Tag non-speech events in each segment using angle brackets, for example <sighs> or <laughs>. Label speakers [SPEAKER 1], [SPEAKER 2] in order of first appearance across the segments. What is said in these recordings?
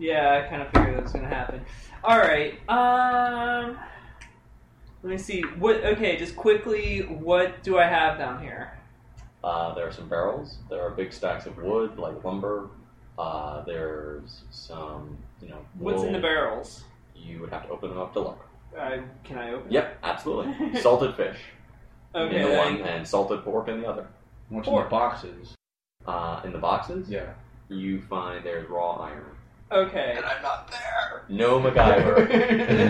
[SPEAKER 1] I kind of figured that was going to happen. All right. Um, let me see. What? Okay, just quickly. What do I have down here?
[SPEAKER 2] Uh, there are some barrels. There are big stacks of wood, like lumber. Uh, there's some, you know,
[SPEAKER 1] What's in the
[SPEAKER 2] wool.
[SPEAKER 1] barrels?
[SPEAKER 2] You would have to open them up to look.
[SPEAKER 1] Uh, can I open?
[SPEAKER 2] Yep,
[SPEAKER 1] <laughs>
[SPEAKER 2] absolutely. salted fish in the
[SPEAKER 1] Okay.
[SPEAKER 2] one, and salted pork in the other.
[SPEAKER 3] What's in
[SPEAKER 1] Pork.
[SPEAKER 3] the boxes?
[SPEAKER 2] Uh, in the boxes,
[SPEAKER 3] Yeah.
[SPEAKER 2] you find there's raw iron.
[SPEAKER 1] Okay.
[SPEAKER 2] I'm not there.
[SPEAKER 1] <laughs>
[SPEAKER 2] No MacGyver.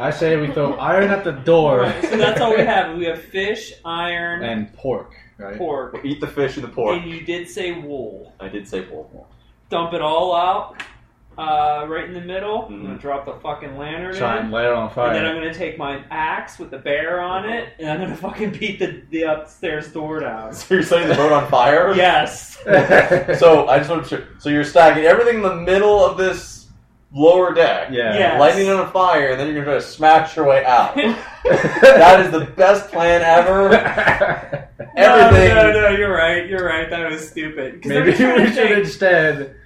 [SPEAKER 2] <laughs>
[SPEAKER 3] I say we throw iron at the door
[SPEAKER 1] Right, so that's all we have. We have fish, iron,
[SPEAKER 3] and pork, right?
[SPEAKER 1] pork.
[SPEAKER 2] Eat the fish and the pork.
[SPEAKER 1] And you did say wool.
[SPEAKER 2] I did say wool.
[SPEAKER 1] Dump it all out, uh, right in the middle. I'm gonna
[SPEAKER 2] Mhm.
[SPEAKER 1] drop the fucking lantern
[SPEAKER 3] Try
[SPEAKER 1] in.
[SPEAKER 3] and light it on
[SPEAKER 1] And then I'm
[SPEAKER 3] fire.
[SPEAKER 1] gonna take my axe with the bear on it, and I'm gonna <laughs> fucking beat the, the upstairs door down.
[SPEAKER 2] <laughs> So you're setting the boat on
[SPEAKER 1] <laughs>
[SPEAKER 2] fire?
[SPEAKER 1] Yes.
[SPEAKER 3] <laughs>
[SPEAKER 2] so I just want to. So you're stacking everything in the middle of this lower deck.
[SPEAKER 3] yeah.
[SPEAKER 1] Yes.
[SPEAKER 2] Lighting it on fire, and then you're gonna try to smash your way
[SPEAKER 1] <laughs>
[SPEAKER 2] out.
[SPEAKER 3] that
[SPEAKER 2] that is
[SPEAKER 3] <laughs>
[SPEAKER 2] the best plan ever.
[SPEAKER 3] ever.
[SPEAKER 2] Everything.
[SPEAKER 1] No, no, no, you're right. You're right. That was stupid. 'Cause I'm
[SPEAKER 3] Maybe we
[SPEAKER 1] trying to
[SPEAKER 3] should
[SPEAKER 1] think,
[SPEAKER 3] instead.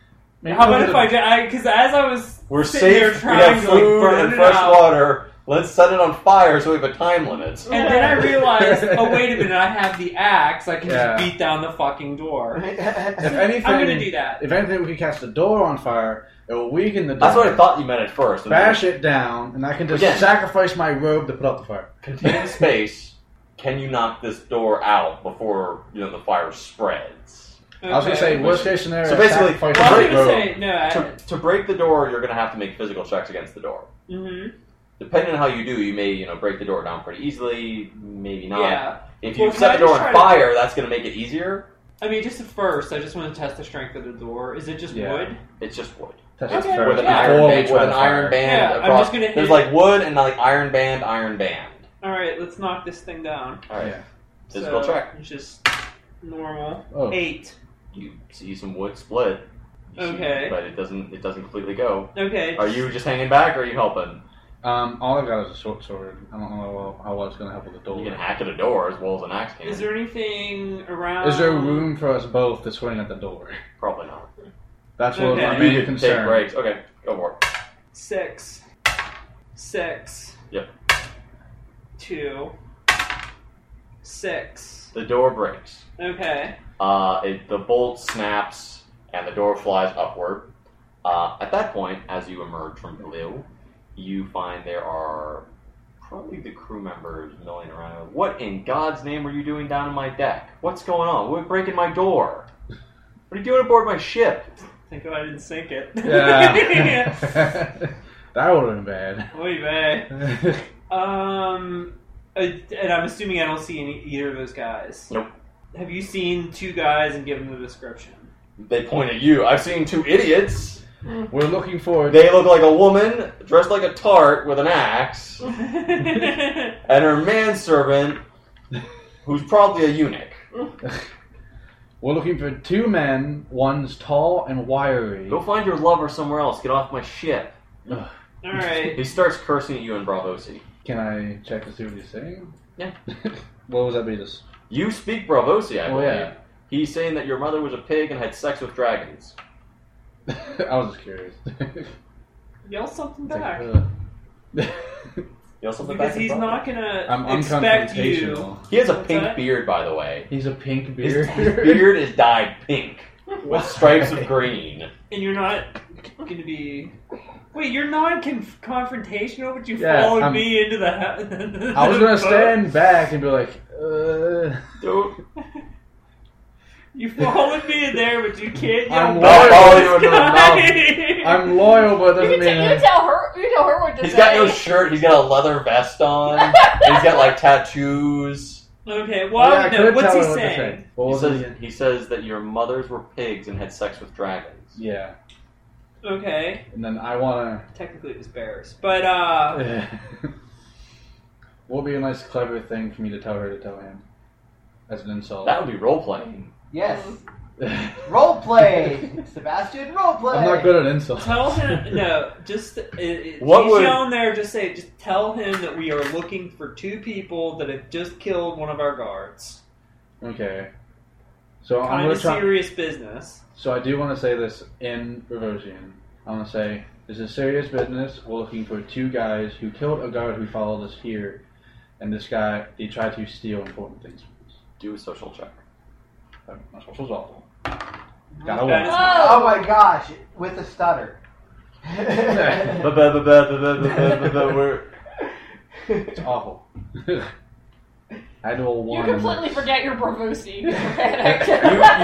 [SPEAKER 3] maybe
[SPEAKER 1] How
[SPEAKER 3] go
[SPEAKER 1] about
[SPEAKER 3] to
[SPEAKER 1] if I did? Because as I was
[SPEAKER 2] We're
[SPEAKER 1] Sitting there
[SPEAKER 2] safe. We
[SPEAKER 1] trying
[SPEAKER 2] have
[SPEAKER 1] to, like,
[SPEAKER 2] food
[SPEAKER 1] burn
[SPEAKER 2] and
[SPEAKER 1] it
[SPEAKER 2] fresh
[SPEAKER 1] out.
[SPEAKER 2] water. Let's set it on fire so we have a time limit.
[SPEAKER 1] And then I realized,
[SPEAKER 3] <laughs>
[SPEAKER 1] oh wait a minute, I have the axe. I can
[SPEAKER 3] Yeah.
[SPEAKER 1] just beat down the fucking door.
[SPEAKER 3] If
[SPEAKER 2] That's
[SPEAKER 3] anything,
[SPEAKER 1] I'm gonna do that.
[SPEAKER 3] if anything, we can catch the door on fire. It will weaken the door.
[SPEAKER 2] what I thought you meant at first. and
[SPEAKER 3] Bash it down, and I can just
[SPEAKER 2] Again.
[SPEAKER 3] sacrifice my robe to put out the fire.
[SPEAKER 2] then Contain space. Can you knock this door out before you know the fire spreads?
[SPEAKER 3] I was gonna
[SPEAKER 1] Okay.
[SPEAKER 3] say worst case scenario.
[SPEAKER 2] So basically,
[SPEAKER 3] sacrifice
[SPEAKER 1] Well, I was
[SPEAKER 3] my
[SPEAKER 1] gonna
[SPEAKER 3] robe.
[SPEAKER 1] say no. I,
[SPEAKER 2] To, to break the door, you're going to have to make physical checks against the door.
[SPEAKER 1] mhm.
[SPEAKER 2] Depending on how you do, you may you know break the door down pretty easily, maybe not.
[SPEAKER 1] Yeah.
[SPEAKER 2] If
[SPEAKER 1] Well, can
[SPEAKER 2] you
[SPEAKER 1] I
[SPEAKER 2] set the door
[SPEAKER 1] just try
[SPEAKER 2] on
[SPEAKER 1] to-
[SPEAKER 2] fire, that's going to make it easier.
[SPEAKER 1] I mean, just at first, I just want to test the strength of the door. Is it just
[SPEAKER 3] Yeah.
[SPEAKER 1] wood?
[SPEAKER 2] It's just wood
[SPEAKER 3] Test
[SPEAKER 1] Okay,
[SPEAKER 3] it first
[SPEAKER 2] with an
[SPEAKER 1] yeah.
[SPEAKER 2] iron
[SPEAKER 3] before we
[SPEAKER 2] band. With
[SPEAKER 3] try
[SPEAKER 2] an
[SPEAKER 3] the
[SPEAKER 2] iron
[SPEAKER 3] fire.
[SPEAKER 2] band
[SPEAKER 1] Yeah, I'm
[SPEAKER 2] across.
[SPEAKER 1] just gonna
[SPEAKER 2] There's
[SPEAKER 1] hit-
[SPEAKER 2] like wood and like iron band, iron band.
[SPEAKER 1] All right, let's knock this thing down.
[SPEAKER 2] All right.
[SPEAKER 3] Yeah.
[SPEAKER 2] Physical
[SPEAKER 1] so,
[SPEAKER 2] check.
[SPEAKER 1] It's just normal
[SPEAKER 3] Oh.
[SPEAKER 1] eight.
[SPEAKER 2] You see some wood split. You see-
[SPEAKER 1] Okay.
[SPEAKER 2] but it doesn't. It doesn't completely go.
[SPEAKER 1] Okay.
[SPEAKER 2] Are you just hanging back, or are you helping?
[SPEAKER 3] Um, all I've got is a short sword. I don't know how, how well it's gonna help with the
[SPEAKER 2] You can
[SPEAKER 3] door.
[SPEAKER 2] hack at a door as well as an axe can.
[SPEAKER 1] Is there anything around?
[SPEAKER 3] Is there room for us both to swing at the door? <laughs>
[SPEAKER 2] Probably not.
[SPEAKER 3] That's what my
[SPEAKER 1] Okay.
[SPEAKER 2] You
[SPEAKER 3] main
[SPEAKER 2] could take
[SPEAKER 3] concern.
[SPEAKER 2] breaks. Okay, go for it.
[SPEAKER 1] Six. Six.
[SPEAKER 2] Yep.
[SPEAKER 1] Two. Six.
[SPEAKER 2] The door breaks.
[SPEAKER 1] Okay.
[SPEAKER 2] Uh, it, the bolt snaps and the door flies upward. Uh, at that point, as you emerge from below, you find there are probably the crew members milling around. What in God's name were you doing down in my deck? What's going on? We're breaking my door. What are you doing aboard my ship?
[SPEAKER 1] Thank God I didn't sink it. <laughs>
[SPEAKER 3] <laughs> Yeah. that would have been bad.
[SPEAKER 1] Oy vey. Um, uh, and I'm assuming I don't see any either of those guys.
[SPEAKER 2] Nope.
[SPEAKER 1] Have you seen two guys and give them the description?
[SPEAKER 2] They point at you. I've seen two idiots.
[SPEAKER 3] <laughs> We're looking forward.
[SPEAKER 2] They look like a woman dressed like a tart with an axe,
[SPEAKER 1] okay.
[SPEAKER 2] and her manservant, who's probably a eunuch.
[SPEAKER 3] <laughs> We're looking for two men. One's tall and wiry.
[SPEAKER 2] Go find your lover somewhere else. Get off my ship.
[SPEAKER 1] All right.
[SPEAKER 2] He starts cursing at you in Bravosi.
[SPEAKER 3] Can I check to see what he's saying?
[SPEAKER 2] Yeah.
[SPEAKER 3] <laughs> what was that be this?
[SPEAKER 2] You speak Bravosi, I
[SPEAKER 3] Oh,
[SPEAKER 2] believe.
[SPEAKER 3] yeah.
[SPEAKER 2] He's saying that your mother was a pig and had sex with dragons.
[SPEAKER 3] <laughs> I was just curious. <laughs>
[SPEAKER 1] Yell something
[SPEAKER 3] It's like, uh,
[SPEAKER 1] back.
[SPEAKER 3] ugh. <laughs>
[SPEAKER 2] You also
[SPEAKER 1] Because he's not gonna
[SPEAKER 3] I'm
[SPEAKER 1] expect you.
[SPEAKER 3] unconfrontational.
[SPEAKER 2] He has a
[SPEAKER 1] What's
[SPEAKER 2] pink
[SPEAKER 1] that?
[SPEAKER 2] beard, by the way.
[SPEAKER 3] He's a pink
[SPEAKER 2] His-
[SPEAKER 3] beard.
[SPEAKER 2] His, <laughs> beard is dyed pink with stripes of green.
[SPEAKER 1] And you're not gonna be. Wait, you're non confrontational, but you
[SPEAKER 3] Yeah,
[SPEAKER 1] followed
[SPEAKER 3] I'm-
[SPEAKER 1] me into the. Ha- <laughs>
[SPEAKER 3] I was gonna
[SPEAKER 1] the boat.
[SPEAKER 3] stand back and be like, uh,
[SPEAKER 2] Dude,
[SPEAKER 1] You followed me in there, but you can't yell.
[SPEAKER 3] I'm
[SPEAKER 1] back
[SPEAKER 2] loyal.
[SPEAKER 1] at this guy. <laughs>
[SPEAKER 3] I'm loyal, but it
[SPEAKER 4] You
[SPEAKER 3] doesn't
[SPEAKER 4] can,
[SPEAKER 3] mean.
[SPEAKER 4] tell, you can tell her. You can tell her what to
[SPEAKER 2] he's
[SPEAKER 4] say.
[SPEAKER 2] got
[SPEAKER 4] <laughs>
[SPEAKER 2] no shirt. He's got a leather vest on. he's got like tattoos.
[SPEAKER 1] Okay, well, I
[SPEAKER 3] Yeah, I
[SPEAKER 1] don't
[SPEAKER 3] could
[SPEAKER 1] know. What's
[SPEAKER 3] tell
[SPEAKER 1] he
[SPEAKER 3] her what to
[SPEAKER 1] saying?
[SPEAKER 3] say. What
[SPEAKER 2] He
[SPEAKER 3] was it
[SPEAKER 2] says,
[SPEAKER 3] again?
[SPEAKER 2] he says that your mothers were pigs and had sex with dragons.
[SPEAKER 3] Yeah,
[SPEAKER 1] Okay,
[SPEAKER 3] and then I wanna.
[SPEAKER 1] technically it was bears, but
[SPEAKER 3] <laughs>
[SPEAKER 1] uh,
[SPEAKER 3] what would be a nice, clever thing for me to tell her to tell him as an insult?
[SPEAKER 2] That would be role playing.
[SPEAKER 5] Yes.
[SPEAKER 3] <laughs> I'm
[SPEAKER 5] Role play, Sebastian. Role play.
[SPEAKER 3] not good at insults.
[SPEAKER 1] tell him no. Just uh, it, it,
[SPEAKER 2] What
[SPEAKER 1] he's
[SPEAKER 2] would-
[SPEAKER 1] down there. Just say, just tell him that we are looking for two people that have just killed one of our guards.
[SPEAKER 3] <laughs> Okay. So I'm
[SPEAKER 1] Kind
[SPEAKER 3] gonna
[SPEAKER 1] of
[SPEAKER 3] try.
[SPEAKER 1] serious business.
[SPEAKER 3] So I do want to say this in Revosian. I'm gonna say this is serious business. We're looking for two guys who killed a guard who followed us here, and this guy they tried to steal important things from
[SPEAKER 2] Do a social check.
[SPEAKER 3] us. My social's awful. Got
[SPEAKER 1] That
[SPEAKER 3] a one.
[SPEAKER 1] is-
[SPEAKER 5] Oh
[SPEAKER 4] Oh!
[SPEAKER 5] my gosh, with
[SPEAKER 3] <laughs>
[SPEAKER 5] a stutter. <laughs>
[SPEAKER 2] Ba- ba- ba- ba- ba- ba- ba- ba- ba- we're-
[SPEAKER 3] It's awful. <laughs> I do a
[SPEAKER 4] You
[SPEAKER 3] one.
[SPEAKER 4] completely forget your bravosi.
[SPEAKER 2] you,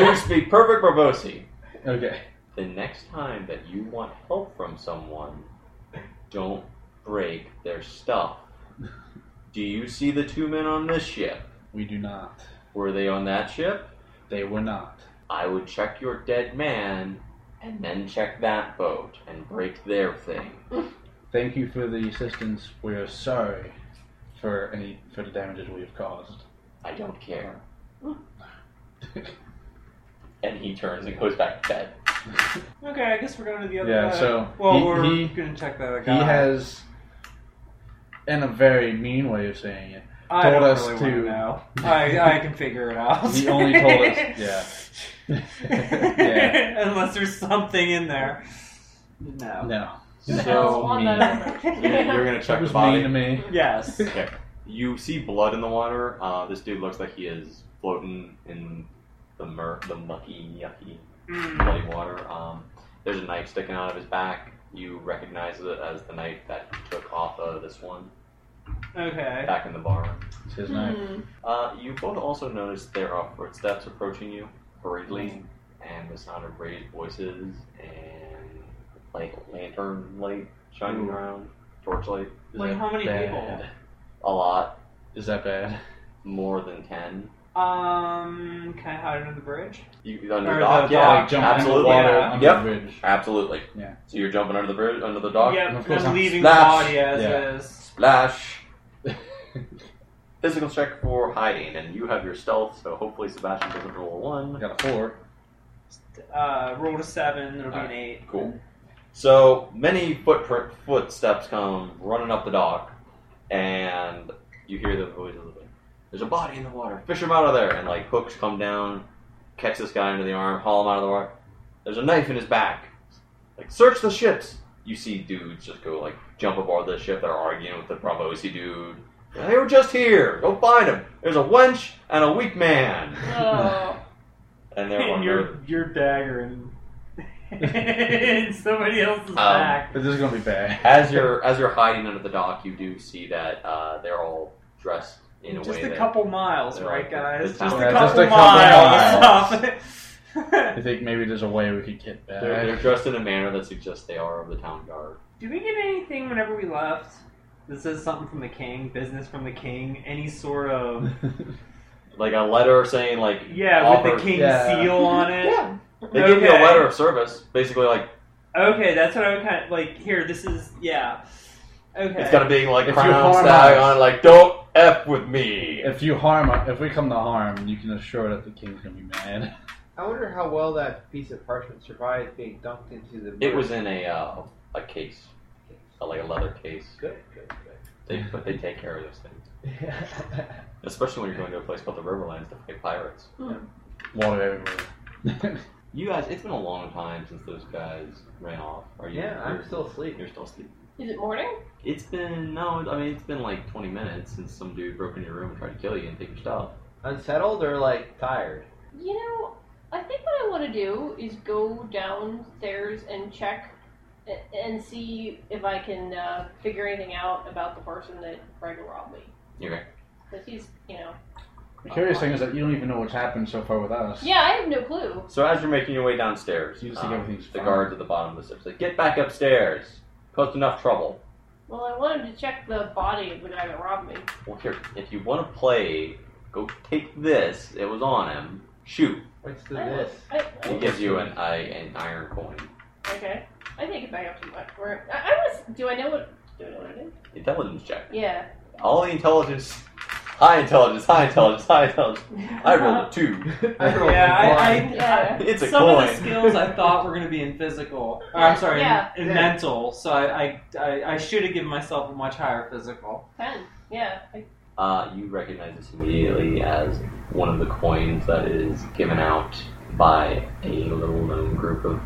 [SPEAKER 2] you speak perfect Barbosi.
[SPEAKER 3] Okay.
[SPEAKER 2] The next time that you want help from someone, don't break their stuff. Do you see the two men on this ship?
[SPEAKER 3] We do not.
[SPEAKER 2] Were they on that ship?
[SPEAKER 3] They were not.
[SPEAKER 2] I would check your dead man and then check that boat and break their thing.
[SPEAKER 3] Thank you for the assistance. We are sorry for any for the damages we have caused. <laughs>
[SPEAKER 2] I don't care. And he turns and goes back to bed.
[SPEAKER 1] Okay, I guess we're going to the other
[SPEAKER 3] Yeah,
[SPEAKER 1] guy.
[SPEAKER 3] so
[SPEAKER 1] well,
[SPEAKER 3] he-
[SPEAKER 1] we're
[SPEAKER 3] he-
[SPEAKER 1] going to check that out.
[SPEAKER 3] He has, in a very mean way of saying it,
[SPEAKER 1] I don't
[SPEAKER 3] told us
[SPEAKER 1] really
[SPEAKER 3] to-
[SPEAKER 1] want know.
[SPEAKER 3] <laughs>
[SPEAKER 1] I, I can figure it out.
[SPEAKER 3] He only told us- yeah.
[SPEAKER 1] <laughs>
[SPEAKER 3] Yeah.
[SPEAKER 1] Unless there's something in there.
[SPEAKER 3] <laughs>
[SPEAKER 1] No.
[SPEAKER 3] no.
[SPEAKER 4] <laughs> Who the
[SPEAKER 2] So <laughs>
[SPEAKER 4] hell's on
[SPEAKER 3] mean.
[SPEAKER 4] that other?
[SPEAKER 2] You're, you're gonna
[SPEAKER 3] That
[SPEAKER 2] check the
[SPEAKER 3] was
[SPEAKER 2] body.
[SPEAKER 3] mean to me.
[SPEAKER 1] Yes.
[SPEAKER 2] You see blood in the water. Uh, this dude looks like he is floating in the mur- the mucky, yucky,
[SPEAKER 1] Mm.
[SPEAKER 2] bloody water. Um, there's a knife sticking out of his back. You recognize it as the knife that he took off of this one
[SPEAKER 1] Okay.
[SPEAKER 2] back in the bar.
[SPEAKER 3] It's his knife.
[SPEAKER 4] Hmm.
[SPEAKER 2] Uh, you both also notice there are footsteps approaching you hurriedly, and the sound of raised voices and like lantern light shining
[SPEAKER 3] Ooh.
[SPEAKER 2] around, torchlight.
[SPEAKER 3] Is
[SPEAKER 1] Like
[SPEAKER 3] that
[SPEAKER 2] Mm-hmm.
[SPEAKER 1] how many
[SPEAKER 3] bad?
[SPEAKER 2] A lot
[SPEAKER 3] Is that bad?
[SPEAKER 2] more than ten.
[SPEAKER 1] Um, can I hide under the bridge?
[SPEAKER 2] You under
[SPEAKER 1] Or
[SPEAKER 2] the
[SPEAKER 1] the
[SPEAKER 2] dock,
[SPEAKER 1] dock.
[SPEAKER 2] yeah,
[SPEAKER 3] like jumping
[SPEAKER 2] absolutely.
[SPEAKER 3] in the water
[SPEAKER 1] Yeah.
[SPEAKER 3] under
[SPEAKER 2] Yep.
[SPEAKER 3] the bridge.
[SPEAKER 2] Absolutely.
[SPEAKER 3] Yeah.
[SPEAKER 2] So you're jumping under the bridge, under the dock.
[SPEAKER 1] yep,
[SPEAKER 3] and Uh, of
[SPEAKER 1] and
[SPEAKER 3] course
[SPEAKER 1] I'm
[SPEAKER 3] I'm
[SPEAKER 1] leaving the
[SPEAKER 2] splash.
[SPEAKER 1] body as
[SPEAKER 3] Yeah.
[SPEAKER 1] is.
[SPEAKER 2] Splash. Physical check for hiding, and you have your stealth, so hopefully Sebastian doesn't roll a
[SPEAKER 3] I
[SPEAKER 2] one.
[SPEAKER 3] <laughs> got a four.
[SPEAKER 1] Uh, rolled a seven, it'll be an
[SPEAKER 2] Alright.
[SPEAKER 1] eight.
[SPEAKER 2] Cool. So many footprint footsteps come running up the dock, and you hear the voice of the There's a body in the water. Fish him out of there, and like hooks come down, catch this guy under the arm, haul him out of the water. There's a knife in his back. Like search the ships. You see dudes just go like jump aboard the ship. They're arguing with the Bravosi dude. They were just here. Go find him. There's a wench and a weak man,
[SPEAKER 4] Oh.
[SPEAKER 1] <laughs>
[SPEAKER 2] and they're
[SPEAKER 1] And
[SPEAKER 2] wondering.
[SPEAKER 1] your, your dagger
[SPEAKER 3] <laughs>
[SPEAKER 1] in, in <laughs> somebody else's
[SPEAKER 3] Um,
[SPEAKER 1] back.
[SPEAKER 3] This is gonna be bad.
[SPEAKER 2] As you're as you're hiding under the dock, you do see that uh, they're all dressed in a
[SPEAKER 1] Just
[SPEAKER 2] way
[SPEAKER 1] a
[SPEAKER 2] that
[SPEAKER 1] couple miles,
[SPEAKER 2] they're
[SPEAKER 1] right,
[SPEAKER 2] like the-
[SPEAKER 1] guys?
[SPEAKER 2] the
[SPEAKER 1] just, a
[SPEAKER 2] town-
[SPEAKER 1] couple
[SPEAKER 3] Just a couple
[SPEAKER 1] miles. <laughs>
[SPEAKER 3] I think maybe there's a way we could get back.
[SPEAKER 2] they're, they're dressed in a manner that suggests they are of the town guard.
[SPEAKER 1] Did we get anything whenever we left? This is something from the king, business from the king, any sort of
[SPEAKER 2] Like a letter saying like
[SPEAKER 1] yeah, with
[SPEAKER 2] offer-
[SPEAKER 1] the king's
[SPEAKER 3] Yeah.
[SPEAKER 1] seal on it.
[SPEAKER 2] Yeah. They give you a
[SPEAKER 1] Okay.
[SPEAKER 2] letter of service, basically like
[SPEAKER 1] Okay, that's what I would kind of like. Here, this is yeah. Okay.
[SPEAKER 2] it's got a big like
[SPEAKER 3] If you
[SPEAKER 2] crown
[SPEAKER 3] harm
[SPEAKER 2] stag
[SPEAKER 3] us-
[SPEAKER 2] on it, like don't f with me.
[SPEAKER 3] <laughs> if you harm, if we come to harm, you can assure that the king's gonna be mad.
[SPEAKER 5] I wonder how well that piece of parchment survived being dunked into the.
[SPEAKER 2] It was in a uh, a case, uh, like a leather case.
[SPEAKER 5] good, good,
[SPEAKER 2] They but they take care of those things,
[SPEAKER 5] good.
[SPEAKER 2] especially when you're going to a place called the Riverlands to fight pirates.
[SPEAKER 3] Water everywhere. <laughs>
[SPEAKER 2] You guys, it's been a long time since those guys ran off. Are you?
[SPEAKER 5] <laughs> yeah, I'm
[SPEAKER 2] you're-
[SPEAKER 5] still asleep.
[SPEAKER 2] You're still asleep.
[SPEAKER 4] Is it morning?
[SPEAKER 2] It's been no, I mean it's been like 20 minutes since some dude broke into your room and tried to kill you and take your stuff.
[SPEAKER 5] Unsettled or like tired?
[SPEAKER 4] You know, I think what I want to do is go downstairs and check a- and see if I can uh, figure anything out about the person that tried to rob me.
[SPEAKER 2] Okay.
[SPEAKER 4] Because he's, you know.
[SPEAKER 3] the curious thing is that you don't even know what's happened so far with us. <laughs>
[SPEAKER 4] Yeah, I have no clue.
[SPEAKER 2] So as you're making your way downstairs,
[SPEAKER 3] You just think
[SPEAKER 2] um,
[SPEAKER 3] everything's
[SPEAKER 2] the
[SPEAKER 3] fine.
[SPEAKER 2] guards at the bottom of the steps like, "Get back upstairs! Caused enough trouble."
[SPEAKER 4] Well, I wanted to check the body of the guy that robbed me.
[SPEAKER 2] Well, here, if you want to play, go take this. It was on him. Shoot!
[SPEAKER 5] What's the
[SPEAKER 4] I-
[SPEAKER 5] <laughs> this?
[SPEAKER 4] I-
[SPEAKER 2] He gives you an I, an iron coin.
[SPEAKER 4] I- okay. I think it back up too much. Or, I, I was. Do I know what. Do I know what it is?
[SPEAKER 2] Intelligence check.
[SPEAKER 4] Yeah.
[SPEAKER 2] All the intelligence. High intelligence. High intelligence. High intelligence. I rolled a two. <laughs>
[SPEAKER 5] I rolled
[SPEAKER 1] Uh, Yeah,
[SPEAKER 5] a
[SPEAKER 1] I,
[SPEAKER 5] one.
[SPEAKER 1] I,
[SPEAKER 4] Yeah.
[SPEAKER 2] It's a
[SPEAKER 1] some of
[SPEAKER 2] coin.
[SPEAKER 1] the skills I thought were going to be in physical. Or, I'm sorry, in-
[SPEAKER 4] Yeah.
[SPEAKER 1] in,
[SPEAKER 5] Yeah.
[SPEAKER 1] mental. So I I, I, I should have given myself a much higher physical.
[SPEAKER 4] Ten. Yeah. I,
[SPEAKER 2] Uh, you recognize this immediately as one of the coins that is given out by a little known group of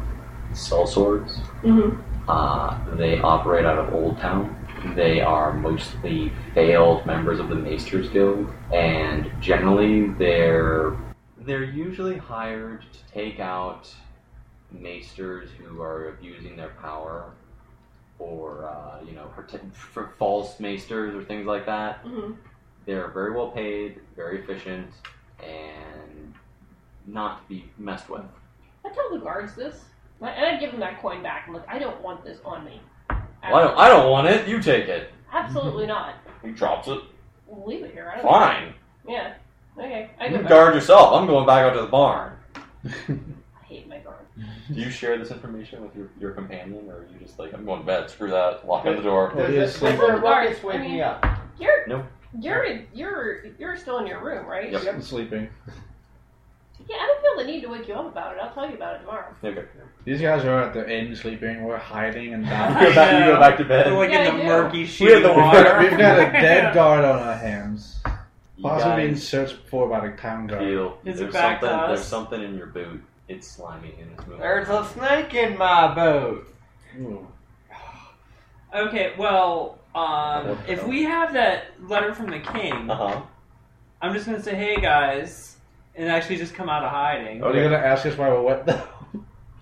[SPEAKER 2] soul swords.
[SPEAKER 4] mm-hmm.
[SPEAKER 2] Uh, they operate out of Old Town. They are mostly failed members of the Maesters Guild, and generally they're they're usually hired to take out maesters who are abusing their power, or uh, you know, parti- for false maesters or things like that
[SPEAKER 4] hmm
[SPEAKER 2] they're very well paid, very efficient, and not to be messed with.
[SPEAKER 4] I tell the guards this, and I- and I give them that coin back. I'm like, I don't want this on me.
[SPEAKER 2] Well, I don't. I don't want it. You take it.
[SPEAKER 4] Absolutely not.
[SPEAKER 2] He drops it.
[SPEAKER 4] We'll leave it here. I don't
[SPEAKER 2] Fine.
[SPEAKER 4] Yeah. Okay. I
[SPEAKER 2] You
[SPEAKER 4] go back.
[SPEAKER 2] guard yourself. I'm going back out to the barn.
[SPEAKER 4] I hate my guard.
[SPEAKER 2] Do you share this information with your, your companion, or are you just like, I'm going to bed. Screw that. Lock on the door.
[SPEAKER 3] Well, he is
[SPEAKER 5] Does that- does
[SPEAKER 3] sleeping.
[SPEAKER 5] their rockets
[SPEAKER 4] I
[SPEAKER 5] wake
[SPEAKER 4] mean-
[SPEAKER 5] me up?
[SPEAKER 4] You're
[SPEAKER 2] No.
[SPEAKER 4] You're in, you're you're still in your room, right?
[SPEAKER 2] Yep.
[SPEAKER 3] He's sleeping.
[SPEAKER 4] Yeah. I don't feel the need to wake you up about it. I'll tell you about it tomorrow.
[SPEAKER 2] Okay.
[SPEAKER 3] These guys are at the inn sleeping. We're hiding <laughs> and
[SPEAKER 2] You
[SPEAKER 3] down.
[SPEAKER 2] go back, you go back to
[SPEAKER 1] They're
[SPEAKER 2] bed.
[SPEAKER 1] like
[SPEAKER 4] Yeah,
[SPEAKER 1] in the
[SPEAKER 4] I do.
[SPEAKER 1] murky
[SPEAKER 2] We had
[SPEAKER 1] sheet
[SPEAKER 2] the-
[SPEAKER 1] of water.
[SPEAKER 3] We've got
[SPEAKER 1] <laughs>
[SPEAKER 3] a dead guard on our hands.
[SPEAKER 2] You
[SPEAKER 3] Possibly being
[SPEAKER 2] guys
[SPEAKER 3] searched for by the town guard.
[SPEAKER 2] feel
[SPEAKER 1] Is it
[SPEAKER 2] there's
[SPEAKER 1] back to
[SPEAKER 2] something. There's
[SPEAKER 1] us?
[SPEAKER 2] something in your boot. It's slimy in this movie.
[SPEAKER 5] There's a snake in my boat.
[SPEAKER 3] Ooh.
[SPEAKER 1] Okay, well, um, if we have that letter from the king,
[SPEAKER 2] Uh huh.
[SPEAKER 1] I'm just gonna say, hey guys, and actually just come out of hiding
[SPEAKER 3] Are
[SPEAKER 2] Okay.
[SPEAKER 3] you gonna ask us why we're wet though?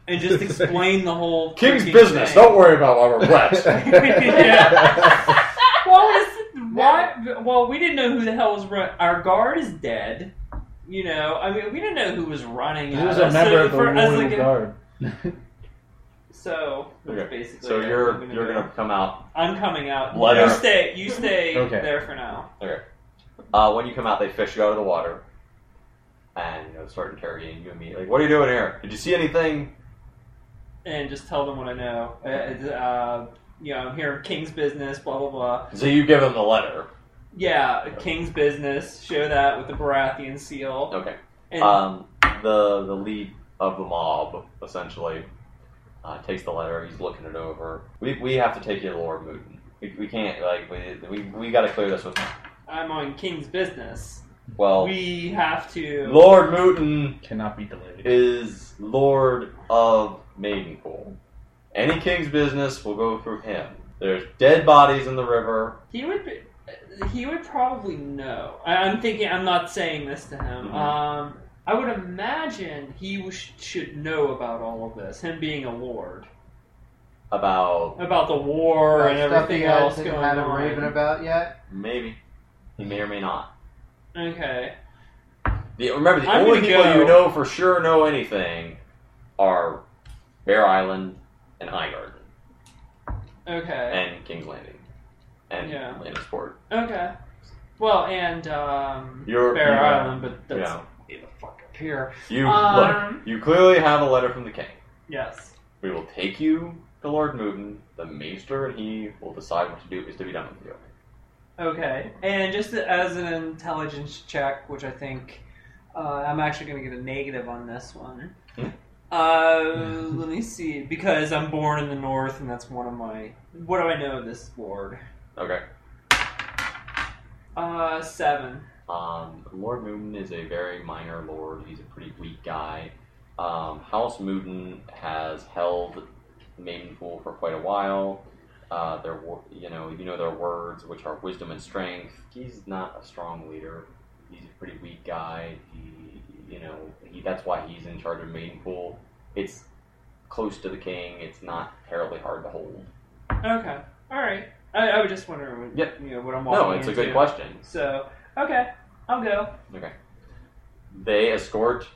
[SPEAKER 1] and just explain the whole
[SPEAKER 2] King's
[SPEAKER 1] freaking
[SPEAKER 2] business.
[SPEAKER 1] Thing.
[SPEAKER 2] Don't worry about
[SPEAKER 1] <laughs>
[SPEAKER 2] Robert
[SPEAKER 3] <laughs>
[SPEAKER 2] West.
[SPEAKER 1] Yeah. Well, it's, why, well, we didn't know who the hell was run. Our guard is dead. You know, I mean, we didn't know who was running.
[SPEAKER 3] He
[SPEAKER 1] at
[SPEAKER 3] was a
[SPEAKER 1] us.
[SPEAKER 3] member
[SPEAKER 1] so
[SPEAKER 3] of the
[SPEAKER 1] for us,
[SPEAKER 3] royal
[SPEAKER 1] like,
[SPEAKER 3] guard.
[SPEAKER 1] So that's
[SPEAKER 2] Okay.
[SPEAKER 1] basically.
[SPEAKER 2] So
[SPEAKER 1] it.
[SPEAKER 2] you're
[SPEAKER 1] We're
[SPEAKER 2] you're
[SPEAKER 1] go.
[SPEAKER 2] gonna come out
[SPEAKER 1] I'm coming out.
[SPEAKER 2] Let
[SPEAKER 1] you
[SPEAKER 2] her-
[SPEAKER 1] stay. You stay
[SPEAKER 3] Okay.
[SPEAKER 1] there for now.
[SPEAKER 2] Uh, when you come out, they fish you out of the water, and you know start interrogating you immediately. Like, what are you doing here? Did you see anything?
[SPEAKER 1] and just tell them what I know. Uh, uh, you know, I'm here, King's business, blah blah blah.
[SPEAKER 2] So you give them the letter.
[SPEAKER 1] Yeah, King's business. Show that with the Baratheon seal.
[SPEAKER 2] Okay.
[SPEAKER 1] And
[SPEAKER 2] Um, the the lead of the mob essentially uh, takes the letter. He's looking it over. We, we have to take you to Lord Mooton. We, we can't like we we, we got to clear this with.
[SPEAKER 1] I'm on King's business.
[SPEAKER 2] Well,
[SPEAKER 1] We have to.
[SPEAKER 2] Lord Mooton
[SPEAKER 3] <laughs> Cannot be delayed.
[SPEAKER 2] is Lord of Maidenpool. Any king's business will go through him. There's dead bodies in the river.
[SPEAKER 1] He would. Be, he would probably know. I, I'm thinking. I'm not saying this to him.
[SPEAKER 2] Mhm.
[SPEAKER 1] Um, I would imagine he sh- should know about all of this. Him being a lord,
[SPEAKER 2] about
[SPEAKER 1] about the war and
[SPEAKER 5] Stuff
[SPEAKER 1] everything
[SPEAKER 5] you guys
[SPEAKER 1] else
[SPEAKER 5] didn't
[SPEAKER 1] going
[SPEAKER 5] have a
[SPEAKER 1] on.
[SPEAKER 5] raven about yet.
[SPEAKER 2] maybe he may or may not.
[SPEAKER 1] okay.
[SPEAKER 2] The, remember, the
[SPEAKER 1] I'm
[SPEAKER 2] only
[SPEAKER 1] gonna
[SPEAKER 2] people
[SPEAKER 1] go-
[SPEAKER 2] you know for sure know anything are Bear Island and Highgarden
[SPEAKER 1] Okay.
[SPEAKER 2] and King's Landing and
[SPEAKER 1] Yeah.
[SPEAKER 2] Lannisport.
[SPEAKER 1] Okay. Well, and um,
[SPEAKER 2] You're
[SPEAKER 1] Bear
[SPEAKER 2] you,
[SPEAKER 1] Island, but that's
[SPEAKER 2] yeah.
[SPEAKER 1] way the fuck up here.
[SPEAKER 2] You look.
[SPEAKER 1] Um,
[SPEAKER 2] You clearly have a letter from the king.
[SPEAKER 1] yes.
[SPEAKER 2] We will take you to Lord Mooton. The Maester and he will decide what to do is to be done with you.
[SPEAKER 1] Okay. And just as an intelligence check, which I think uh, I'm actually going to get a negative on this one.
[SPEAKER 2] Hmm. <laughs>
[SPEAKER 1] Uh, let me see, because I'm born in the north, and that's one of my. What do I know of this lord?
[SPEAKER 2] Okay.
[SPEAKER 1] Uh, seven.
[SPEAKER 2] Um, Lord Mooton is a very minor lord. He's a pretty weak guy. Um, House Mooton has held Maidenpool for quite a while. Uh, their, wo- you know, you know their words, which are wisdom and strength. He's not a strong leader. He's a pretty weak guy. He, you know, he, that's why he's in charge of Maidenpool. It's close to the king. It's not terribly hard to hold.
[SPEAKER 1] Okay. All right. I, I was just wondering, what,
[SPEAKER 2] Yep.
[SPEAKER 1] you know, what I'm walking
[SPEAKER 2] No, it's a
[SPEAKER 1] into.
[SPEAKER 2] good question.
[SPEAKER 1] So, okay, I'll go.
[SPEAKER 2] They escort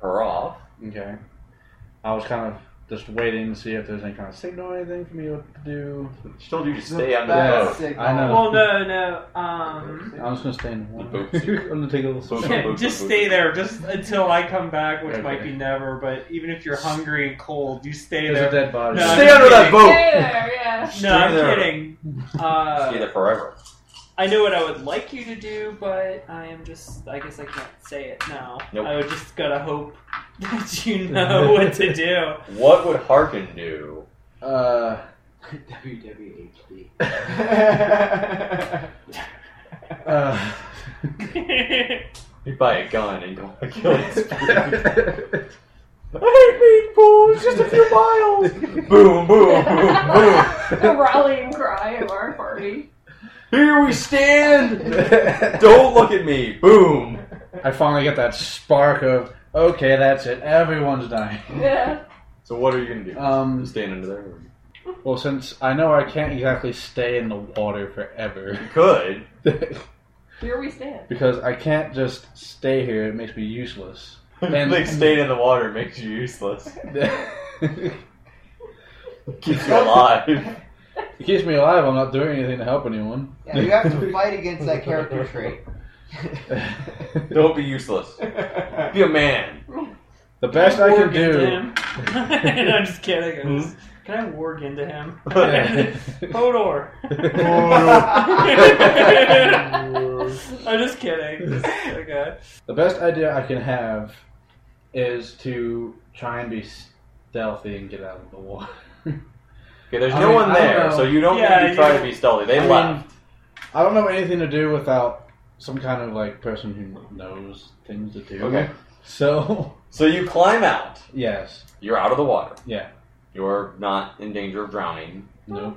[SPEAKER 2] her off.
[SPEAKER 3] Okay. I was kind of just waiting to see if there's any kind of signal or anything for me what to do.
[SPEAKER 2] She told you to stay on the
[SPEAKER 5] Bad
[SPEAKER 2] boat.
[SPEAKER 3] boat.
[SPEAKER 5] signal.
[SPEAKER 2] Uh.
[SPEAKER 3] I know.
[SPEAKER 1] Well, no, no. Um,
[SPEAKER 3] I'm
[SPEAKER 5] <laughs>
[SPEAKER 3] just gonna stay in the <laughs> water.
[SPEAKER 2] boat secret.
[SPEAKER 3] I'm gonna take a little
[SPEAKER 2] Boat
[SPEAKER 3] swim.
[SPEAKER 2] secret.
[SPEAKER 3] <laughs>
[SPEAKER 1] Yeah, just stay there just until I come back, which might
[SPEAKER 3] Okay.
[SPEAKER 1] be never, but even if you're hungry and cold, you stay
[SPEAKER 3] There's a
[SPEAKER 1] there.
[SPEAKER 3] dead body.
[SPEAKER 1] No,
[SPEAKER 2] Stay
[SPEAKER 1] I'm
[SPEAKER 2] under that
[SPEAKER 1] kidding.
[SPEAKER 2] boat.
[SPEAKER 4] Stay there.
[SPEAKER 2] <laughs>
[SPEAKER 4] Yeah.
[SPEAKER 1] No, I'm
[SPEAKER 2] Stay there.
[SPEAKER 3] <laughs>
[SPEAKER 1] kidding. <laughs>
[SPEAKER 2] stay
[SPEAKER 1] Uh,
[SPEAKER 2] there forever.
[SPEAKER 1] I know what I would like you to do, but I am just, I guess I can't say it now.
[SPEAKER 2] Nope.
[SPEAKER 1] I would just gotta hope <laughs> that
[SPEAKER 3] <laughs>
[SPEAKER 1] you know what to do.
[SPEAKER 2] What would Harkin do?
[SPEAKER 3] Uh,
[SPEAKER 5] WWHD.
[SPEAKER 2] <laughs>
[SPEAKER 3] uh.
[SPEAKER 2] <laughs>
[SPEAKER 1] <laughs>
[SPEAKER 2] He'd buy a gun and go kill his hate mean pools, just a few miles. boom, boom, boom, boom.
[SPEAKER 3] <laughs>
[SPEAKER 4] the rallying cry of our party.
[SPEAKER 2] Here we stand. Don't look at me. Boom.
[SPEAKER 3] I finally get that spark of okay, that's it. Everyone's dying.
[SPEAKER 4] Yeah.
[SPEAKER 2] So what are you gonna do?
[SPEAKER 3] Um,
[SPEAKER 2] stand under there.
[SPEAKER 3] well, since I know I can't exactly stay in the water forever, <laughs>
[SPEAKER 2] You could.
[SPEAKER 4] Here we
[SPEAKER 1] <laughs>
[SPEAKER 4] stand.
[SPEAKER 3] because I can't just stay here. It makes me useless. <laughs>
[SPEAKER 2] <laughs>
[SPEAKER 3] And-
[SPEAKER 2] like staying in the water makes you useless.
[SPEAKER 3] it
[SPEAKER 2] Keeps you alive.
[SPEAKER 3] keeps me alive. I'm not doing anything to help anyone.
[SPEAKER 5] Yeah, you have to fight against that character <laughs> trait.
[SPEAKER 3] the
[SPEAKER 2] Don't be useless. Be a man. <laughs>
[SPEAKER 3] best I can
[SPEAKER 1] Work into
[SPEAKER 3] do. Hmm?
[SPEAKER 1] him. <laughs> no, I'm just kidding. I'm just- can I work into
[SPEAKER 3] <laughs>
[SPEAKER 1] him? Hodor. I'm just
[SPEAKER 3] <laughs>
[SPEAKER 1] kidding. Okay.
[SPEAKER 3] The best idea I can have is to try and be stealthy and get out of the water.
[SPEAKER 2] Okay, there's
[SPEAKER 3] I
[SPEAKER 2] no
[SPEAKER 3] mean,
[SPEAKER 2] one
[SPEAKER 3] I don't
[SPEAKER 2] there,
[SPEAKER 3] know.
[SPEAKER 2] so you don't
[SPEAKER 1] Yeah,
[SPEAKER 2] need to
[SPEAKER 1] you-
[SPEAKER 2] try to be stealthy. They
[SPEAKER 3] I mean,
[SPEAKER 2] left.
[SPEAKER 3] I don't know anything to do without some kind of like person who knows things to do.
[SPEAKER 2] Okay.
[SPEAKER 3] So <laughs>
[SPEAKER 2] So you climb out.
[SPEAKER 3] yes,
[SPEAKER 2] You're out of the water.
[SPEAKER 3] Yeah.
[SPEAKER 2] You're not in danger of drowning.
[SPEAKER 3] no.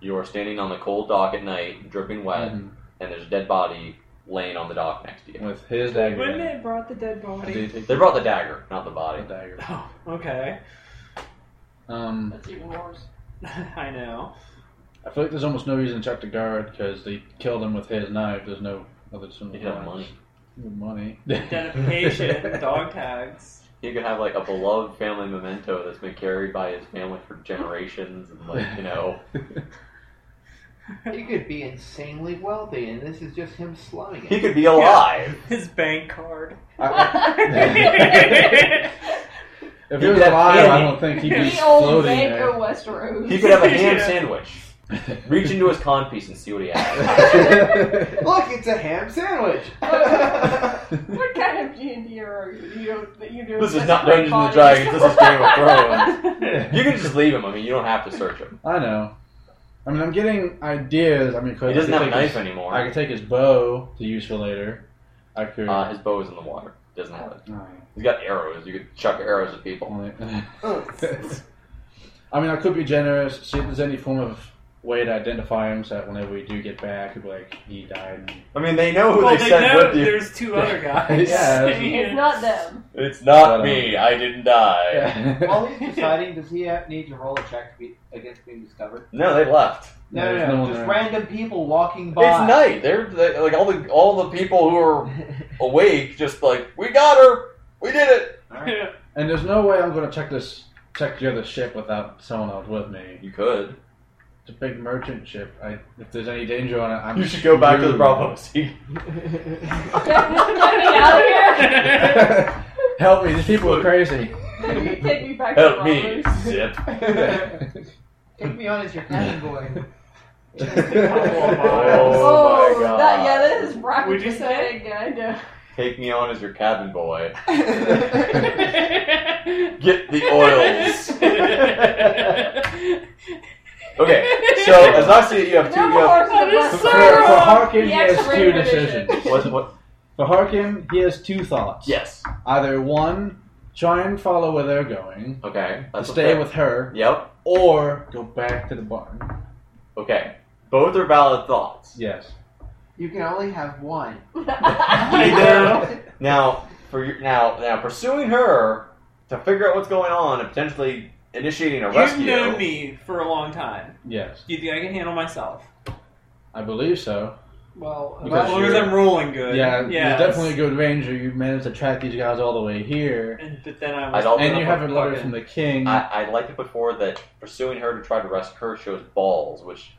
[SPEAKER 2] You are standing on the cold dock at night, dripping wet,
[SPEAKER 3] Mhm.
[SPEAKER 2] and there's a dead body laying on the dock next to you.
[SPEAKER 3] With his
[SPEAKER 1] When
[SPEAKER 3] dagger,
[SPEAKER 1] they brought the dead
[SPEAKER 3] I do
[SPEAKER 1] body.
[SPEAKER 3] take
[SPEAKER 2] They brought the dagger, not the body.
[SPEAKER 3] the dagger.
[SPEAKER 1] Oh, okay.
[SPEAKER 3] Um,
[SPEAKER 4] That's even worse.
[SPEAKER 1] <laughs> I know.
[SPEAKER 3] I feel like there's almost no reason to check the guard because they killed him with his knife. There's no other.
[SPEAKER 2] You could have money.
[SPEAKER 3] Money. <laughs>
[SPEAKER 1] Identification, dog tags.
[SPEAKER 2] You could have like a beloved family memento that's been carried by his family for generations, and like you know,
[SPEAKER 5] He could be insanely wealthy, and this is just him slumming
[SPEAKER 2] he
[SPEAKER 5] it.
[SPEAKER 2] could be alive.
[SPEAKER 1] His bank card.
[SPEAKER 3] I-
[SPEAKER 1] <laughs>
[SPEAKER 3] if he
[SPEAKER 2] He
[SPEAKER 3] was
[SPEAKER 2] got
[SPEAKER 3] alive, I
[SPEAKER 2] hit.
[SPEAKER 3] don't think he'd
[SPEAKER 5] <laughs>
[SPEAKER 3] be
[SPEAKER 4] <laughs> the old
[SPEAKER 3] floating
[SPEAKER 4] bank
[SPEAKER 3] there.
[SPEAKER 4] of Westeros.
[SPEAKER 2] He could have a ham
[SPEAKER 1] Yeah.
[SPEAKER 2] sandwich. Reach into his con piece and see what he has.
[SPEAKER 5] <laughs> Look, it's a ham <laughs> sandwich.
[SPEAKER 4] <laughs> What kind of D and D are you? You don't. that You do
[SPEAKER 2] This is not Dungeons and Dragons, this is Game of
[SPEAKER 3] <laughs>
[SPEAKER 4] <laughs>
[SPEAKER 2] You can just leave him. I mean, you don't have to search him.
[SPEAKER 3] I know. I mean, I'm getting ideas. I mean,
[SPEAKER 2] He
[SPEAKER 3] cause
[SPEAKER 2] doesn't
[SPEAKER 3] I
[SPEAKER 2] have
[SPEAKER 3] could
[SPEAKER 2] a
[SPEAKER 3] take
[SPEAKER 2] knife
[SPEAKER 3] his,
[SPEAKER 2] anymore.
[SPEAKER 3] I could take his bow to use for later. I could.
[SPEAKER 2] Uh, his bow is in the water. He doesn't have it.
[SPEAKER 3] Oh,
[SPEAKER 2] He's got arrows. You could chuck arrows at people.
[SPEAKER 3] only- <laughs> Oh, I mean, I could be generous. See if there's any form of way to identify him, so that whenever we do get back, it'd be like he died.
[SPEAKER 2] I mean, they know who
[SPEAKER 1] well,
[SPEAKER 2] they,
[SPEAKER 1] they
[SPEAKER 2] sent
[SPEAKER 1] know
[SPEAKER 2] with you.
[SPEAKER 1] there's two other guys.
[SPEAKER 3] Yeah.
[SPEAKER 1] <laughs>
[SPEAKER 4] It's not them.
[SPEAKER 2] It's not
[SPEAKER 3] But, um,
[SPEAKER 2] me. I didn't die.
[SPEAKER 3] <laughs> Yeah.
[SPEAKER 5] While he's deciding, does he have, need to roll a check to be against being discovered?
[SPEAKER 2] No, they left.
[SPEAKER 5] No,
[SPEAKER 3] There's
[SPEAKER 5] no,
[SPEAKER 3] no
[SPEAKER 5] no,
[SPEAKER 3] one
[SPEAKER 5] just
[SPEAKER 3] there.
[SPEAKER 5] random people walking by.
[SPEAKER 2] It's night. They're they, like all the all the people who are awake. Just like we got her. We did it.
[SPEAKER 5] Alright.
[SPEAKER 3] and there's no way I'm going to check this, check the other ship without someone else with me.
[SPEAKER 2] You could.
[SPEAKER 3] It's a big merchant ship. I, if there's any danger on it, I'm.
[SPEAKER 2] You should go back to the
[SPEAKER 3] screwed.
[SPEAKER 2] Bravo <laughs> Sea.
[SPEAKER 4] Get me out of here.
[SPEAKER 3] <laughs>
[SPEAKER 1] <laughs>
[SPEAKER 3] Help me! These people are crazy.
[SPEAKER 4] Can you take me back to
[SPEAKER 2] Help me,
[SPEAKER 4] Rollers?
[SPEAKER 2] Zip.
[SPEAKER 5] <laughs>
[SPEAKER 1] <laughs>
[SPEAKER 5] Take me on as your cabin boy.
[SPEAKER 2] Oh my God.
[SPEAKER 4] That, yeah, that is rocket
[SPEAKER 1] Would you say?
[SPEAKER 4] pathetic, I know.
[SPEAKER 2] Take me on as your cabin boy.
[SPEAKER 1] the
[SPEAKER 2] Get the oils.
[SPEAKER 1] <laughs>
[SPEAKER 2] Okay.
[SPEAKER 4] <laughs>
[SPEAKER 2] So as I see it, you have two.
[SPEAKER 4] No
[SPEAKER 2] You have,
[SPEAKER 4] more horses
[SPEAKER 3] For,
[SPEAKER 1] Sir,
[SPEAKER 4] of
[SPEAKER 3] for
[SPEAKER 4] Westeros.
[SPEAKER 3] Harkin,
[SPEAKER 4] The
[SPEAKER 3] he has
[SPEAKER 4] X-ray
[SPEAKER 3] two
[SPEAKER 4] edition.
[SPEAKER 3] decisions.
[SPEAKER 4] <laughs>
[SPEAKER 1] <laughs>
[SPEAKER 2] what, what?
[SPEAKER 3] For Harkin, he has two thoughts.
[SPEAKER 2] Yes.
[SPEAKER 3] Either one, try and follow where they're going,
[SPEAKER 2] Okay. That's
[SPEAKER 3] stay
[SPEAKER 2] okay.
[SPEAKER 3] with her,
[SPEAKER 2] Yep.
[SPEAKER 3] or go back to the barn.
[SPEAKER 2] Okay. Both are valid thoughts.
[SPEAKER 3] Yes.
[SPEAKER 5] You can only have one.
[SPEAKER 2] Either now for your, now now pursuing her to figure out what's going on and potentially initiating a rescue.
[SPEAKER 1] You've known me for a long time.
[SPEAKER 3] Yes.
[SPEAKER 1] Do you think I can handle myself?
[SPEAKER 3] I believe so.
[SPEAKER 1] Well, as
[SPEAKER 3] Because
[SPEAKER 1] long as
[SPEAKER 3] you're-
[SPEAKER 1] I'm rolling good.
[SPEAKER 3] Yeah,
[SPEAKER 1] Yes.
[SPEAKER 3] you're definitely a good ranger. You managed to track these guys all the way here.
[SPEAKER 1] And, but then I
[SPEAKER 2] I'd
[SPEAKER 1] was.
[SPEAKER 2] also-
[SPEAKER 3] And you have a
[SPEAKER 1] fucking-
[SPEAKER 3] letter from the king.
[SPEAKER 2] I, I'd like to put forward that pursuing her to try to rescue her shows balls, which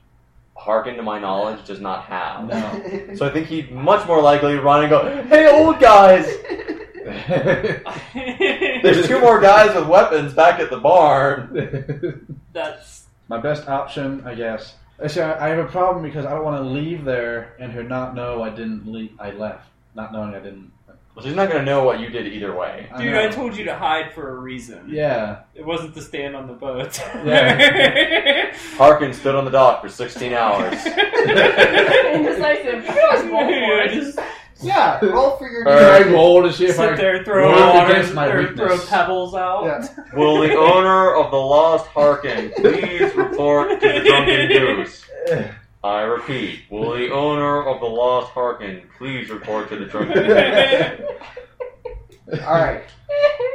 [SPEAKER 2] Harkin, to my knowledge, does not have.
[SPEAKER 5] <laughs>
[SPEAKER 3] No.
[SPEAKER 2] So I think he'd much more likely run and go, "Hey, old guys!
[SPEAKER 3] <laughs>
[SPEAKER 2] There's two more guys with weapons back at the barn."
[SPEAKER 1] <laughs> That's
[SPEAKER 3] My best option, I guess. I See, I I have a problem because I don't want to leave there and her not know I didn't leave. I left, not knowing I didn't.
[SPEAKER 2] Well, she's not gonna know what you did either way.
[SPEAKER 3] I
[SPEAKER 1] dude.
[SPEAKER 3] know.
[SPEAKER 1] I told you to hide for a reason.
[SPEAKER 3] Yeah.
[SPEAKER 1] It wasn't to stand on the boat. <laughs>
[SPEAKER 3] Yeah.
[SPEAKER 2] Harkin stood on the dock for 16 hours.
[SPEAKER 4] Indecisive. You can always roll for it.
[SPEAKER 1] Just
[SPEAKER 5] Yeah, roll for your
[SPEAKER 3] All
[SPEAKER 2] Alright.
[SPEAKER 3] right,
[SPEAKER 5] damage.
[SPEAKER 3] roll to see if
[SPEAKER 1] Sit
[SPEAKER 3] I.
[SPEAKER 1] there, throw
[SPEAKER 3] work
[SPEAKER 1] water,
[SPEAKER 3] against my
[SPEAKER 1] or throw
[SPEAKER 3] weakness.
[SPEAKER 1] pebbles out.
[SPEAKER 5] Yeah.
[SPEAKER 2] Will the owner of the Lost Harkin please report to the Drunken Goose?
[SPEAKER 3] <laughs>
[SPEAKER 2] I repeat, will the owner of the Lost Harkin please report to the
[SPEAKER 3] <laughs>
[SPEAKER 2] Drunken Goose?
[SPEAKER 5] All right,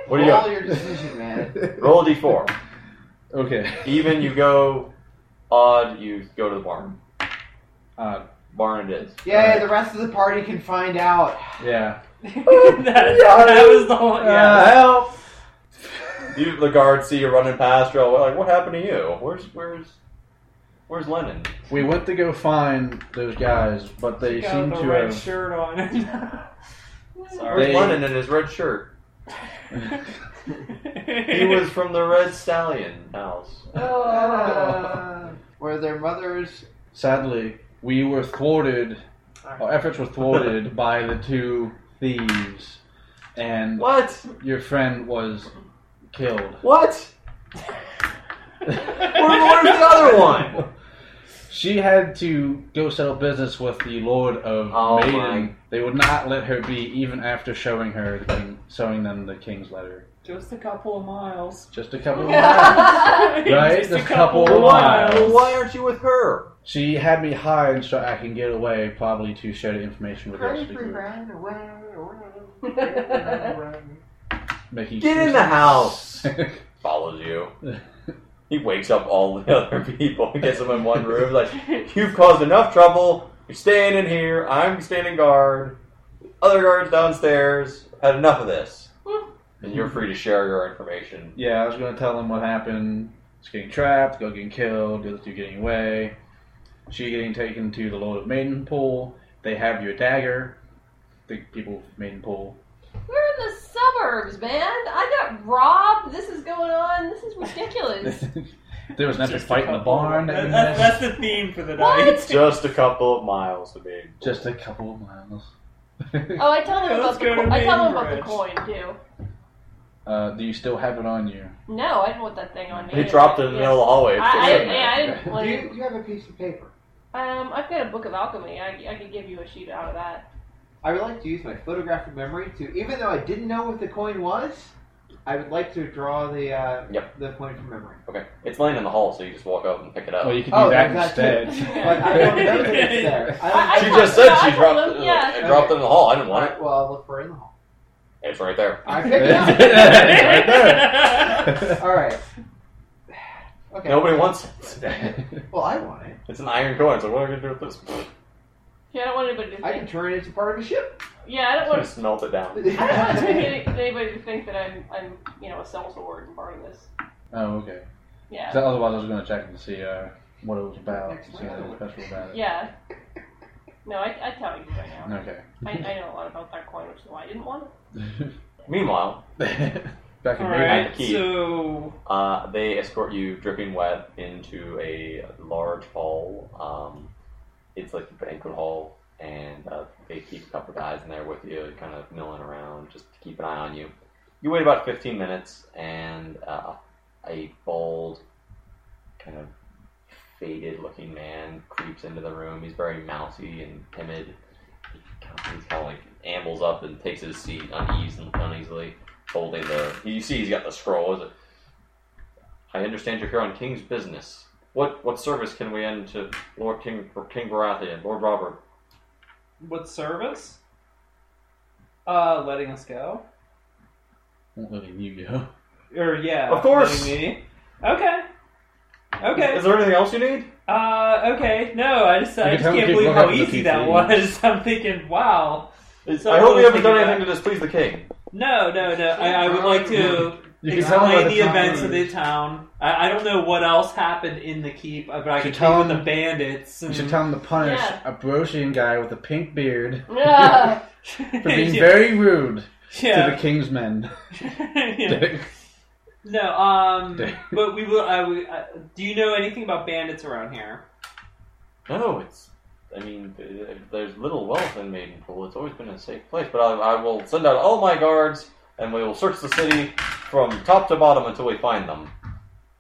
[SPEAKER 2] What do
[SPEAKER 5] roll
[SPEAKER 2] you got?
[SPEAKER 5] your decision, man.
[SPEAKER 2] Roll a d4.
[SPEAKER 3] okay.
[SPEAKER 2] Even you go, odd you go to the barn.
[SPEAKER 3] Uh,
[SPEAKER 2] Barn it is.
[SPEAKER 5] Yeah, the rest of the party can find out.
[SPEAKER 3] yeah.
[SPEAKER 1] <laughs>
[SPEAKER 3] <laughs> Uh,
[SPEAKER 1] that, that was the whole. Yeah.
[SPEAKER 3] help!
[SPEAKER 2] You, the guards see you running past. You're all like, "What happened to you? Where's where's where's Lennon?"
[SPEAKER 3] We went to go find those guys, but they
[SPEAKER 1] Got
[SPEAKER 3] seem
[SPEAKER 1] the
[SPEAKER 3] to
[SPEAKER 1] red <laughs>
[SPEAKER 3] have.
[SPEAKER 1] shirt
[SPEAKER 3] <laughs>
[SPEAKER 1] on.
[SPEAKER 2] Where's
[SPEAKER 3] They-
[SPEAKER 2] Lennon in his red shirt?
[SPEAKER 1] <laughs>
[SPEAKER 2] He was from the Red Stallion house.
[SPEAKER 1] Oh.
[SPEAKER 5] Uh, were their mothers?
[SPEAKER 3] Sadly, we were thwarted. Our efforts were thwarted <laughs> by the two thieves, and
[SPEAKER 2] What?
[SPEAKER 3] your friend was killed.
[SPEAKER 2] What?
[SPEAKER 3] <laughs>
[SPEAKER 2] Where,
[SPEAKER 1] Where's
[SPEAKER 2] where's the other one?
[SPEAKER 3] She had to go settle business with the Lord of
[SPEAKER 2] Oh
[SPEAKER 3] Maiden.
[SPEAKER 2] my.
[SPEAKER 3] They would not let her be, even after showing her the king, showing them the king's letter.
[SPEAKER 1] Just a couple of miles.
[SPEAKER 3] <laughs>
[SPEAKER 1] <laughs>
[SPEAKER 3] Just a couple of
[SPEAKER 4] Yeah.
[SPEAKER 3] miles.
[SPEAKER 1] right?
[SPEAKER 3] Just a couple of
[SPEAKER 2] Why?
[SPEAKER 3] miles.
[SPEAKER 2] Why aren't you with <laughs> her?
[SPEAKER 3] She had me hide so I can get away, probably to share the information with the rest of the group.
[SPEAKER 2] <laughs>
[SPEAKER 3] Making
[SPEAKER 2] Get in
[SPEAKER 3] excuses.
[SPEAKER 2] the house.
[SPEAKER 3] <laughs>
[SPEAKER 2] Follows you. He wakes up all the <laughs> other people and gets them in one room. Like you've caused enough trouble. You're staying in here. I'm standing guard. Other guards downstairs. Had enough of this. And you're free to share your information.
[SPEAKER 3] yeah, I was going to tell them what happened. It's getting trapped, girl getting killed, girl two getting away, she getting taken to the Lord of Maiden pool. They have your dagger. The people of Maiden pool.
[SPEAKER 4] <laughs> We're in the suburbs, man. I got robbed. This is going on. This
[SPEAKER 3] <laughs>
[SPEAKER 4] is ridiculous.
[SPEAKER 3] <laughs> there was an epic
[SPEAKER 1] Just a
[SPEAKER 3] fight in the
[SPEAKER 1] couple-
[SPEAKER 3] barn. that
[SPEAKER 1] That,
[SPEAKER 3] we
[SPEAKER 1] that-
[SPEAKER 3] missed.
[SPEAKER 1] that's the theme for the
[SPEAKER 4] What?
[SPEAKER 1] night.
[SPEAKER 2] Just a couple of miles to be.
[SPEAKER 3] Just a couple of miles.
[SPEAKER 1] <laughs>
[SPEAKER 3] <laughs>
[SPEAKER 4] oh, I tell them
[SPEAKER 1] Yeah,
[SPEAKER 4] about
[SPEAKER 1] let's
[SPEAKER 4] the
[SPEAKER 1] go to
[SPEAKER 4] co- I tell them about the
[SPEAKER 1] Maiden
[SPEAKER 4] coin too.
[SPEAKER 3] uh, do you still have it on you?
[SPEAKER 4] No, I didn't want that thing on me.
[SPEAKER 2] He dropped it in the middle of the hallway. It's
[SPEAKER 4] I, I,
[SPEAKER 2] sitting there.
[SPEAKER 4] yeah, I didn't
[SPEAKER 5] <laughs> Do
[SPEAKER 4] want
[SPEAKER 5] you,
[SPEAKER 4] it.
[SPEAKER 5] you have a piece of paper?
[SPEAKER 4] Um, I've got a book of alchemy. I, I could give you a sheet out of that.
[SPEAKER 5] I would like to use my photographic memory to, even though I didn't know what the coin was, I would like to draw the uh,
[SPEAKER 2] Yep.
[SPEAKER 5] the coin from memory.
[SPEAKER 2] Okay, it's laying in the hall, so you just walk up and pick it up.
[SPEAKER 3] Well, you can do
[SPEAKER 5] Oh,
[SPEAKER 3] that
[SPEAKER 5] that's
[SPEAKER 3] instead.
[SPEAKER 5] But I don't know that
[SPEAKER 2] <laughs>
[SPEAKER 5] it's there. I
[SPEAKER 2] she
[SPEAKER 5] don't
[SPEAKER 4] I-
[SPEAKER 2] just
[SPEAKER 4] no,
[SPEAKER 2] said
[SPEAKER 4] I
[SPEAKER 2] she
[SPEAKER 4] told
[SPEAKER 2] dropped
[SPEAKER 4] him,
[SPEAKER 2] it.
[SPEAKER 4] yeah.
[SPEAKER 2] It dropped it in the hall. I didn't
[SPEAKER 5] All
[SPEAKER 2] want it.
[SPEAKER 5] right, well, I'll look for it in the
[SPEAKER 2] <laughs>
[SPEAKER 5] hall.
[SPEAKER 2] It's right there.
[SPEAKER 1] <laughs>
[SPEAKER 5] I pick it up.
[SPEAKER 2] <laughs>
[SPEAKER 3] right <laughs> there.
[SPEAKER 5] All right. <sighs> Okay.
[SPEAKER 2] Nobody wants it.
[SPEAKER 1] <laughs>
[SPEAKER 5] Well, I want it.
[SPEAKER 2] It's an iron coin. So what am I gonna do with this?
[SPEAKER 4] Yeah, I don't want anybody to
[SPEAKER 5] I can
[SPEAKER 4] think.
[SPEAKER 5] turn it into part of a ship. <laughs>
[SPEAKER 4] Yeah, I don't
[SPEAKER 2] Should
[SPEAKER 4] want.
[SPEAKER 2] have smelt it down.
[SPEAKER 4] I don't want to make any- anybody to think that I'm, I'm, you know, a sellsword and part of this.
[SPEAKER 3] <laughs> oh, okay.
[SPEAKER 4] Yeah,
[SPEAKER 3] 'Cause otherwise, I was going to check and see uh, what it was about.
[SPEAKER 5] Next
[SPEAKER 3] See what was special about it.
[SPEAKER 4] yeah. No, I, I tell you right now.
[SPEAKER 3] Okay. <laughs>
[SPEAKER 4] I, I know a lot about that coin, which is why I didn't want it.
[SPEAKER 2] Meanwhile,
[SPEAKER 3] Back in
[SPEAKER 1] All
[SPEAKER 3] Maiden.
[SPEAKER 1] right, so
[SPEAKER 2] uh, they escort you dripping wet into a large hall. Um, it's like a banquet hall, and uh, they keep a couple guys in there with you, kind of milling around, just to keep an eye on you. You wait about 15 minutes, and uh, a bald, kind of faded-looking man creeps into the room. He's very mousy and timid. He kind of, he's kind of like ambles up and takes his seat uneasily, uneasily holding the. You see, he's got the scroll. He's like, I understand you're here on King's business. What what service can we end to Lord King King Baratheon, Lord Robert?
[SPEAKER 1] what service? Uh, letting us go.
[SPEAKER 3] Won't let you go.
[SPEAKER 1] Or yeah,
[SPEAKER 2] Of course.
[SPEAKER 1] letting me. Okay. Okay.
[SPEAKER 2] Is there anything else you need?
[SPEAKER 1] Uh, okay. No, I just, I
[SPEAKER 3] You can
[SPEAKER 1] just
[SPEAKER 3] tell we
[SPEAKER 1] can't
[SPEAKER 3] did
[SPEAKER 1] believe
[SPEAKER 3] look
[SPEAKER 1] how
[SPEAKER 3] up the
[SPEAKER 1] easy
[SPEAKER 3] key
[SPEAKER 1] that
[SPEAKER 3] things.
[SPEAKER 1] was. <laughs> I'm thinking, wow. So
[SPEAKER 2] I hope
[SPEAKER 1] I
[SPEAKER 2] we
[SPEAKER 1] was
[SPEAKER 2] haven't done
[SPEAKER 1] thinking
[SPEAKER 2] anything to displease the king.
[SPEAKER 1] No, no, no. I, I would like to
[SPEAKER 3] You can tell
[SPEAKER 1] explain
[SPEAKER 3] by
[SPEAKER 1] the,
[SPEAKER 3] time
[SPEAKER 1] events
[SPEAKER 3] it
[SPEAKER 1] of the
[SPEAKER 3] is.
[SPEAKER 1] town. I, I don't know what else happened in the keep, but I
[SPEAKER 3] You
[SPEAKER 1] can
[SPEAKER 3] should tell
[SPEAKER 1] tell the
[SPEAKER 3] him-
[SPEAKER 1] bandits.
[SPEAKER 3] You
[SPEAKER 1] and-
[SPEAKER 3] should tell him to punish
[SPEAKER 4] Yeah.
[SPEAKER 3] a Brosian guy with a
[SPEAKER 1] <laughs>
[SPEAKER 3] pink beard
[SPEAKER 4] Yeah.
[SPEAKER 3] for being very rude to the
[SPEAKER 1] yeah.
[SPEAKER 3] king's men.
[SPEAKER 1] <laughs>
[SPEAKER 3] <laughs>
[SPEAKER 1] Yeah. No, um,
[SPEAKER 3] Dick.
[SPEAKER 1] but we will. I, would- uh, do you know anything about bandits around here?
[SPEAKER 2] No, it's. I mean, uh, there's little wealth in Maidenpool. It's always been a safe place, but I, I will send out all my guards, and we will search the city from top to bottom until we find them.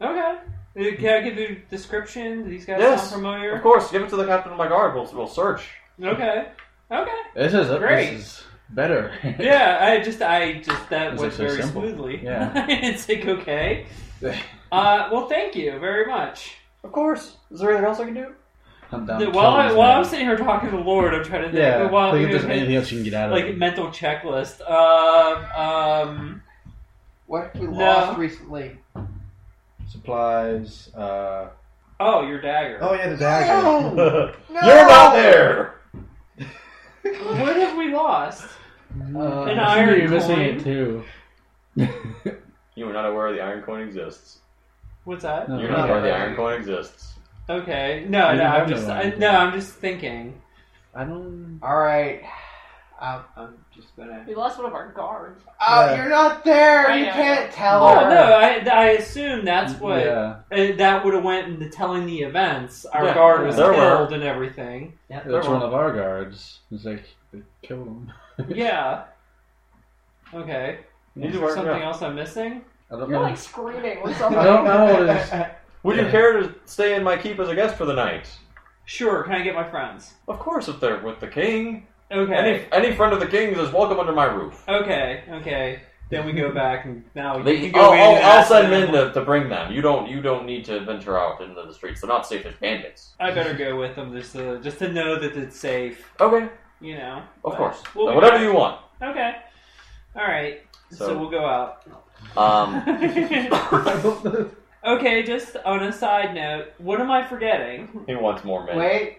[SPEAKER 1] Okay. Uh, Can I give you a description? Do these guys
[SPEAKER 2] Yes,
[SPEAKER 1] sound
[SPEAKER 2] Of
[SPEAKER 1] familiar?
[SPEAKER 2] course, give it to the captain of my guard. We'll, we'll search.
[SPEAKER 1] Okay. Okay.
[SPEAKER 3] This is
[SPEAKER 1] Great.
[SPEAKER 3] This is
[SPEAKER 1] <laughs>
[SPEAKER 3] better. <laughs>
[SPEAKER 1] Yeah, I just, I just, that
[SPEAKER 3] It's
[SPEAKER 1] went
[SPEAKER 3] like so
[SPEAKER 1] very
[SPEAKER 3] simple.
[SPEAKER 1] smoothly.
[SPEAKER 3] Yeah.
[SPEAKER 1] <laughs> it's like, okay. Uh, well, thank you very much.
[SPEAKER 2] Of course. Is there anything else I can <laughs> do?
[SPEAKER 3] I'm down.
[SPEAKER 1] The-
[SPEAKER 3] to
[SPEAKER 1] while I,
[SPEAKER 3] close
[SPEAKER 1] while
[SPEAKER 3] now.
[SPEAKER 1] I'm sitting here talking to the Lord, I'm trying to think.
[SPEAKER 3] yeah.
[SPEAKER 1] while
[SPEAKER 3] Think if there's anything else you can get out of
[SPEAKER 1] like
[SPEAKER 3] it.
[SPEAKER 1] mental checklist. Uh, um,
[SPEAKER 5] What have we
[SPEAKER 1] No.
[SPEAKER 5] lost recently?
[SPEAKER 3] supplies. Uh,
[SPEAKER 1] oh, your dagger.
[SPEAKER 5] Oh yeah, the
[SPEAKER 2] You're
[SPEAKER 5] dagger.
[SPEAKER 2] <laughs> not there.
[SPEAKER 1] What have we lost? An
[SPEAKER 3] uh, I think
[SPEAKER 1] iron
[SPEAKER 3] You're missing
[SPEAKER 1] coin.
[SPEAKER 3] it too.
[SPEAKER 2] You are not aware the iron coin exists.
[SPEAKER 1] What's that?
[SPEAKER 3] No,
[SPEAKER 2] You're
[SPEAKER 3] not
[SPEAKER 2] not aware the
[SPEAKER 5] aware.
[SPEAKER 2] iron coin exists.
[SPEAKER 1] Okay. No,
[SPEAKER 3] You
[SPEAKER 1] no,
[SPEAKER 3] don't
[SPEAKER 1] I'm
[SPEAKER 3] have no
[SPEAKER 1] just I,
[SPEAKER 3] idea.
[SPEAKER 1] no, I'm just thinking.
[SPEAKER 3] I don't.
[SPEAKER 5] All right, <sighs> I'm, I'm just gonna.
[SPEAKER 4] <laughs> We lost one of our guards.
[SPEAKER 5] Oh,
[SPEAKER 3] Yeah.
[SPEAKER 5] you're not there.
[SPEAKER 4] I
[SPEAKER 5] you
[SPEAKER 4] know.
[SPEAKER 5] can't tell
[SPEAKER 1] Oh
[SPEAKER 5] her.
[SPEAKER 1] no, I I assume that's what
[SPEAKER 3] Mm, Yeah.
[SPEAKER 1] uh, that would have went into telling the events. Our
[SPEAKER 2] Yeah,
[SPEAKER 1] guard was
[SPEAKER 2] there were.
[SPEAKER 1] killed and
[SPEAKER 2] <laughs>
[SPEAKER 1] everything.
[SPEAKER 5] Yeah,
[SPEAKER 3] It's one of our guards. It's like they killed him.
[SPEAKER 1] yeah. Okay.
[SPEAKER 2] These were-
[SPEAKER 1] Something
[SPEAKER 2] yeah.
[SPEAKER 1] else I'm missing?
[SPEAKER 3] I don't
[SPEAKER 4] You're
[SPEAKER 3] know.
[SPEAKER 4] like screaming or
[SPEAKER 3] I
[SPEAKER 5] <laughs>
[SPEAKER 4] something.
[SPEAKER 3] don't know what it is.
[SPEAKER 2] Would
[SPEAKER 3] <laughs>
[SPEAKER 2] you
[SPEAKER 3] Yeah.
[SPEAKER 2] care to stay in my keep as a guest for the night?
[SPEAKER 1] Sure. Can I get my friends?
[SPEAKER 2] Of course, if they're with the king.
[SPEAKER 1] Okay.
[SPEAKER 2] Any any friend of the king's is welcome under my roof.
[SPEAKER 1] Okay. Okay. Then we go back and now we
[SPEAKER 2] They- oh,
[SPEAKER 1] can
[SPEAKER 2] I'll,
[SPEAKER 1] go in.
[SPEAKER 2] I'll-
[SPEAKER 1] and
[SPEAKER 2] I'll
[SPEAKER 1] ask
[SPEAKER 2] send
[SPEAKER 1] oh, them.
[SPEAKER 2] men to, to bring them. You don't you don't need to venture out into the streets. They're not safe as bandits.
[SPEAKER 1] I better go with them just to, just to know that it's safe,
[SPEAKER 2] Okay,
[SPEAKER 1] you know.
[SPEAKER 2] of course.
[SPEAKER 1] We'll be
[SPEAKER 2] whatever
[SPEAKER 1] back.
[SPEAKER 2] you want.
[SPEAKER 1] Okay. All right. So,
[SPEAKER 2] So-
[SPEAKER 1] we'll go
[SPEAKER 2] <laughs>
[SPEAKER 1] out. <laughs>
[SPEAKER 2] Um,
[SPEAKER 1] okay, just on a side note, what am I forgetting?
[SPEAKER 2] he wants more men.
[SPEAKER 5] Wait,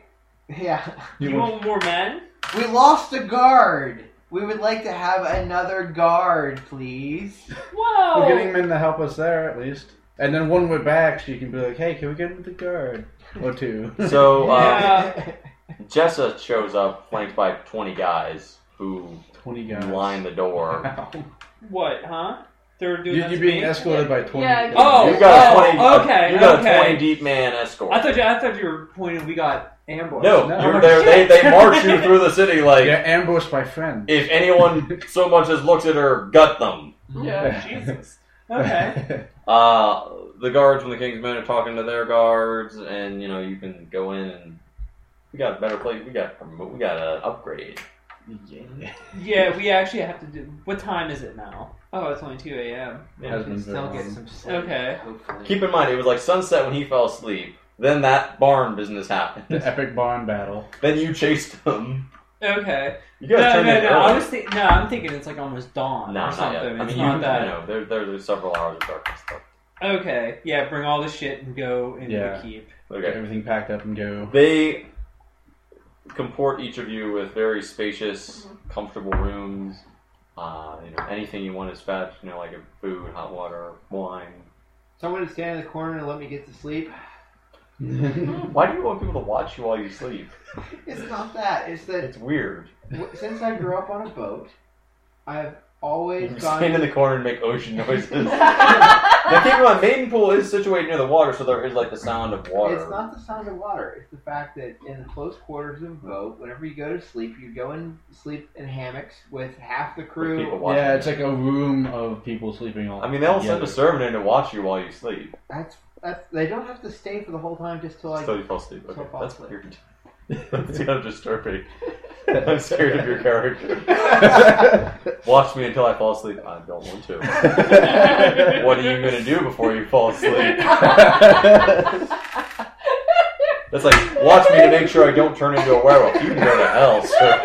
[SPEAKER 5] yeah,
[SPEAKER 1] You,
[SPEAKER 3] You
[SPEAKER 1] want more men?
[SPEAKER 5] we lost a guard. We would like to have another guard, please.
[SPEAKER 1] Whoa!
[SPEAKER 3] We're getting men to help us there at least. And then when we're back, she can be like, "Hey, can we get into the guard or two?
[SPEAKER 1] <laughs>
[SPEAKER 2] So uh,
[SPEAKER 1] Yeah.
[SPEAKER 2] Jessa shows up flanked by twenty guys who
[SPEAKER 3] <laughs> Twenty guys.
[SPEAKER 2] line the
[SPEAKER 3] <laughs>
[SPEAKER 2] door.
[SPEAKER 3] Wow.
[SPEAKER 1] What, huh? They're doing
[SPEAKER 3] You,
[SPEAKER 1] that
[SPEAKER 3] you're
[SPEAKER 1] to
[SPEAKER 3] being
[SPEAKER 1] me?
[SPEAKER 3] escorted by twenty.
[SPEAKER 4] Yeah,
[SPEAKER 3] guys.
[SPEAKER 1] Oh,
[SPEAKER 2] you got
[SPEAKER 1] oh,
[SPEAKER 2] a twenty.
[SPEAKER 1] okay,
[SPEAKER 2] you got
[SPEAKER 1] okay.
[SPEAKER 2] a twenty deep man escort.
[SPEAKER 1] I thought you. I thought you were pointing. We got ambushed. <laughs>
[SPEAKER 2] no,
[SPEAKER 3] No.
[SPEAKER 2] you're there. They they march you through the city like
[SPEAKER 3] You're ambushed by friends.
[SPEAKER 2] <laughs> if anyone so much as looks at her, gut them.
[SPEAKER 4] Yeah.
[SPEAKER 1] Jesus.
[SPEAKER 3] <laughs>
[SPEAKER 1] Okay.
[SPEAKER 2] Uh, the guards from the King's Men are talking to their guards, and you know you can go in and we got a better place. We got promo- we got an upgrade.
[SPEAKER 1] Yeah, we actually have to do. What time is it now? Oh, it's only two a.m.
[SPEAKER 3] Has been very
[SPEAKER 5] Still get
[SPEAKER 3] long.
[SPEAKER 5] some sleep.
[SPEAKER 1] Okay.
[SPEAKER 5] Hopefully.
[SPEAKER 2] Keep in mind, it was like sunset when he fell asleep. Then that barn business happened.
[SPEAKER 1] <laughs>
[SPEAKER 2] <laughs>
[SPEAKER 3] The epic barn battle.
[SPEAKER 2] then you chased him.
[SPEAKER 1] Okay.
[SPEAKER 2] You
[SPEAKER 1] No,
[SPEAKER 2] guys
[SPEAKER 1] no,
[SPEAKER 2] turned
[SPEAKER 1] no.
[SPEAKER 2] in
[SPEAKER 1] I
[SPEAKER 2] early.
[SPEAKER 1] was thi- no. I'm thinking it's like almost dawn or
[SPEAKER 2] no, not
[SPEAKER 1] something.
[SPEAKER 2] yet. I
[SPEAKER 1] It's
[SPEAKER 2] mean, you,
[SPEAKER 1] not
[SPEAKER 2] you
[SPEAKER 1] that.
[SPEAKER 2] know, there, there, there's several hours of darkness. Though.
[SPEAKER 1] Okay. Yeah. Bring all the shit and go into
[SPEAKER 3] Yeah.
[SPEAKER 1] the keep. <laughs>
[SPEAKER 3] Get
[SPEAKER 2] Okay.
[SPEAKER 3] everything packed up and go.
[SPEAKER 2] <laughs> They comport each of you with very spacious, comfortable rooms. Uh, you know, anything you want is fetched. You know, like food, hot water, wine.
[SPEAKER 5] Someone to stand in the corner and let me get to sleep.
[SPEAKER 2] Why do you want people to watch you while you sleep?
[SPEAKER 5] It's not that. It's that
[SPEAKER 2] It's weird.
[SPEAKER 5] w- since I grew up on a boat, I've always
[SPEAKER 2] You
[SPEAKER 5] gone.
[SPEAKER 2] stand in the corner and make ocean
[SPEAKER 5] <laughs>
[SPEAKER 2] noises. now keep in mind, Maiden Pool is situated near the water, so there is like the sound of water.
[SPEAKER 5] It's not the sound of water. It's the fact that in close quarters of a boat, whenever you go to sleep, you go and sleep in hammocks with half the
[SPEAKER 2] with people
[SPEAKER 5] crew.
[SPEAKER 2] watching
[SPEAKER 3] yeah, it's
[SPEAKER 2] you.
[SPEAKER 3] like a room of people sleeping all.
[SPEAKER 2] I mean, they'll send
[SPEAKER 3] together.
[SPEAKER 2] a servant in to watch you while you sleep.
[SPEAKER 5] That's that's. They don't have to stay for the whole time just till I. <laughs>
[SPEAKER 2] so you fall asleep. Okay,
[SPEAKER 5] so fall
[SPEAKER 2] that's
[SPEAKER 5] asleep.
[SPEAKER 2] weird. <laughs> that's kind of
[SPEAKER 5] <laughs>
[SPEAKER 2] disturbing. I'm scared of your character.
[SPEAKER 3] <laughs>
[SPEAKER 2] Watch me until I fall asleep. I don't want to. What are you gonna do before you fall asleep? That's like watch me to make sure I don't turn into a werewolf. You can go to hell, sir.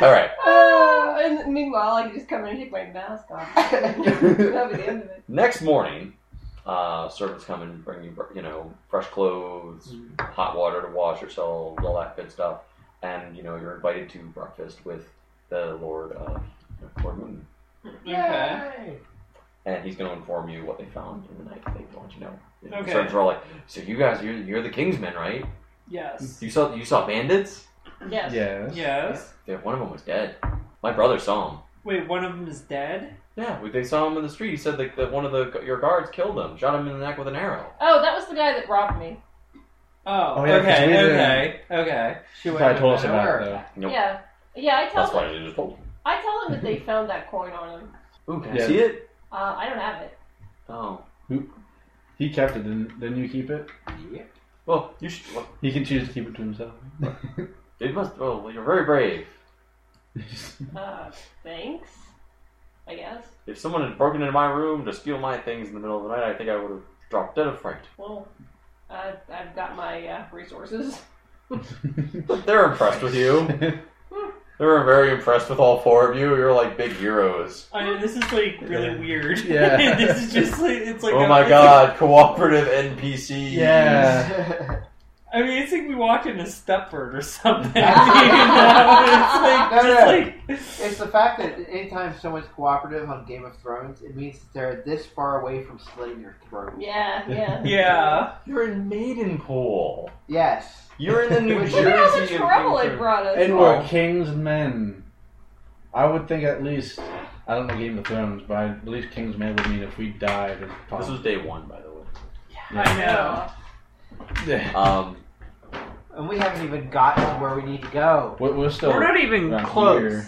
[SPEAKER 2] All right.
[SPEAKER 4] Uh, <laughs> and meanwhile, I can just come in and take my mask off.
[SPEAKER 5] <laughs>
[SPEAKER 4] That'd be the end of it.
[SPEAKER 2] Next morning, uh, servants come and bring you, you know, fresh clothes, hot water to wash yourselves, all that good stuff, and you know you're invited to breakfast with the Lord of Lord Moon,
[SPEAKER 1] Okay.
[SPEAKER 2] and he's going to inform you what they found in the night. They want you to know. And the
[SPEAKER 1] Okay.
[SPEAKER 2] Servants are all like, "So you guys, you're, you're the King's men, right?
[SPEAKER 1] Yes.
[SPEAKER 2] You saw you saw bandits.
[SPEAKER 4] Yes.
[SPEAKER 3] Yes.
[SPEAKER 1] Yes.
[SPEAKER 2] Yeah, one of them was dead. My brother saw him.
[SPEAKER 1] Wait. One of them is dead.
[SPEAKER 2] Yeah, we- they saw him in the street. He said that, that one of the your guards killed him, shot him in the neck with an arrow.
[SPEAKER 4] Oh, that was the guy that robbed me.
[SPEAKER 1] Oh.
[SPEAKER 3] Oh, yeah, 'cause we
[SPEAKER 1] okay.
[SPEAKER 3] didn't-
[SPEAKER 1] Okay. Okay.
[SPEAKER 5] She went
[SPEAKER 3] Probably told
[SPEAKER 5] with
[SPEAKER 3] us
[SPEAKER 5] an
[SPEAKER 3] about
[SPEAKER 5] hour.
[SPEAKER 3] it though.
[SPEAKER 2] Nope.
[SPEAKER 4] Yeah. Yeah, I tell
[SPEAKER 2] That's
[SPEAKER 4] them.
[SPEAKER 2] why I just told. him.
[SPEAKER 4] I tell them that they found that coin on him.
[SPEAKER 2] Ooh, can
[SPEAKER 3] Yeah.
[SPEAKER 2] I see it?
[SPEAKER 4] Uh, I don't have it.
[SPEAKER 2] Oh,
[SPEAKER 3] He kept it, didn't, didn't you keep it?
[SPEAKER 5] Yeah.
[SPEAKER 2] well, you should. Well,
[SPEAKER 3] He can choose to keep it to himself.
[SPEAKER 2] It must. Oh, well, you're very brave.
[SPEAKER 4] Uh, thanks. I guess.
[SPEAKER 2] If someone had broken into my room to steal my things in the middle of the night, I think I would have dropped dead of fright.
[SPEAKER 4] Well, uh, I've got my uh, resources.
[SPEAKER 2] But they're impressed <laughs> with you. <laughs>
[SPEAKER 3] <laughs>
[SPEAKER 2] They were very impressed with all four of you. You're like big heroes.
[SPEAKER 1] I mean, this is like really
[SPEAKER 3] Yeah.
[SPEAKER 1] weird. <laughs>
[SPEAKER 3] Yeah.
[SPEAKER 1] this is just like it's like
[SPEAKER 2] oh
[SPEAKER 1] a-
[SPEAKER 2] my
[SPEAKER 1] it's like-
[SPEAKER 2] god, cooperative NPCs.
[SPEAKER 3] Yeah.
[SPEAKER 1] I mean, it's like we walked into Stepford or something. <laughs> you <laughs>
[SPEAKER 2] <laughs>
[SPEAKER 1] know? It's like
[SPEAKER 5] <laughs> No,
[SPEAKER 1] just
[SPEAKER 5] no.
[SPEAKER 1] like
[SPEAKER 5] It's the fact that anytime someone's cooperative on Game of Thrones, it means that they're this far away from slitting your throat.
[SPEAKER 4] Yeah,
[SPEAKER 2] <laughs>
[SPEAKER 4] yeah.
[SPEAKER 1] yeah.
[SPEAKER 2] You're in Maidenpool.
[SPEAKER 5] Yes.
[SPEAKER 2] <laughs> You're in the New
[SPEAKER 5] Look
[SPEAKER 2] Jersey.
[SPEAKER 4] Look at how much
[SPEAKER 2] of
[SPEAKER 4] trouble
[SPEAKER 2] England.
[SPEAKER 4] it brought us. Oh,
[SPEAKER 3] And
[SPEAKER 2] all.
[SPEAKER 3] we're king's men. I would think at least I don't know Game of Thrones, but I believe king's men would mean if we died. It's
[SPEAKER 2] This was
[SPEAKER 3] possible.
[SPEAKER 2] day one, by the way.
[SPEAKER 1] I know.
[SPEAKER 4] Uh,
[SPEAKER 3] Yeah.
[SPEAKER 2] Um,
[SPEAKER 5] And we haven't even gotten to where we need to go.
[SPEAKER 3] We're, we're still.
[SPEAKER 1] We're not even
[SPEAKER 3] around
[SPEAKER 1] close.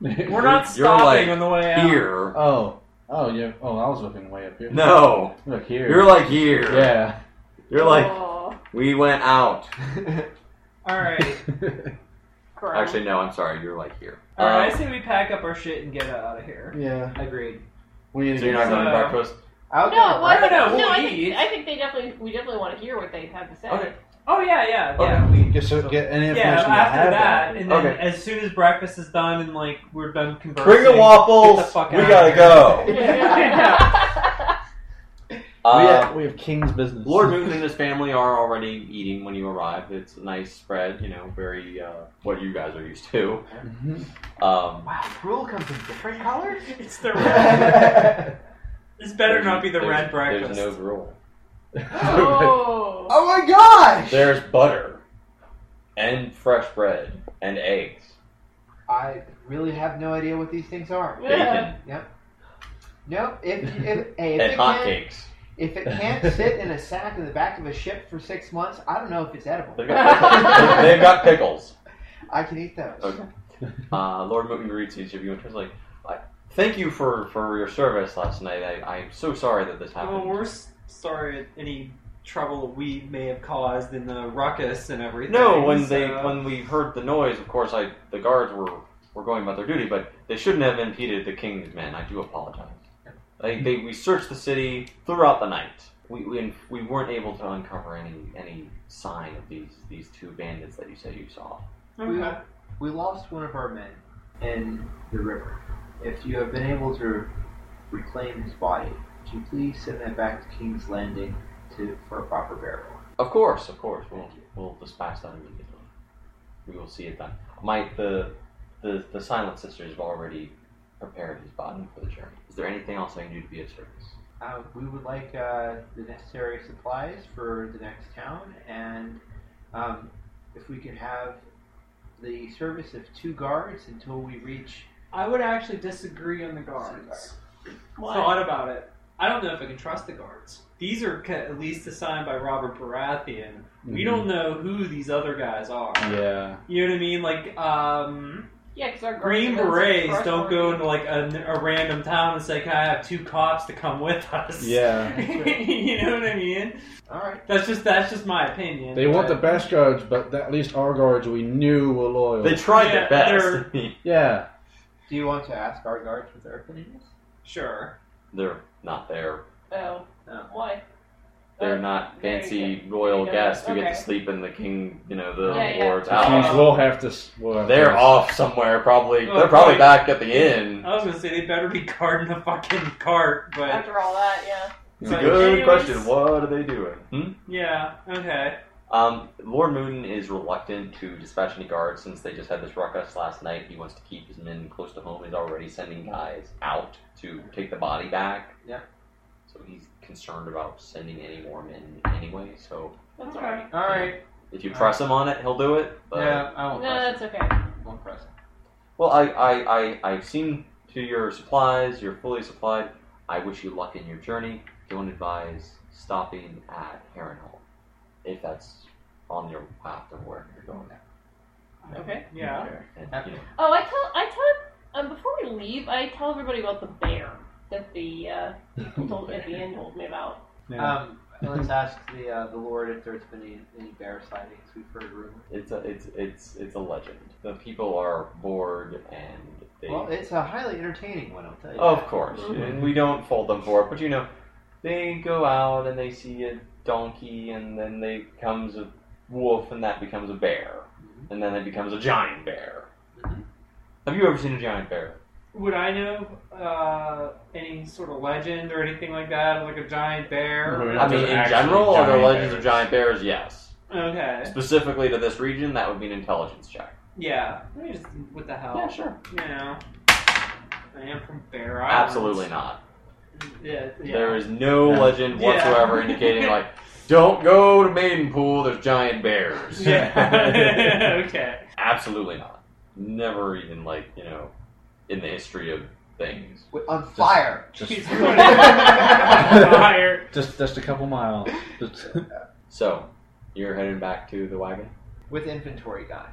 [SPEAKER 3] here. <laughs>
[SPEAKER 1] We're not
[SPEAKER 2] You're like
[SPEAKER 1] stopping on the way out.
[SPEAKER 2] here.
[SPEAKER 3] Oh, oh yeah. Oh, I was looking way up here.
[SPEAKER 2] No,
[SPEAKER 3] look here.
[SPEAKER 2] you're like here. <laughs>
[SPEAKER 3] yeah.
[SPEAKER 2] You're like
[SPEAKER 4] oh,
[SPEAKER 2] we went out.
[SPEAKER 1] All right.
[SPEAKER 4] crap.
[SPEAKER 2] Actually, no. I'm sorry. You're like here.
[SPEAKER 1] All right. Uh, I
[SPEAKER 2] Um,
[SPEAKER 1] say we pack up our shit and get out of here.
[SPEAKER 3] yeah.
[SPEAKER 5] Agreed.
[SPEAKER 3] We need
[SPEAKER 2] so
[SPEAKER 3] to
[SPEAKER 2] you're
[SPEAKER 3] get
[SPEAKER 2] not going to
[SPEAKER 1] So-
[SPEAKER 2] breakfast.
[SPEAKER 5] I'll
[SPEAKER 4] No, well, I
[SPEAKER 1] No,
[SPEAKER 4] think,
[SPEAKER 1] no,
[SPEAKER 4] no,
[SPEAKER 1] we'll
[SPEAKER 4] I think,
[SPEAKER 1] eat.
[SPEAKER 4] I think they definitely, we definitely want to hear what they have to say.
[SPEAKER 2] Okay.
[SPEAKER 1] Oh yeah, yeah,
[SPEAKER 2] Okay.
[SPEAKER 1] yeah. We,
[SPEAKER 3] Get, so, get any information
[SPEAKER 1] yeah.
[SPEAKER 3] you
[SPEAKER 1] After
[SPEAKER 3] have
[SPEAKER 1] that,
[SPEAKER 3] out
[SPEAKER 1] and
[SPEAKER 3] there.
[SPEAKER 1] then
[SPEAKER 2] Okay.
[SPEAKER 1] as soon as breakfast is done and like we're done conversing,
[SPEAKER 2] Bring the waffles.
[SPEAKER 1] Get the fuck
[SPEAKER 2] we
[SPEAKER 1] out
[SPEAKER 2] gotta
[SPEAKER 1] of
[SPEAKER 2] go.
[SPEAKER 3] we,
[SPEAKER 2] Uh,
[SPEAKER 3] have, we have king's business.
[SPEAKER 2] Lord Moon and his family are already eating when you arrive. It's a nice spread, you know, very uh, what you guys are used to. <laughs>
[SPEAKER 3] <laughs> Mhm.
[SPEAKER 2] Um,
[SPEAKER 5] Wow, gruel comes in different colors?
[SPEAKER 1] <laughs> It's the red.
[SPEAKER 3] <laughs>
[SPEAKER 5] oh
[SPEAKER 1] This better not be the
[SPEAKER 2] there's-
[SPEAKER 1] red breakfast.
[SPEAKER 2] There's no gruel.
[SPEAKER 4] oh.
[SPEAKER 5] my gosh!
[SPEAKER 2] There's butter and fresh bread and eggs,
[SPEAKER 5] I really have no idea what these things are.
[SPEAKER 2] bacon,
[SPEAKER 4] Yeah.
[SPEAKER 5] No, if, if, hey, if,
[SPEAKER 2] and
[SPEAKER 5] it can't,
[SPEAKER 2] hotcakes.
[SPEAKER 5] if it can't sit in a sack in the back of a ship for six months, I don't know if it's edible.
[SPEAKER 2] They've got
[SPEAKER 1] <laughs>
[SPEAKER 2] pickles. They've got pickles.
[SPEAKER 5] I can eat those.
[SPEAKER 2] Okay. Uh, Lord Moon greets each of you and turns like, "I- "Thank you for, for your service last night. I, I'm so sorry that this happened."
[SPEAKER 1] Well, we're s- sorry at any trouble we may have caused in the ruckus and everything.
[SPEAKER 2] No, when they
[SPEAKER 1] so-
[SPEAKER 2] when we heard the noise, of course, I the guards were were going about their duty, but they shouldn't have impeded the king's men. I do apologize. They, they we searched the city throughout the night. We, we we weren't able to uncover any any sign of these these two bandits that you said you saw.
[SPEAKER 1] Okay.
[SPEAKER 5] We lost one of our men in the river. If you have been able to reclaim his body, could you please send that back to King's Landing to for a proper burial?
[SPEAKER 2] Of course, of course, we'll we'll dispatch that immediately. We will see it done. My the the the silent sisters have already prepared his body for the journey. Is there anything else I can do to be of service?
[SPEAKER 5] Uh, we would like uh, the necessary supplies for the next town, and um, if we could have the service of two guards until we
[SPEAKER 4] <laughs>
[SPEAKER 5] reach.
[SPEAKER 1] I would actually disagree on the guards.
[SPEAKER 4] Why?
[SPEAKER 1] Thought about it. I don't know if I can trust the guards. These are ca- at least assigned by Robert Baratheon. We
[SPEAKER 2] Mm-hmm.
[SPEAKER 1] don't know who these other guys are.
[SPEAKER 3] Yeah.
[SPEAKER 1] You know what I mean? Like, um,
[SPEAKER 4] Yeah, because our
[SPEAKER 1] Green
[SPEAKER 4] government is
[SPEAKER 1] Berets don't go into like a, a random town and say, "Can I have two cops to come with us?"
[SPEAKER 3] Yeah.
[SPEAKER 1] <laughs> you know what I mean?
[SPEAKER 5] All right.
[SPEAKER 1] That's just that's just my opinion.
[SPEAKER 3] They want the
[SPEAKER 1] but-
[SPEAKER 3] best guards, but at least our guards we knew were loyal.
[SPEAKER 2] They tried
[SPEAKER 1] Yeah,
[SPEAKER 2] their best. <laughs>
[SPEAKER 3] yeah.
[SPEAKER 5] Do you want to ask our guards what their opinion is?
[SPEAKER 1] Sure.
[SPEAKER 2] They're not there.
[SPEAKER 4] Oh.
[SPEAKER 5] No.
[SPEAKER 4] Why?
[SPEAKER 2] They're not
[SPEAKER 4] Oh, there you
[SPEAKER 2] fancy royal
[SPEAKER 4] There you go.
[SPEAKER 2] guests who get
[SPEAKER 4] Okay.
[SPEAKER 2] to sleep in the king, you know, the
[SPEAKER 4] Yeah, yeah.
[SPEAKER 2] lord's
[SPEAKER 3] The
[SPEAKER 4] Uh,
[SPEAKER 3] kings
[SPEAKER 2] house.
[SPEAKER 3] will have to. s- will have
[SPEAKER 2] They're
[SPEAKER 3] to-
[SPEAKER 2] off somewhere, probably.
[SPEAKER 1] Well,
[SPEAKER 4] Oh,
[SPEAKER 2] They're probably
[SPEAKER 1] probably-
[SPEAKER 2] back at the inn.
[SPEAKER 1] I was gonna say they better be <laughs> guarding the fucking cart, but
[SPEAKER 4] After all that, yeah.
[SPEAKER 1] It's
[SPEAKER 3] Yeah.
[SPEAKER 1] a good- anyways-
[SPEAKER 2] What are they doing? Hmm?
[SPEAKER 1] yeah, okay.
[SPEAKER 2] Um, Lord Moon is reluctant to dispatch any guards since they just had this ruckus last night. He wants to keep his men close to home. He's already sending guys out to take the body back.
[SPEAKER 5] Yeah.
[SPEAKER 2] So he's concerned about sending any more men anyway. So
[SPEAKER 4] That's alright.
[SPEAKER 5] All right.
[SPEAKER 2] if you press him on it, he'll do it. But
[SPEAKER 5] Uh, yeah, I won't
[SPEAKER 4] No,
[SPEAKER 5] press.
[SPEAKER 4] that's okay.
[SPEAKER 5] it. Won't press. it.
[SPEAKER 2] Well, I, I, I, I've seen to your supplies. You're fully supplied. I wish you luck in your journey. Don't advise stopping at Harrenhal if that's on your path to where you're going.
[SPEAKER 4] Okay.
[SPEAKER 1] Yeah.
[SPEAKER 2] And, you know,
[SPEAKER 4] Oh, I tell I tell um, before we leave, I tell everybody about the bear that the uh, people told at the end told me about.
[SPEAKER 3] Yeah.
[SPEAKER 5] Um, Let's ask the uh, the Lord if there's been any, any bear sightings. We've heard rumors.
[SPEAKER 2] It's a it's it's it's a legend. The people are bored and they.
[SPEAKER 5] Well, it's a highly entertaining one, I'll tell you.
[SPEAKER 2] Of
[SPEAKER 5] that.
[SPEAKER 2] course,
[SPEAKER 4] Mhm.
[SPEAKER 2] and we don't fault them for it. But you know, they go out and they see a donkey, and then they becomes a wolf, and that becomes a bear,
[SPEAKER 5] Mhm.
[SPEAKER 2] and then it becomes a giant bear.
[SPEAKER 5] Mhm.
[SPEAKER 2] Have you ever seen a giant bear?
[SPEAKER 1] Would I know uh, any sort of legend or anything like that, like a giant bear?
[SPEAKER 3] We're
[SPEAKER 2] I
[SPEAKER 3] not
[SPEAKER 2] mean,
[SPEAKER 3] just
[SPEAKER 2] in
[SPEAKER 3] actually
[SPEAKER 2] general, are there
[SPEAKER 3] giant
[SPEAKER 2] legends of
[SPEAKER 3] bears.
[SPEAKER 2] giant bears? Yes.
[SPEAKER 1] Okay,
[SPEAKER 2] Specifically to this region, that would be an intelligence check.
[SPEAKER 1] yeah. Let me just, what the hell?
[SPEAKER 2] sure.
[SPEAKER 1] You know, I am from Bear Island.
[SPEAKER 2] Absolutely not.
[SPEAKER 1] Yeah, yeah.
[SPEAKER 2] There is no
[SPEAKER 3] Yeah.
[SPEAKER 2] legend
[SPEAKER 1] Yeah.
[SPEAKER 2] whatsoever
[SPEAKER 1] <laughs>
[SPEAKER 2] indicating like, don't go to Maidenpool. There's giant
[SPEAKER 1] <laughs>
[SPEAKER 2] bears.
[SPEAKER 1] Yeah. <laughs> okay.
[SPEAKER 2] <laughs> Absolutely not. Never even like you know, in the history of things.
[SPEAKER 5] Wait, on fire.
[SPEAKER 3] Just,
[SPEAKER 1] <laughs> He's putting
[SPEAKER 3] <laughs>
[SPEAKER 1] it on fire.
[SPEAKER 3] just, just a couple miles. Just- <laughs>
[SPEAKER 2] So, you're headed back to the wagon.
[SPEAKER 5] With inventory guy.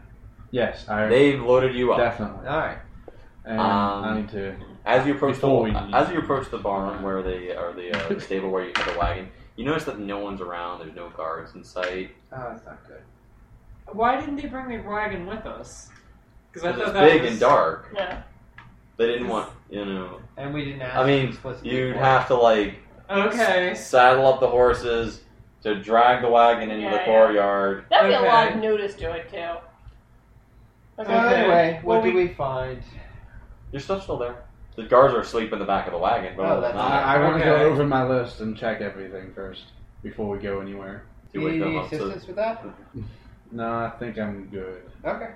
[SPEAKER 3] yes, I
[SPEAKER 2] They've loaded you up.
[SPEAKER 3] definitely.
[SPEAKER 5] Alright.
[SPEAKER 3] And
[SPEAKER 2] Um,
[SPEAKER 3] I need to.
[SPEAKER 2] As you approach
[SPEAKER 3] Before
[SPEAKER 2] the
[SPEAKER 3] we-
[SPEAKER 2] as you approach the barn where the or the, uh, the stable where you have the wagon, you notice that no one's around. There's no guards in sight.
[SPEAKER 5] Oh, that's not good.
[SPEAKER 1] Why didn't they bring their wagon with us? Because I
[SPEAKER 2] It's
[SPEAKER 1] thought that
[SPEAKER 2] big
[SPEAKER 1] was...
[SPEAKER 2] and dark.
[SPEAKER 4] No.
[SPEAKER 2] They didn't want you know.
[SPEAKER 5] And we didn't ask
[SPEAKER 2] I mean,
[SPEAKER 5] explicitly
[SPEAKER 2] You'd
[SPEAKER 5] for
[SPEAKER 2] have to like
[SPEAKER 1] Okay.
[SPEAKER 2] saddle up the horses to drag the wagon into
[SPEAKER 4] Yeah,
[SPEAKER 2] the
[SPEAKER 4] yeah.
[SPEAKER 2] courtyard.
[SPEAKER 4] That'd be a lot
[SPEAKER 1] Okay.
[SPEAKER 4] of notice to it, too.
[SPEAKER 5] it.
[SPEAKER 4] Uh,
[SPEAKER 5] So
[SPEAKER 1] Okay.
[SPEAKER 5] Uh, anyway,
[SPEAKER 1] Well,
[SPEAKER 5] what do we find?
[SPEAKER 2] Your stuff's still there. The guards are asleep in the back of the wagon, but
[SPEAKER 5] Oh,
[SPEAKER 2] other
[SPEAKER 5] that's
[SPEAKER 2] than that,
[SPEAKER 3] I, I want to go
[SPEAKER 1] Okay.
[SPEAKER 3] over my list and check everything first before we go anywhere.
[SPEAKER 2] you
[SPEAKER 5] Do you
[SPEAKER 2] wake
[SPEAKER 5] need any
[SPEAKER 2] them up. So
[SPEAKER 5] assistance with that?
[SPEAKER 3] No, I think I'm good.
[SPEAKER 2] <laughs>
[SPEAKER 3] <laughs>
[SPEAKER 5] Okay.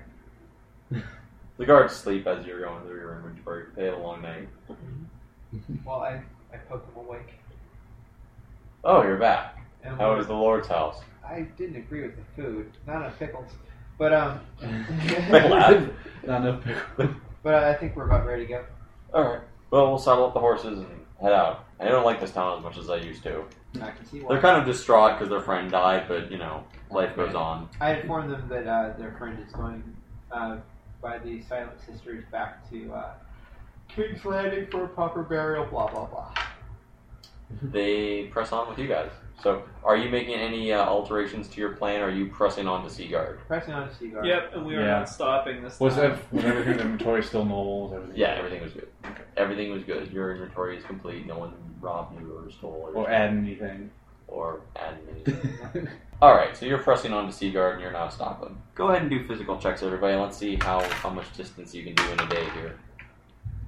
[SPEAKER 2] the guards sleep as you're going through your inventory. They had a long night.
[SPEAKER 5] Well, I, I poke him awake.
[SPEAKER 2] Oh, you're back.
[SPEAKER 5] And
[SPEAKER 2] How was the Lord's house? <laughs>
[SPEAKER 5] I didn't agree with the food. Not on pickles. But, um.
[SPEAKER 2] Laugh.
[SPEAKER 3] Not enough people.
[SPEAKER 5] but I think we're about ready to go.
[SPEAKER 2] All right. Well, we'll saddle up the horses and head out. I don't like this town as much as I used to.
[SPEAKER 5] I can see
[SPEAKER 2] They're
[SPEAKER 5] why.
[SPEAKER 2] kind of distraught because their friend died, but you know, life goes on.
[SPEAKER 5] I informed them that uh, their friend is going uh, by the Silent Sisters back to uh, King's Landing for a proper burial, blah, blah, blah.
[SPEAKER 2] They press on with you guys. So, are you making any uh, alterations to your plan? Or are you pressing on to Seaguard?
[SPEAKER 5] Pressing on to Seaguard.
[SPEAKER 1] Yep, and we are
[SPEAKER 3] Yeah.
[SPEAKER 1] not stopping this
[SPEAKER 3] Was,
[SPEAKER 1] time.
[SPEAKER 3] ev- was everything in the inventory still normal? Was everything
[SPEAKER 2] Yeah, everything was good. Everything was good. Your inventory is complete. No one robbed you or stole
[SPEAKER 3] Or add
[SPEAKER 2] <laughs>
[SPEAKER 3] anything?
[SPEAKER 2] or added anything. <laughs> All right, so you're pressing on to Seaguard, and you're now stopping. Go ahead and do physical checks, everybody. Let's see how how much distance you can do in a day here.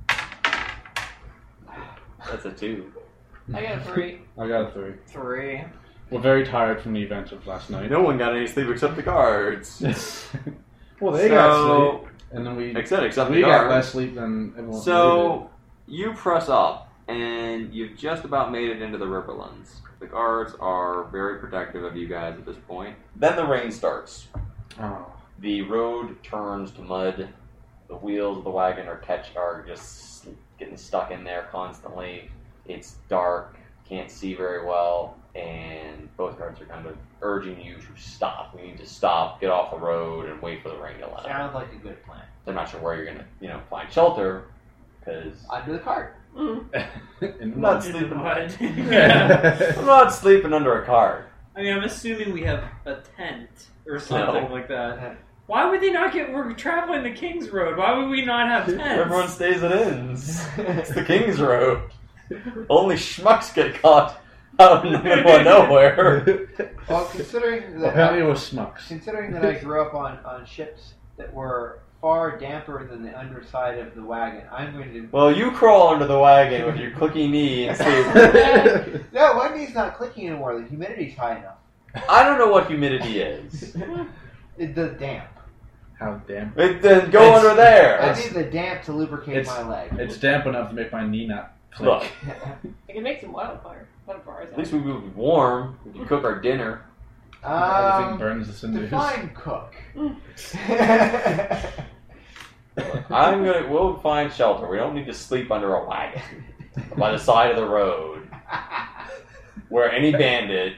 [SPEAKER 2] <sighs> That's a two.
[SPEAKER 4] I got a three.
[SPEAKER 3] I got a three.
[SPEAKER 1] Three.
[SPEAKER 3] We're very tired from the events of last night.
[SPEAKER 2] No one got any sleep except the guards.
[SPEAKER 3] <laughs> well, they got sleep, and then we
[SPEAKER 2] Except except
[SPEAKER 3] we
[SPEAKER 2] the
[SPEAKER 3] got
[SPEAKER 2] guards.
[SPEAKER 3] less sleep than everyone.
[SPEAKER 2] So you press up, and you've just about made it into the Riverlands. The guards are very protective of you guys at this point. Then the rain starts.
[SPEAKER 3] we did. Oh.
[SPEAKER 2] The road turns to mud. The wheels of the wagon are catch are just getting stuck in there constantly. It's dark, can't see very well, and both guards are kind of urging you to stop. We need to stop, get off the road, and wait for the rain to let up.
[SPEAKER 5] Sounds like a good plan.
[SPEAKER 2] They're not sure where you're gonna, you know, find shelter because
[SPEAKER 5] Under the cart. <laughs>
[SPEAKER 4] Mm.
[SPEAKER 3] In the
[SPEAKER 1] <laughs>
[SPEAKER 2] I'm not
[SPEAKER 3] <laughs> mud.
[SPEAKER 1] In the
[SPEAKER 2] sleeping.
[SPEAKER 1] mud. yeah.
[SPEAKER 2] I'm not sleeping under a car.
[SPEAKER 1] I mean, I'm assuming we have a tent or something
[SPEAKER 2] No.
[SPEAKER 1] like that. Why would they not get? We're traveling the King's Road. Why would we not
[SPEAKER 2] <laughs>
[SPEAKER 1] have tents?
[SPEAKER 2] Everyone stays at inns. It's the King's Road. Only schmucks get caught out in the middle of nowhere.
[SPEAKER 5] Well, considering that
[SPEAKER 3] Apparently, it was Smucks.
[SPEAKER 5] Considering that I grew up on, on ships that were far damper than the underside of the wagon, I'm going to.
[SPEAKER 2] Well, you crawl under the wagon with your clicky knee and sleep.
[SPEAKER 5] No, my knee's not clicking anymore. The humidity's high enough.
[SPEAKER 2] I don't know what humidity is.
[SPEAKER 5] It, the damp.
[SPEAKER 3] <laughs> How damn!
[SPEAKER 2] It, then go
[SPEAKER 3] It's-
[SPEAKER 2] under there.
[SPEAKER 5] I
[SPEAKER 3] It's-
[SPEAKER 5] need the damp to lubricate
[SPEAKER 3] it's-
[SPEAKER 5] my leg. <laughs>
[SPEAKER 3] It's damp enough to make my knee not click.
[SPEAKER 2] Look,
[SPEAKER 4] I can make some wildfire. Not a bar, is
[SPEAKER 2] at least we will be warm. We can cook our dinner.
[SPEAKER 3] Everything
[SPEAKER 5] um,
[SPEAKER 3] burns the cinders.
[SPEAKER 5] define
[SPEAKER 3] <laughs>
[SPEAKER 5] cook. <laughs>
[SPEAKER 2] I'm gonna. We'll find shelter. We don't need to sleep under a wagon by the side of the road where any bandit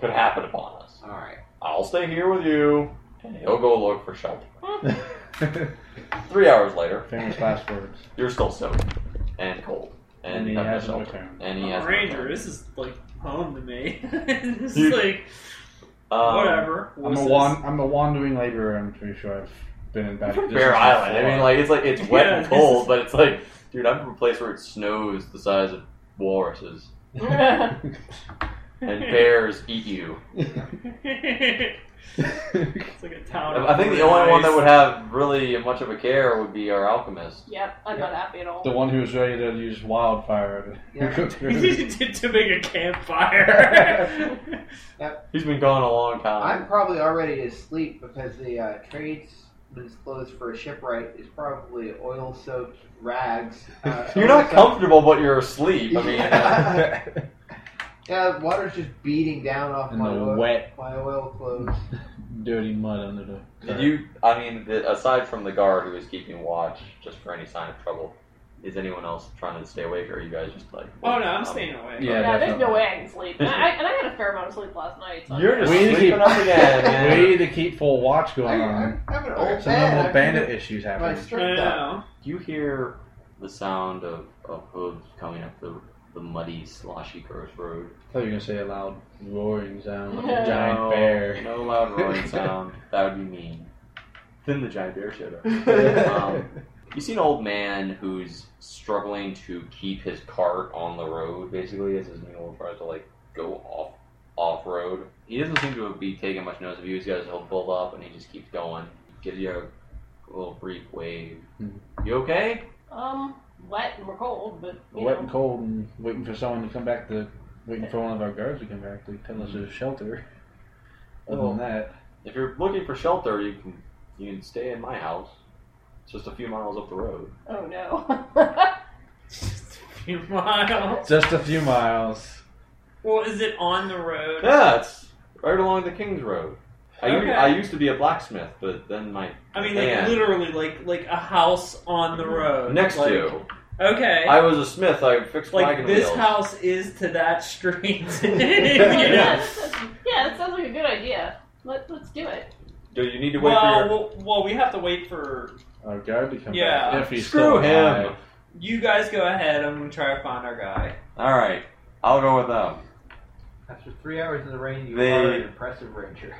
[SPEAKER 2] could happen upon us.
[SPEAKER 5] All right.
[SPEAKER 2] I'll stay here with you, and he'll go look for shelter.
[SPEAKER 4] Hmm.
[SPEAKER 3] <laughs>
[SPEAKER 2] Three hours later,
[SPEAKER 3] Famous last words.
[SPEAKER 2] you're still soaked and cold.
[SPEAKER 3] and he
[SPEAKER 2] at the
[SPEAKER 3] hasn't
[SPEAKER 2] shelter.
[SPEAKER 3] returned.
[SPEAKER 2] And he
[SPEAKER 1] I'm a
[SPEAKER 2] has
[SPEAKER 1] ranger, this is like home to me. <laughs> this is
[SPEAKER 2] Dude.
[SPEAKER 1] like
[SPEAKER 2] Um,
[SPEAKER 1] whatever.
[SPEAKER 3] I'm a
[SPEAKER 1] <laughs>
[SPEAKER 3] wan- I'm a wandering laborer. I'm pretty sure I've been in
[SPEAKER 2] I'm
[SPEAKER 3] bad.
[SPEAKER 2] from Bear
[SPEAKER 3] positions
[SPEAKER 2] Island. I
[SPEAKER 3] before.
[SPEAKER 2] mean, like it's like it's wet
[SPEAKER 1] Yeah,
[SPEAKER 2] and
[SPEAKER 1] this
[SPEAKER 2] cold,
[SPEAKER 1] is-
[SPEAKER 2] but it's like, dude, I'm from a place where it snows the size of walruses,
[SPEAKER 3] <laughs>
[SPEAKER 1] <laughs>
[SPEAKER 2] and bears eat you.
[SPEAKER 1] it's like a town. of
[SPEAKER 2] I think the only one that would have really much of a care would be our alchemist.
[SPEAKER 4] Yep, I'm not happy at all.
[SPEAKER 3] the one who was ready to use wildfire. To <laughs>
[SPEAKER 5] Yeah.
[SPEAKER 1] <laughs> to, to make a campfire.
[SPEAKER 2] <laughs>
[SPEAKER 1] <laughs>
[SPEAKER 2] He's been gone a long
[SPEAKER 5] I'm
[SPEAKER 2] time.
[SPEAKER 5] probably already asleep because the uh, tradesman's clothes for a shipwright is probably oil-soaked rags.
[SPEAKER 3] <laughs>
[SPEAKER 5] Uh,
[SPEAKER 2] You're not
[SPEAKER 5] oil-soaked-
[SPEAKER 2] comfortable, but you're asleep. I mean, uh,
[SPEAKER 5] Yeah, water's just beating down off
[SPEAKER 3] in
[SPEAKER 5] my
[SPEAKER 3] the <laughs>
[SPEAKER 5] oil,
[SPEAKER 3] wet,
[SPEAKER 5] my oil clothes.
[SPEAKER 3] dirty mud under the.
[SPEAKER 2] did you? I mean, the, aside from the guard who is keeping watch just for any sign of trouble, is anyone else trying to stay awake, or are you guys just like? um,
[SPEAKER 1] oh no, I'm staying away.
[SPEAKER 3] Yeah,
[SPEAKER 4] yeah, there's
[SPEAKER 3] definitely.
[SPEAKER 4] no way I can sleep. And I, and I had a fair amount of sleep last night. So
[SPEAKER 2] You're just
[SPEAKER 3] We need to
[SPEAKER 2] sleeping
[SPEAKER 3] keep-
[SPEAKER 2] up again, man.
[SPEAKER 3] We need to keep full watch
[SPEAKER 5] I,
[SPEAKER 3] going on.
[SPEAKER 5] I'm, I'm an
[SPEAKER 2] Okay.
[SPEAKER 5] old
[SPEAKER 3] Some normal
[SPEAKER 5] man.
[SPEAKER 3] bandit
[SPEAKER 5] I'm
[SPEAKER 3] issues
[SPEAKER 5] my
[SPEAKER 3] happen.
[SPEAKER 1] I
[SPEAKER 5] strength up.
[SPEAKER 1] know.
[SPEAKER 2] You hear the sound of, of hooves coming up the, the muddy, sloshy gross road.
[SPEAKER 3] I thought you were gonna say a loud roaring sound like
[SPEAKER 4] No.
[SPEAKER 3] a giant
[SPEAKER 2] no,
[SPEAKER 3] bear.
[SPEAKER 2] No <laughs> loud roaring sound. That would be mean. Then the giant bear showed up. <laughs> Um, you see an old man who's struggling to keep his cart on the road, basically, as his mule tries to like go off off road. He doesn't seem to be taking much notice of you. He's got his whole build up, and he just keeps going. Gives you a, little brief wave.
[SPEAKER 3] Hmm.
[SPEAKER 2] You okay?
[SPEAKER 4] um wet and we're cold, but you
[SPEAKER 3] Wet
[SPEAKER 4] know.
[SPEAKER 3] and cold, and waiting for someone to come back to, waiting for one of our guards to come back to tell us there's shelter. Other
[SPEAKER 2] Well,
[SPEAKER 3] than that,
[SPEAKER 2] If you're looking for shelter, you can you can stay in my house. It's just a few miles up the road.
[SPEAKER 4] Oh no. <laughs>
[SPEAKER 1] Just a few miles.
[SPEAKER 3] just a few miles.
[SPEAKER 1] Well, is it on the road?
[SPEAKER 2] Yeah, it's right along the King's Road. I, u-
[SPEAKER 1] Okay.
[SPEAKER 2] I used to be a blacksmith, but then my
[SPEAKER 1] I mean, like
[SPEAKER 2] Yeah.
[SPEAKER 1] literally, like like a house on the road.
[SPEAKER 2] next
[SPEAKER 1] like,
[SPEAKER 2] to
[SPEAKER 1] Okay.
[SPEAKER 2] I was a smith. I fixed
[SPEAKER 1] like
[SPEAKER 2] wagon
[SPEAKER 1] this
[SPEAKER 2] wheels.
[SPEAKER 1] house is to that
[SPEAKER 2] <laughs>
[SPEAKER 1] street. <laughs> You
[SPEAKER 4] yeah,
[SPEAKER 1] know?
[SPEAKER 4] that sounds- yeah, that sounds like a good idea. Let, let's do it.
[SPEAKER 2] Do you need to wait
[SPEAKER 1] Well,
[SPEAKER 2] for your?
[SPEAKER 1] well, well, we have to wait for
[SPEAKER 3] Our guard to come
[SPEAKER 1] Yeah.
[SPEAKER 3] back if he's
[SPEAKER 2] Screw
[SPEAKER 3] still
[SPEAKER 2] him.
[SPEAKER 3] alive.
[SPEAKER 1] you guys. Go ahead. I'm gonna try to find our
[SPEAKER 2] <laughs>
[SPEAKER 1] guy.
[SPEAKER 2] All right, I'll go with them.
[SPEAKER 5] After three hours in the rain, you
[SPEAKER 2] They-
[SPEAKER 5] are an impressive ranger.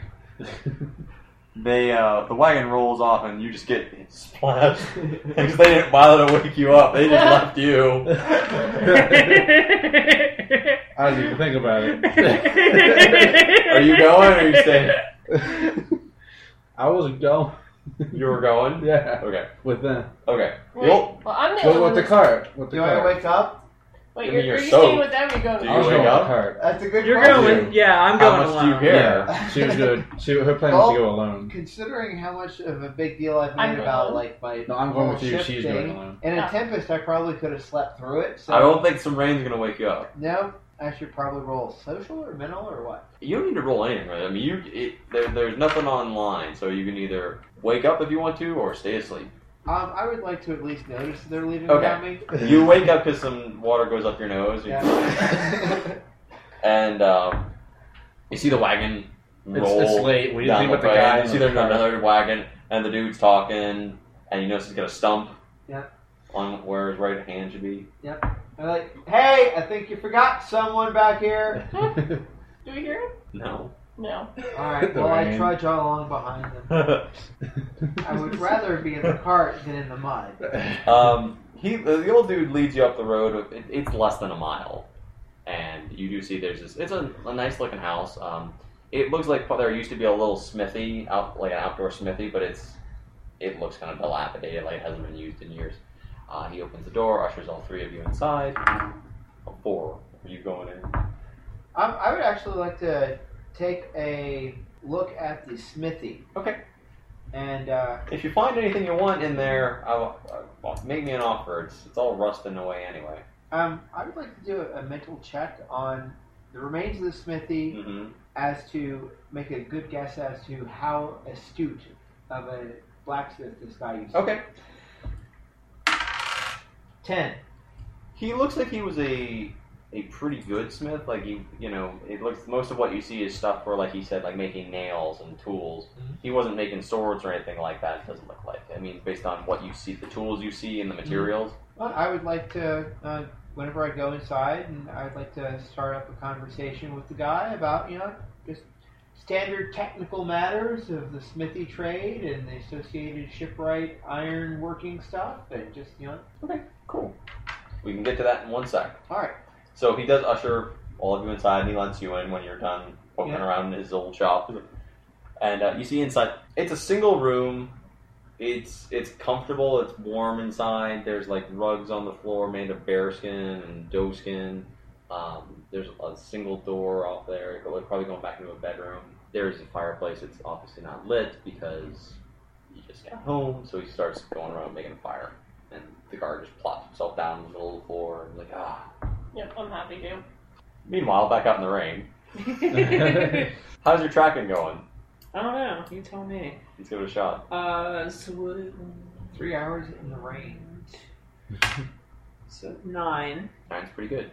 [SPEAKER 2] They uh, the wagon rolls off, and you just get splashed <laughs> because they didn't bother to wake you up.
[SPEAKER 1] <laughs>
[SPEAKER 2] They just left you. <laughs>
[SPEAKER 3] <laughs> I didn't even think about it. <laughs>
[SPEAKER 1] Are
[SPEAKER 2] you going or are you staying?
[SPEAKER 3] I was going.
[SPEAKER 2] You were going.
[SPEAKER 3] Yeah,
[SPEAKER 2] Okay.
[SPEAKER 3] with them.
[SPEAKER 2] Okay.
[SPEAKER 4] Wait,
[SPEAKER 2] Well,
[SPEAKER 4] well, I'm the only
[SPEAKER 3] Go
[SPEAKER 4] one
[SPEAKER 3] with the
[SPEAKER 4] that's-
[SPEAKER 3] cart. With the
[SPEAKER 5] Do I
[SPEAKER 3] cart.
[SPEAKER 5] wake up?
[SPEAKER 4] Wait,
[SPEAKER 2] I
[SPEAKER 4] you're,
[SPEAKER 2] mean, you're
[SPEAKER 4] are you staying
[SPEAKER 2] soaked.
[SPEAKER 4] with them? Or you going?
[SPEAKER 2] Do
[SPEAKER 3] I was
[SPEAKER 2] you
[SPEAKER 3] going
[SPEAKER 2] wake
[SPEAKER 3] with
[SPEAKER 2] up?
[SPEAKER 3] the cart.
[SPEAKER 5] That's a good
[SPEAKER 1] You're
[SPEAKER 5] question.
[SPEAKER 1] going. Yeah, I'm
[SPEAKER 2] How
[SPEAKER 1] going
[SPEAKER 2] much do you
[SPEAKER 1] alone.
[SPEAKER 2] care?
[SPEAKER 3] Yeah, she was good. She her plan was to go alone.
[SPEAKER 5] Considering how much of a big deal I've
[SPEAKER 4] I'm
[SPEAKER 5] made about
[SPEAKER 4] going.
[SPEAKER 5] like my
[SPEAKER 3] No, I'm going
[SPEAKER 5] whole
[SPEAKER 3] with you.
[SPEAKER 5] ship
[SPEAKER 3] She's
[SPEAKER 5] thing,
[SPEAKER 3] going
[SPEAKER 5] <laughs>
[SPEAKER 3] alone.
[SPEAKER 5] in a
[SPEAKER 4] Yeah.
[SPEAKER 5] tempest, I probably could have slept through it. So
[SPEAKER 2] I don't think some rain's gonna wake you up.
[SPEAKER 5] No, I should probably roll social or mental or what?
[SPEAKER 2] You don't need to roll anything, right? I mean, you it, there, there's nothing online, so you can either wake up if you want to or stay asleep.
[SPEAKER 5] Um, I would like to at least notice they're leaving
[SPEAKER 2] Okay.
[SPEAKER 5] without me.
[SPEAKER 2] You wake up because some water goes up your nose, you-
[SPEAKER 3] <laughs>
[SPEAKER 5] Yeah.
[SPEAKER 2] and um, you see the wagon
[SPEAKER 3] It's,
[SPEAKER 2] roll
[SPEAKER 3] it's late. We didn't
[SPEAKER 2] down
[SPEAKER 3] think
[SPEAKER 2] the
[SPEAKER 3] about the
[SPEAKER 2] road.
[SPEAKER 3] guy.
[SPEAKER 2] You
[SPEAKER 3] in
[SPEAKER 2] see
[SPEAKER 3] the
[SPEAKER 2] there's
[SPEAKER 3] cart.
[SPEAKER 2] another wagon, and the dude's talking, and you notice he's got a stump
[SPEAKER 5] Yeah.
[SPEAKER 2] on where his right hand should be.
[SPEAKER 5] I'm like, hey, I think you forgot someone
[SPEAKER 3] <laughs>
[SPEAKER 5] back here.
[SPEAKER 4] Do we hear him?
[SPEAKER 2] No. <laughs>
[SPEAKER 4] No.
[SPEAKER 5] All right,
[SPEAKER 3] The
[SPEAKER 5] well, I
[SPEAKER 3] rain.
[SPEAKER 5] trudge all along behind them. I
[SPEAKER 2] <laughs>
[SPEAKER 5] would rather be in the cart than in the mud.
[SPEAKER 2] um, he the, the old dude leads you up the road. It, it's less than a mile, and you do see there's this. It's a, a nice looking house. Um, it looks like there used to be a little smithy out, like an outdoor smithy, but it's it looks kind of dilapidated, like it hasn't been used in years. Uh, he opens the door, ushers all three of you inside. Oh, Four, are you going in?
[SPEAKER 5] Um, I would actually like to take a look at the smithy.
[SPEAKER 2] Okay.
[SPEAKER 5] And uh,
[SPEAKER 2] If you find anything you want in there, I'll, I'll, make me an offer. It's, it's all rusting away anyway.
[SPEAKER 5] um, I would like to do a mental check on the remains of the smithy
[SPEAKER 2] hmm
[SPEAKER 5] as to make a good guess as to how astute of a blacksmith this guy used to be.
[SPEAKER 2] Okay.
[SPEAKER 5] Ten.
[SPEAKER 2] He looks like he was a a pretty good smith. Like he, you know, it looks most of what you see is stuff for, like he said, like making nails and tools.
[SPEAKER 5] Mhm.
[SPEAKER 2] He wasn't making swords or anything like that. It doesn't look like. I mean, based on what you see, the tools you see and the materials.
[SPEAKER 5] Well, I would like to uh, whenever I go inside and I'd like to start up a conversation with the guy about, you know, just standard technical matters of the smithy trade and the associated shipwright iron working stuff and just, you know,
[SPEAKER 2] Cool. We can get to that in one sec.
[SPEAKER 5] all right.
[SPEAKER 2] So he does usher all of you inside, and he lets you in when you're done poking
[SPEAKER 5] Yeah.
[SPEAKER 2] around in his old shop. And uh, you see inside, it's a single room. It's it's comfortable. It's warm inside. There's like rugs on the floor made of bearskin and doeskin. Um, there's a single door off there. It go- Probably going back into a bedroom. There's a fireplace. It's obviously not lit because he just got home. So he starts going around making a fire, and the guard just plops himself down in the middle of the floor and like ah.
[SPEAKER 4] Yep, I'm happy to.
[SPEAKER 2] Meanwhile, back out in the rain, <laughs>
[SPEAKER 1] <laughs> I
[SPEAKER 2] how's your tracking going?
[SPEAKER 1] don't know. You tell me.
[SPEAKER 2] Let's give it a shot.
[SPEAKER 1] Uh, so what?
[SPEAKER 5] Three hours in the rain.
[SPEAKER 1] So nine.
[SPEAKER 2] Nine's pretty good.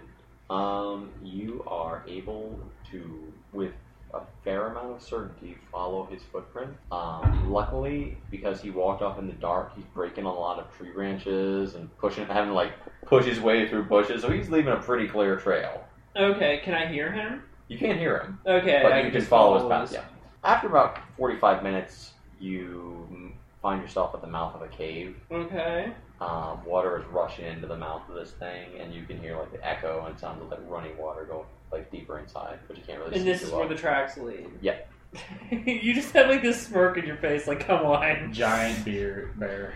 [SPEAKER 2] Um, you are able to, with a fair amount of certainty, follow his footprint. Um, luckily, because he walked off in the dark, he's breaking a lot of tree branches and pushing, having to like push his way through bushes. So he's leaving a pretty clear trail.
[SPEAKER 1] Okay, can I hear him?
[SPEAKER 2] You can't hear him.
[SPEAKER 1] Okay,
[SPEAKER 2] but
[SPEAKER 1] I
[SPEAKER 2] you can just follow his path. Yeah. After about forty-five minutes, you find yourself at the mouth of a cave.
[SPEAKER 1] Okay.
[SPEAKER 2] um, water is rushing into the mouth of this thing, and you can hear like the echo and it sounds of like running water going like deeper inside, but you can't really. see
[SPEAKER 1] And this
[SPEAKER 2] too
[SPEAKER 1] is
[SPEAKER 2] well.
[SPEAKER 1] where the tracks lead.
[SPEAKER 2] Yeah.
[SPEAKER 1] <laughs> you just have like this smirk in your face, like come on.
[SPEAKER 3] <laughs> Giant beer bear.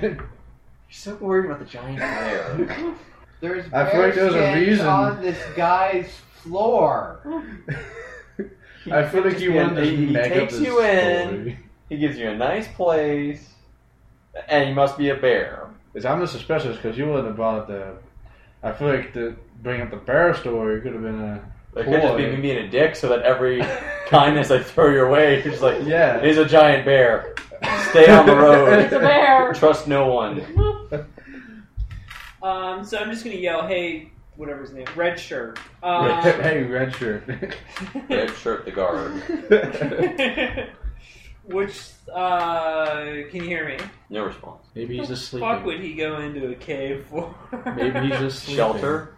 [SPEAKER 2] You're so worried about the giant bear. <laughs>
[SPEAKER 5] There's
[SPEAKER 3] I feel like there's a
[SPEAKER 5] bear skins
[SPEAKER 3] reason.
[SPEAKER 5] on this guy's floor.
[SPEAKER 3] <laughs> I feel like you want to
[SPEAKER 2] he, he
[SPEAKER 3] make up
[SPEAKER 2] takes
[SPEAKER 3] this
[SPEAKER 2] you in.
[SPEAKER 3] story.
[SPEAKER 2] He gives you a nice place, and you must be a bear.
[SPEAKER 3] Is I'm just suspicious because you wouldn't have brought up the. I feel like to bring up the bear story could have been
[SPEAKER 2] <laughs>
[SPEAKER 3] a.
[SPEAKER 2] It could just be
[SPEAKER 3] Boy.
[SPEAKER 2] me being a dick, so that every <laughs> kindness I throw your way, you're just like,
[SPEAKER 3] Yeah.
[SPEAKER 2] "He's a giant bear. Stay on the road.
[SPEAKER 4] It's a bear.
[SPEAKER 2] Trust no one."
[SPEAKER 1] Um, so I'm just gonna yell, hey, whatever his name, red
[SPEAKER 3] <laughs>
[SPEAKER 1] shirt. Um,
[SPEAKER 3] <laughs>
[SPEAKER 1] <laughs>
[SPEAKER 3] hey, red
[SPEAKER 2] <laughs>
[SPEAKER 3] shirt.
[SPEAKER 2] Red shirt, the guard.
[SPEAKER 4] <laughs>
[SPEAKER 1] which uh, can you hear me?
[SPEAKER 2] No response.
[SPEAKER 3] Maybe he's just
[SPEAKER 1] Fuck
[SPEAKER 3] sleeping.
[SPEAKER 1] would he go into a cave for? <laughs>
[SPEAKER 3] Maybe he's just sleeping.
[SPEAKER 2] Shelter.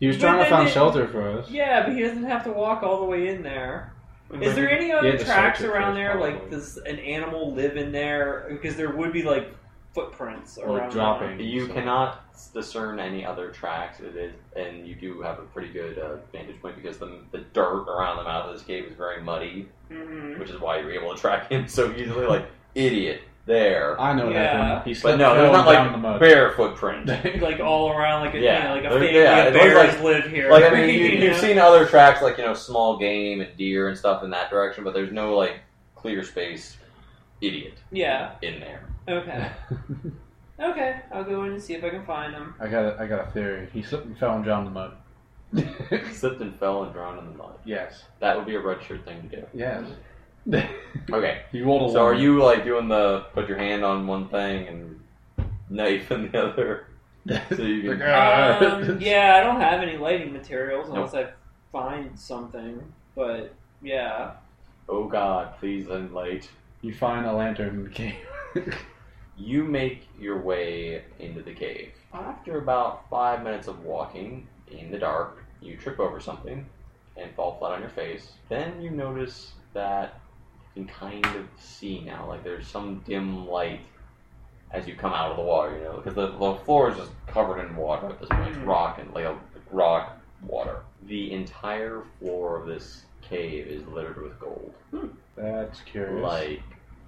[SPEAKER 3] He was
[SPEAKER 1] But
[SPEAKER 3] trying to
[SPEAKER 1] then
[SPEAKER 3] find
[SPEAKER 1] it-
[SPEAKER 3] shelter for us.
[SPEAKER 1] Yeah, but he doesn't have to walk all the way in there. Is there any
[SPEAKER 3] Yeah,
[SPEAKER 1] other
[SPEAKER 3] the
[SPEAKER 1] tracks
[SPEAKER 3] shelter
[SPEAKER 1] around
[SPEAKER 3] first,
[SPEAKER 1] there? Like,
[SPEAKER 3] probably.
[SPEAKER 1] does an animal live in there? Because there would be like footprints
[SPEAKER 3] Or
[SPEAKER 1] around.
[SPEAKER 3] dropping.
[SPEAKER 2] You
[SPEAKER 3] So-
[SPEAKER 2] cannot discern any other tracks. It is, and you do have a pretty good uh, vantage point because the, the dirt around the mouth of this cave is very muddy,
[SPEAKER 1] hmm
[SPEAKER 2] which is why you're able to track him so easily. Like idiot there,
[SPEAKER 3] I know what
[SPEAKER 1] Yeah.
[SPEAKER 3] happened. He
[SPEAKER 2] but
[SPEAKER 3] slept
[SPEAKER 2] no, there's
[SPEAKER 3] fell
[SPEAKER 2] not
[SPEAKER 3] down in the
[SPEAKER 2] like
[SPEAKER 3] mud.
[SPEAKER 2] bare
[SPEAKER 3] <laughs>
[SPEAKER 2] footprints.
[SPEAKER 1] Like all around, like a
[SPEAKER 2] Yeah,
[SPEAKER 1] you know,
[SPEAKER 2] there-
[SPEAKER 1] like a family
[SPEAKER 2] yeah,
[SPEAKER 1] of
[SPEAKER 2] it looks
[SPEAKER 1] bears
[SPEAKER 2] like-
[SPEAKER 1] live here. <laughs>
[SPEAKER 2] Like I mean, you,
[SPEAKER 1] You
[SPEAKER 2] you've
[SPEAKER 1] know?
[SPEAKER 2] seen other tracks like you know small game and deer and stuff in that direction, but there's no like clear space idiot
[SPEAKER 1] Yeah.
[SPEAKER 2] in there.
[SPEAKER 1] Okay. Okay. I'll go in and see if I can find him.
[SPEAKER 3] <laughs> I got a, I got a theory. He slipped and fell and drowned in the mud. <laughs>
[SPEAKER 2] Slipped and fell and drowned in the mud.
[SPEAKER 3] yes.
[SPEAKER 2] That would be a red shirt thing to do.
[SPEAKER 3] Yes.
[SPEAKER 2] Okay.
[SPEAKER 3] he rolled a
[SPEAKER 2] So are
[SPEAKER 3] one.
[SPEAKER 2] you like doing the put your hand on one thing and knife in the other? So
[SPEAKER 3] <laughs>
[SPEAKER 2] you
[SPEAKER 3] Like,
[SPEAKER 2] can,
[SPEAKER 3] ah. <laughs>
[SPEAKER 1] Um, yeah, I don't have any lighting materials unless I find something. But yeah,
[SPEAKER 2] oh God, please end light.
[SPEAKER 3] You find a lantern in the cave.
[SPEAKER 2] You make your way into the cave. After about five minutes of walking in the dark, you trip over something and fall flat on your face. Then you notice that you can kind of see now, like there's some dim light as you come out of the water, you know, because the, the floor is just covered in water at this point. It's rock and like rock water. The entire floor of this cave is littered with gold
[SPEAKER 3] <laughs> That's curious.
[SPEAKER 2] like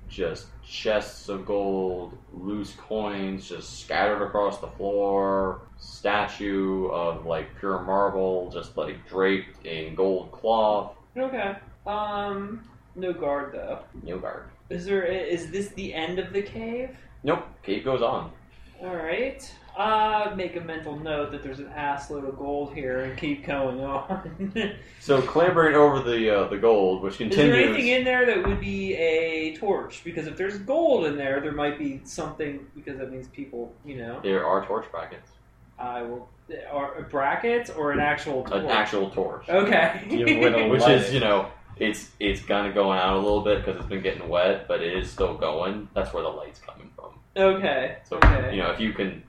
[SPEAKER 2] just chests of gold, loose coins just scattered across the floor, statue of like pure marble just like draped in gold cloth.
[SPEAKER 1] okay. Um, no guard though.
[SPEAKER 2] No guard.
[SPEAKER 1] Is there? Is this the end of the cave?
[SPEAKER 2] Nope, cave goes on.
[SPEAKER 1] All right. Uh, make a mental note that there's an assload of gold here and keep going on. <laughs>
[SPEAKER 2] So clambering over the uh, the gold, which
[SPEAKER 1] Is there
[SPEAKER 2] continues.
[SPEAKER 1] anything in there that would be a torch? Because if there's gold in there, there might be something. Because that means people, you know,
[SPEAKER 2] there are torch brackets.
[SPEAKER 1] I will or brackets or an actual torch.
[SPEAKER 2] An actual torch,
[SPEAKER 1] Okay.
[SPEAKER 3] Give away the-
[SPEAKER 2] which
[SPEAKER 3] Light
[SPEAKER 2] is
[SPEAKER 3] it.
[SPEAKER 2] you know. It's it's kind of going out a little bit because it's been getting wet, but it is still going. That's where the light's coming from.
[SPEAKER 1] <laughs> okay.
[SPEAKER 2] So
[SPEAKER 1] okay.
[SPEAKER 2] you know, if you can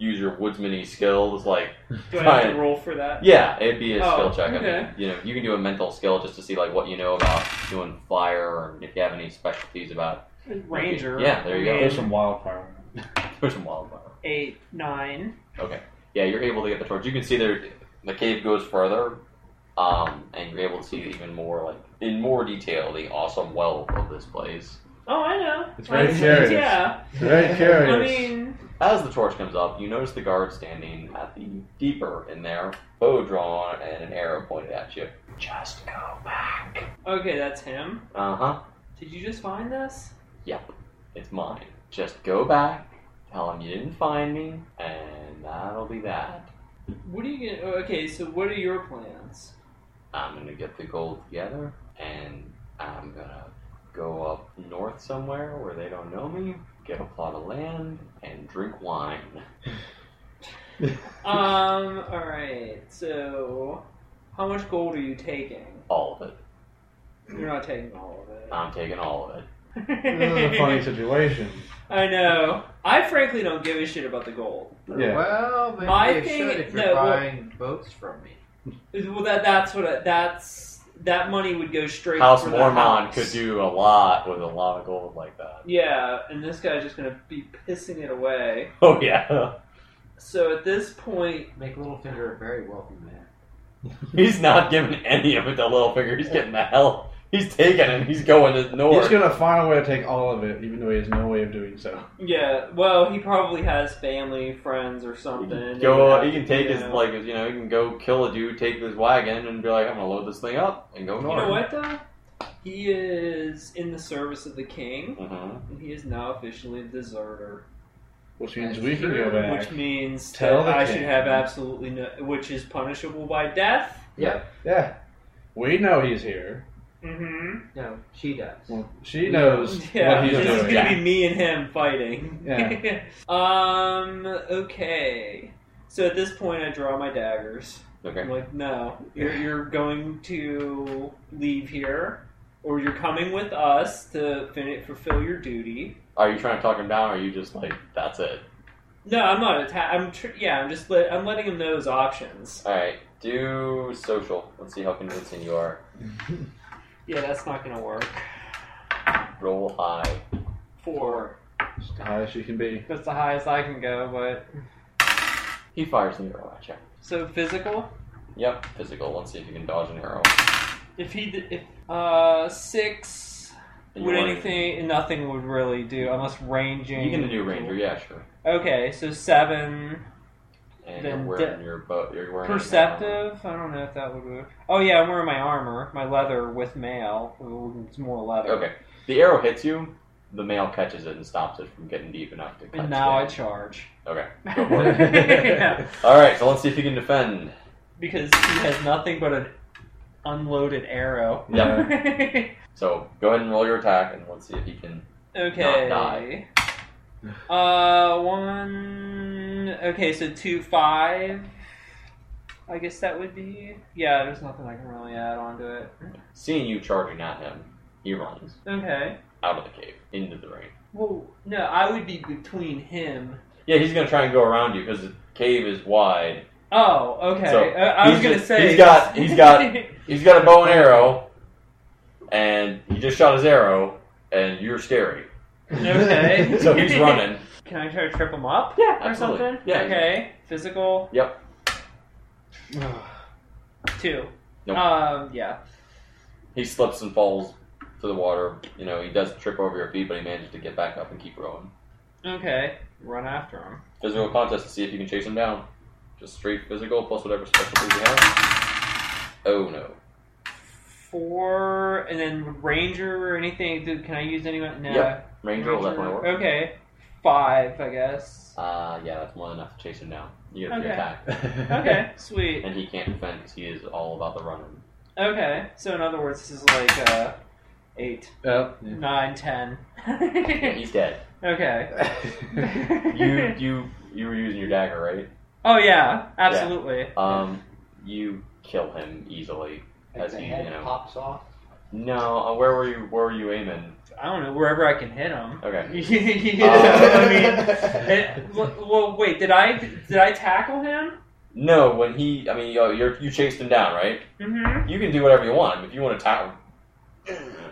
[SPEAKER 2] use your woodsman skill. It's like
[SPEAKER 1] Do I have
[SPEAKER 2] Fine.
[SPEAKER 1] to roll for that?
[SPEAKER 2] yeah, it'd be a
[SPEAKER 1] Oh,
[SPEAKER 2] skill check. I
[SPEAKER 1] okay.
[SPEAKER 2] mean, you know, you can do a mental skill just to see like what you know about doing fire or if you have any specialties about
[SPEAKER 1] Ranger.
[SPEAKER 2] Yeah, there you go.
[SPEAKER 3] There's some wildfire.
[SPEAKER 2] <laughs> there's some wildfire.
[SPEAKER 1] Eight, nine.
[SPEAKER 2] yeah, you're able to get the torch. You can see there, the cave goes further, um, and you're able to see even more, like in more detail, the awesome wealth of this place.
[SPEAKER 1] Oh, I know.
[SPEAKER 3] It's very
[SPEAKER 1] I-
[SPEAKER 3] serious.
[SPEAKER 1] Yeah.
[SPEAKER 3] Very curious.
[SPEAKER 1] I
[SPEAKER 3] <laughs>
[SPEAKER 1] mean,
[SPEAKER 2] As the torch comes up, you notice the guard standing at the deeper in there, bow drawn and an arrow pointed at you. Just go back.
[SPEAKER 1] okay, that's him.
[SPEAKER 2] Uh huh.
[SPEAKER 1] Did you just find this?
[SPEAKER 2] Yep, it's mine. Just go back. Tell him you didn't find me, and that'll be that.
[SPEAKER 1] What are you gonna? oh, Okay, so what are your plans?
[SPEAKER 2] I'm gonna get the gold together, and I'm gonna go up north somewhere where they don't know me, get a plot of land, and drink wine.
[SPEAKER 1] Um. All right. So, how much gold are you taking?
[SPEAKER 2] All of it.
[SPEAKER 1] You're not taking all of it.
[SPEAKER 2] I'm taking all of it.
[SPEAKER 1] <laughs>
[SPEAKER 3] Uh, funny situation.
[SPEAKER 1] I know. I frankly don't give a shit about the gold.
[SPEAKER 3] Yeah.
[SPEAKER 5] Well, maybe
[SPEAKER 1] My
[SPEAKER 5] you
[SPEAKER 1] thing-
[SPEAKER 5] should if you're
[SPEAKER 1] no, well-
[SPEAKER 5] buying boats from me.
[SPEAKER 1] Well, that that's what I, that's that money would go straight.
[SPEAKER 2] House
[SPEAKER 1] for the
[SPEAKER 2] Mormon
[SPEAKER 1] house.
[SPEAKER 2] could do a lot with a lot of gold like that. <laughs>
[SPEAKER 1] Yeah, and this guy's just gonna be pissing it away.
[SPEAKER 2] Oh yeah,
[SPEAKER 1] So at this point,
[SPEAKER 5] Make Littlefinger a very wealthy man.
[SPEAKER 2] he's not giving any of it to Littlefinger. He's getting the hell. He's taking it. He's going to north.
[SPEAKER 3] He's gonna find a way to take all of it, even though he has no way of doing so.
[SPEAKER 1] yeah, well, he probably has family, friends, or
[SPEAKER 2] He
[SPEAKER 1] something.
[SPEAKER 2] can go.
[SPEAKER 1] and-
[SPEAKER 2] He can take his
[SPEAKER 1] yeah.
[SPEAKER 2] like his, you know. He can go kill a dude, take his wagon, and be like, "I'm gonna load this thing up and go
[SPEAKER 1] You
[SPEAKER 2] north."
[SPEAKER 1] know what though? He is in the service of the king,
[SPEAKER 2] Mhm.
[SPEAKER 1] and he is now officially a deserter,
[SPEAKER 3] Which means
[SPEAKER 5] That's
[SPEAKER 3] we can go
[SPEAKER 5] true.
[SPEAKER 3] back.
[SPEAKER 1] which means
[SPEAKER 3] Tell
[SPEAKER 1] that
[SPEAKER 3] the
[SPEAKER 1] I
[SPEAKER 3] king.
[SPEAKER 1] should have absolutely no, which is punishable by death.
[SPEAKER 3] Yeah. We know he's here.
[SPEAKER 1] <laughs> Mm-hmm.
[SPEAKER 5] No, she does.
[SPEAKER 3] Well, she knows
[SPEAKER 1] Yeah,
[SPEAKER 3] what he's
[SPEAKER 1] this is
[SPEAKER 3] doing.
[SPEAKER 1] gonna
[SPEAKER 3] <laughs>
[SPEAKER 1] be me and him fighting.
[SPEAKER 3] Yeah.
[SPEAKER 1] <laughs> um. Okay. So at this point, I draw my daggers. I'm
[SPEAKER 2] Okay.
[SPEAKER 1] like, no, you're, you're going to leave here, or you're coming with us to fin- fulfill your duty.
[SPEAKER 2] Are you trying to talk him down, or are you just like, "That's it"?
[SPEAKER 1] No, I'm not atta- I'm tr- yeah, I'm just let- I'm letting him know his options.
[SPEAKER 2] All right. Do social. Let's see how convincing you are.
[SPEAKER 1] Yeah, that's not gonna work.
[SPEAKER 2] Roll high.
[SPEAKER 1] Four.
[SPEAKER 3] As high as she
[SPEAKER 1] <laughs>
[SPEAKER 3] can be.
[SPEAKER 1] That's the highest I can go, but
[SPEAKER 2] He fires an arrow at you.
[SPEAKER 1] so physical.
[SPEAKER 2] Yep. Physical. Let's see if you can dodge an arrow.
[SPEAKER 1] If he d- if uh six
[SPEAKER 2] And
[SPEAKER 1] would
[SPEAKER 2] you want-
[SPEAKER 1] anything nothing would really do unless ranging.
[SPEAKER 2] You can do ranger. Yeah, sure.
[SPEAKER 1] Okay, so seven.
[SPEAKER 2] And
[SPEAKER 1] Then
[SPEAKER 2] you're wearing your bow. You're wearing an armor.
[SPEAKER 1] Perceptive? I don't know if that would work. Oh yeah, I'm wearing my armor, my leather with mail. Ooh, It's more leather.
[SPEAKER 2] Okay. The arrow hits you. The male catches it and stops it from getting deep enough to. cut
[SPEAKER 1] And now I
[SPEAKER 2] its
[SPEAKER 1] charge. <laughs>
[SPEAKER 2] Okay. Go for it.
[SPEAKER 1] Yeah,
[SPEAKER 2] All right. So let's see if you can defend.
[SPEAKER 1] because he has nothing but an unloaded
[SPEAKER 2] <laughs>
[SPEAKER 1] arrow.
[SPEAKER 2] Yep.
[SPEAKER 1] okay.
[SPEAKER 2] So go ahead and roll your attack, and let's see if you can. die.
[SPEAKER 1] Uh, one. Okay, so two five. I guess that would be. Yeah, there's nothing I can really add on to it.
[SPEAKER 2] Seeing you charging at him, he runs
[SPEAKER 1] Okay.
[SPEAKER 2] out of the cave into the rain.
[SPEAKER 1] Well, no, I would be between him.
[SPEAKER 2] Yeah, he's gonna try and go around you because the cave is wide.
[SPEAKER 1] Oh, okay.
[SPEAKER 2] So,
[SPEAKER 1] I, I was
[SPEAKER 2] he's
[SPEAKER 1] gonna
[SPEAKER 2] just-
[SPEAKER 1] say
[SPEAKER 2] he's got- he's got- He's got a bow and arrow, and he just shot his arrow, and you're scary.
[SPEAKER 3] <laughs>
[SPEAKER 1] okay.
[SPEAKER 2] So
[SPEAKER 1] <laughs>
[SPEAKER 2] he's running.
[SPEAKER 1] <laughs> Can I try to trip him up?
[SPEAKER 2] Yeah,
[SPEAKER 1] or something?
[SPEAKER 2] Yeah.
[SPEAKER 1] Okay. Physical.
[SPEAKER 2] Yep.
[SPEAKER 1] <sighs> Two.
[SPEAKER 2] Nope.
[SPEAKER 1] Um. Yeah.
[SPEAKER 2] He slips and falls to the water. You know, he does trip over your feet, but he manages to get back up and keep rowing.
[SPEAKER 1] Okay. Run after him.
[SPEAKER 2] Physical contest to see if you can chase him down. Just straight physical plus whatever specialties you have. Oh no.
[SPEAKER 1] Four, and then ranger or anything. Dude, can I use anyone? No.
[SPEAKER 2] Yep. Ranger will definitely work.
[SPEAKER 1] Okay. Five, I guess.
[SPEAKER 2] Uh, yeah, that's more than enough to chase him down. You get a free
[SPEAKER 1] Okay.
[SPEAKER 2] attack. <laughs>
[SPEAKER 3] <laughs>
[SPEAKER 1] Okay. sweet.
[SPEAKER 2] And he can't defend because he is all about the
[SPEAKER 1] <laughs>
[SPEAKER 2] running.
[SPEAKER 1] Okay. So in other words, this is like uh, eight,
[SPEAKER 3] Oh,
[SPEAKER 1] nine, ten. <laughs>
[SPEAKER 2] Yeah, he's dead.
[SPEAKER 1] okay.
[SPEAKER 3] yeah.
[SPEAKER 2] You you you were using your dagger, right?
[SPEAKER 1] <laughs> oh yeah, absolutely.
[SPEAKER 2] Um, you kill him easily. As
[SPEAKER 5] the
[SPEAKER 2] you-
[SPEAKER 5] head
[SPEAKER 2] you know.
[SPEAKER 5] pops off.
[SPEAKER 2] No, uh, where were you? Where were you aiming?
[SPEAKER 1] I don't know wherever I can hit him.
[SPEAKER 2] Okay.
[SPEAKER 1] <laughs> you know, <laughs>
[SPEAKER 2] Um,
[SPEAKER 1] I mean, it, well, well, wait, did I did I tackle him?
[SPEAKER 2] No, when he, I mean, you you're, you chased him down, right?
[SPEAKER 1] Mm-hmm.
[SPEAKER 2] You can do whatever you want. If you want to tackle,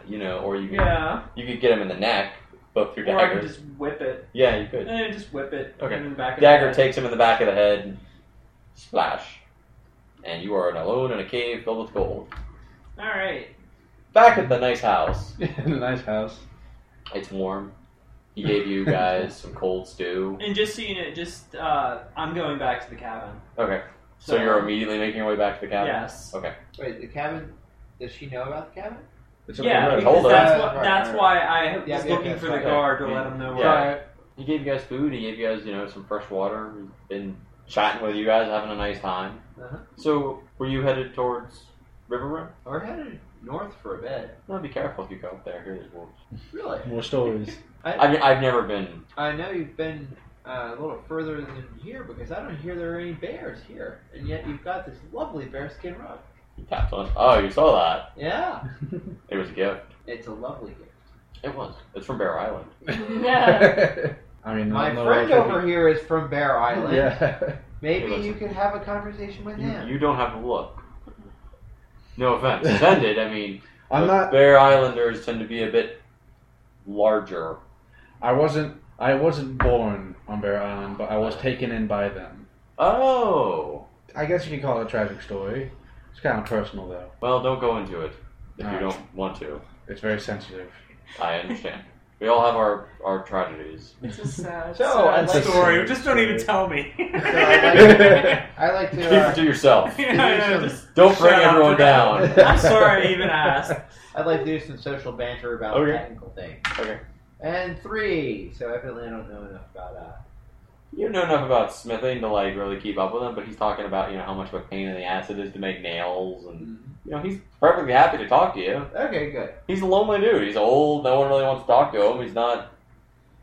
[SPEAKER 2] you know, or you can,
[SPEAKER 1] Yeah,
[SPEAKER 2] you could get him in the neck, both your
[SPEAKER 1] or I
[SPEAKER 2] daggers.
[SPEAKER 1] can just whip it.
[SPEAKER 2] Yeah, you could.
[SPEAKER 1] Eh, just whip it.
[SPEAKER 2] Okay.
[SPEAKER 1] In the back of
[SPEAKER 2] Dagger
[SPEAKER 1] the head.
[SPEAKER 2] takes him in the back of the head, splash, and you are alone in a cave filled with gold.
[SPEAKER 1] All right.
[SPEAKER 2] Back at the nice house,
[SPEAKER 3] <laughs> in a nice house.
[SPEAKER 2] it's warm. He gave you <laughs> guys some cold stew.
[SPEAKER 1] And just so you know, just uh, I'm going back to the cabin.
[SPEAKER 2] Okay, so you're immediately making your way back to the cabin.
[SPEAKER 1] Yes.
[SPEAKER 5] Wait, the cabin. Does she know about the cabin?
[SPEAKER 3] It's up
[SPEAKER 1] Yeah,
[SPEAKER 3] the
[SPEAKER 2] road.
[SPEAKER 1] because
[SPEAKER 3] road.
[SPEAKER 2] Hold on.
[SPEAKER 1] that's,
[SPEAKER 5] Uh,
[SPEAKER 1] what,
[SPEAKER 5] right,
[SPEAKER 1] that's
[SPEAKER 5] right.
[SPEAKER 1] why I was
[SPEAKER 5] Yeah, yeah,
[SPEAKER 1] looking
[SPEAKER 5] that's
[SPEAKER 1] for the
[SPEAKER 5] right.
[SPEAKER 1] guard to
[SPEAKER 2] Yeah.
[SPEAKER 1] let them know where.
[SPEAKER 2] Yeah.
[SPEAKER 3] Alright.
[SPEAKER 2] He gave you guys food. He gave you guys, you know, some fresh water. He's been chatting with you guys, having a nice time.
[SPEAKER 5] Uh-huh.
[SPEAKER 2] So, were you headed towards River Run?
[SPEAKER 5] We're headed north for a bit.
[SPEAKER 2] No, be careful if you go up there. Here, there's wolves.
[SPEAKER 5] Really?
[SPEAKER 1] <laughs>
[SPEAKER 3] More stories. <laughs>
[SPEAKER 2] I mean, I've never been.
[SPEAKER 5] I know you've been uh, a little further than here because I don't hear there are any bears here, and yet you've got this lovely bearskin rug.
[SPEAKER 2] He tapped on. Oh, you saw that?
[SPEAKER 5] Yeah,
[SPEAKER 2] It was a gift.
[SPEAKER 5] it's a lovely gift.
[SPEAKER 2] It was. It's from Bear Island.
[SPEAKER 4] Yeah.
[SPEAKER 3] I mean,
[SPEAKER 5] My
[SPEAKER 3] I don't know
[SPEAKER 5] friend
[SPEAKER 3] if I could-
[SPEAKER 5] over here is from Bear Island.
[SPEAKER 3] Yeah. <laughs>
[SPEAKER 5] Maybe
[SPEAKER 2] Hey,
[SPEAKER 5] you
[SPEAKER 2] listen.
[SPEAKER 5] could have a conversation with
[SPEAKER 2] You,
[SPEAKER 5] him.
[SPEAKER 2] you don't have to look. No offense intended. I mean,
[SPEAKER 3] I'm not.
[SPEAKER 2] Bear Islanders tend to be a bit larger.
[SPEAKER 3] I wasn't. I wasn't born on Bear Island, but I was taken in by them.
[SPEAKER 2] Oh.
[SPEAKER 3] I guess you can call it a tragic story. It's kind of personal, though.
[SPEAKER 2] Well, don't go into it if you
[SPEAKER 3] Alright.
[SPEAKER 2] don't want to.
[SPEAKER 3] It's very sensitive.
[SPEAKER 2] I understand. we all have our, our
[SPEAKER 3] <laughs>
[SPEAKER 2] tragedies.
[SPEAKER 1] It's a sad,
[SPEAKER 5] So,
[SPEAKER 1] sad
[SPEAKER 5] I'd like-
[SPEAKER 1] story. Just don't
[SPEAKER 2] <laughs>
[SPEAKER 1] even tell me. <laughs>
[SPEAKER 5] I'd I like
[SPEAKER 2] Keep <laughs>
[SPEAKER 5] to.
[SPEAKER 2] it
[SPEAKER 5] Uh,
[SPEAKER 2] to yourself.
[SPEAKER 1] Yeah, I know, just-
[SPEAKER 2] Don't bring
[SPEAKER 1] Shout out
[SPEAKER 2] everyone
[SPEAKER 1] to that.
[SPEAKER 2] down.
[SPEAKER 1] I'm sorry I even
[SPEAKER 2] <laughs>
[SPEAKER 1] asked.
[SPEAKER 5] I'd like to do some social banter about
[SPEAKER 2] Okay.
[SPEAKER 5] technical things.
[SPEAKER 2] Okay.
[SPEAKER 5] And three. So evidently, I don't know enough about. Uh,
[SPEAKER 2] You know enough about smithing to like really keep up with him, but he's talking about you know how much of a pain in the ass it is to make nails, and
[SPEAKER 5] Mm-hmm.
[SPEAKER 2] you know he's perfectly happy to talk to you.
[SPEAKER 5] Okay, good.
[SPEAKER 2] He's a lonely dude. He's old. No one really wants to talk to him. He's not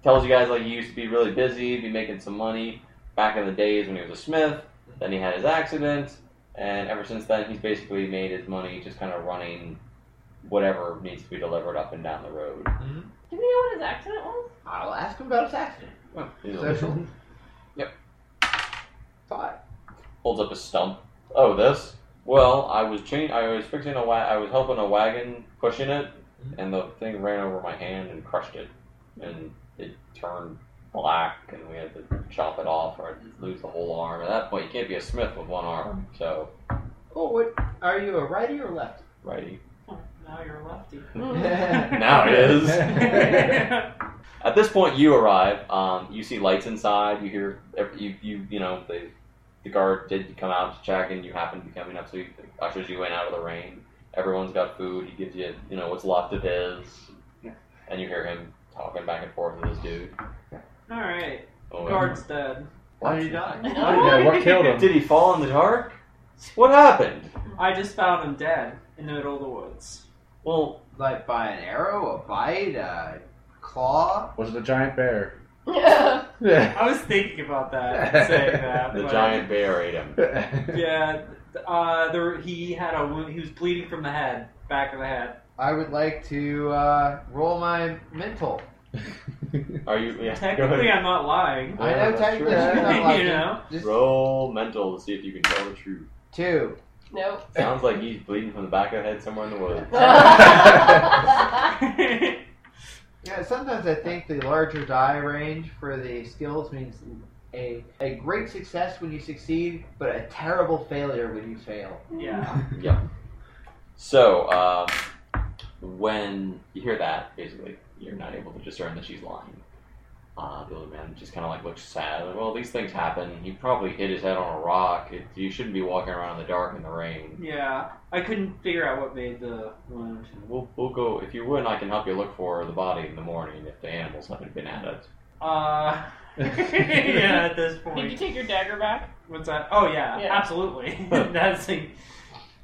[SPEAKER 2] tells you guys like he used to be really busy, be making some money back in the days when he was a smith. Then he had his accident, and ever since then he's basically made his money just kind of running whatever needs to be delivered up and down the road.
[SPEAKER 5] Mm-hmm.
[SPEAKER 4] Do we know what his accident was?
[SPEAKER 5] I'll ask him about his accident.
[SPEAKER 2] He's a-
[SPEAKER 5] Social.
[SPEAKER 2] Yep.
[SPEAKER 5] Five.
[SPEAKER 2] holds up a stump. Oh, this? Well, I was chain. I was fixing a. Wa- I was helping a wagon pushing it, and the thing ran over my hand and crushed it, and it turned black, and we had to chop it off or I'd lose the whole arm. At that point, you can't be a smith with one arm. So,
[SPEAKER 5] Oh, what? Are you a righty or lefty?
[SPEAKER 2] righty.
[SPEAKER 1] Now you're a
[SPEAKER 5] <laughs>
[SPEAKER 1] lefty.
[SPEAKER 2] Now it
[SPEAKER 1] <laughs>
[SPEAKER 2] is.
[SPEAKER 1] yeah.
[SPEAKER 2] At this point, you arrive. Um, you see lights inside. You hear ev- you you you know the the guard did come out to check, and you happen to be coming up, so he ushers you in out of the rain. Everyone's got food. He gives you you know what's left of his,
[SPEAKER 5] Yeah.
[SPEAKER 2] and you hear him talking back and forth with this dude.
[SPEAKER 1] All right,
[SPEAKER 2] Oh,
[SPEAKER 1] guard's dead.
[SPEAKER 5] Why did you die?
[SPEAKER 3] yeah, what killed him?
[SPEAKER 2] Did he fall in the dark? What happened?
[SPEAKER 1] I just found him dead in the middle of the woods.
[SPEAKER 2] Well,
[SPEAKER 5] Like by an arrow, a bite, a claw?
[SPEAKER 3] Was it a giant bear?
[SPEAKER 4] Yeah.
[SPEAKER 3] <laughs> Yeah.
[SPEAKER 1] I was thinking about that, saying that.
[SPEAKER 2] <laughs> the
[SPEAKER 1] but-
[SPEAKER 2] giant bear ate him.
[SPEAKER 1] <laughs>
[SPEAKER 3] <laughs>
[SPEAKER 1] Yeah, th- uh, there, he had a wound. He was bleeding from the head, back of the head.
[SPEAKER 5] I would like to uh, roll my mental.
[SPEAKER 2] Are you? Yeah, go
[SPEAKER 1] Technically,
[SPEAKER 2] ahead.
[SPEAKER 1] I'm not lying. <laughs>
[SPEAKER 5] I
[SPEAKER 2] Yeah,
[SPEAKER 5] know
[SPEAKER 2] that's
[SPEAKER 5] technically
[SPEAKER 2] true.
[SPEAKER 5] she's not lucky.
[SPEAKER 1] you know,
[SPEAKER 5] Just
[SPEAKER 2] Roll mental to see if you can tell the truth.
[SPEAKER 5] two.
[SPEAKER 4] <laughs> No. <laughs>
[SPEAKER 2] Sounds like he's bleeding from the back of the head somewhere in the woods.
[SPEAKER 4] yeah.
[SPEAKER 5] Yeah, sometimes I think the larger die range for the skills means a a great success when you succeed, but a terrible failure when you fail.
[SPEAKER 1] yeah.
[SPEAKER 2] So, um, when you hear that, basically, you're not able to discern that she's lying. Uh, the other man just kind of like looks sad. Like, well, these things happen. He probably hit his head on a rock. It, you shouldn't be walking around in the dark in the rain.
[SPEAKER 1] Yeah, I couldn't figure out what made the wound.
[SPEAKER 2] We'll, we'll go. If you would, I can help you look for the body in the morning if the animals haven't been at it.
[SPEAKER 1] Uh, <laughs> yeah, at this
[SPEAKER 4] Did you
[SPEAKER 1] point,
[SPEAKER 4] take your dagger back?
[SPEAKER 1] what's that? Oh yeah,
[SPEAKER 4] Yeah.
[SPEAKER 1] absolutely. <laughs> That's like,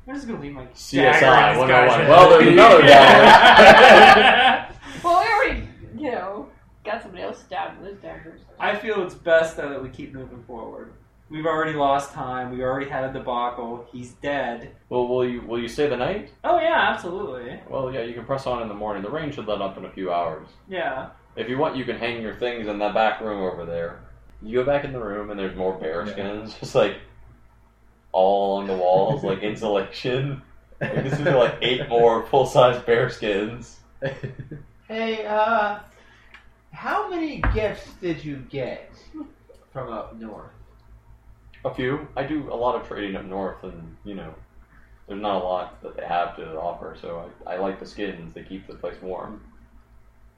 [SPEAKER 1] I'm just gonna leave my
[SPEAKER 2] CSI
[SPEAKER 1] dagger in this guy's
[SPEAKER 2] 101.
[SPEAKER 1] head.
[SPEAKER 2] Well,
[SPEAKER 1] <laughs>
[SPEAKER 2] there's another dagger.
[SPEAKER 4] Well, we already, you know, got somebody else stabbed with his daggers.
[SPEAKER 1] I feel it's best though that we keep moving forward. We've already lost time. We already had a debacle. He's dead.
[SPEAKER 2] Well, will you will you stay the night?
[SPEAKER 1] Oh yeah, absolutely.
[SPEAKER 2] Well, yeah, you can press on in the morning. The rain should let up in a few hours.
[SPEAKER 1] Yeah.
[SPEAKER 2] If you want, you can hang your things in that back room over there. You go back in the room, and there's more bear
[SPEAKER 3] Yeah.
[SPEAKER 2] skins, <laughs> just like all along the walls, <laughs> like insulation. You can see there are, like eight more full size bear skins.
[SPEAKER 5] Hey, uh, how many gifts did you get from up north?
[SPEAKER 2] A few. I do a lot of trading up north, and you know, there's not a lot that they have to offer. So I, I like the skins. They keep the place <laughs> warm.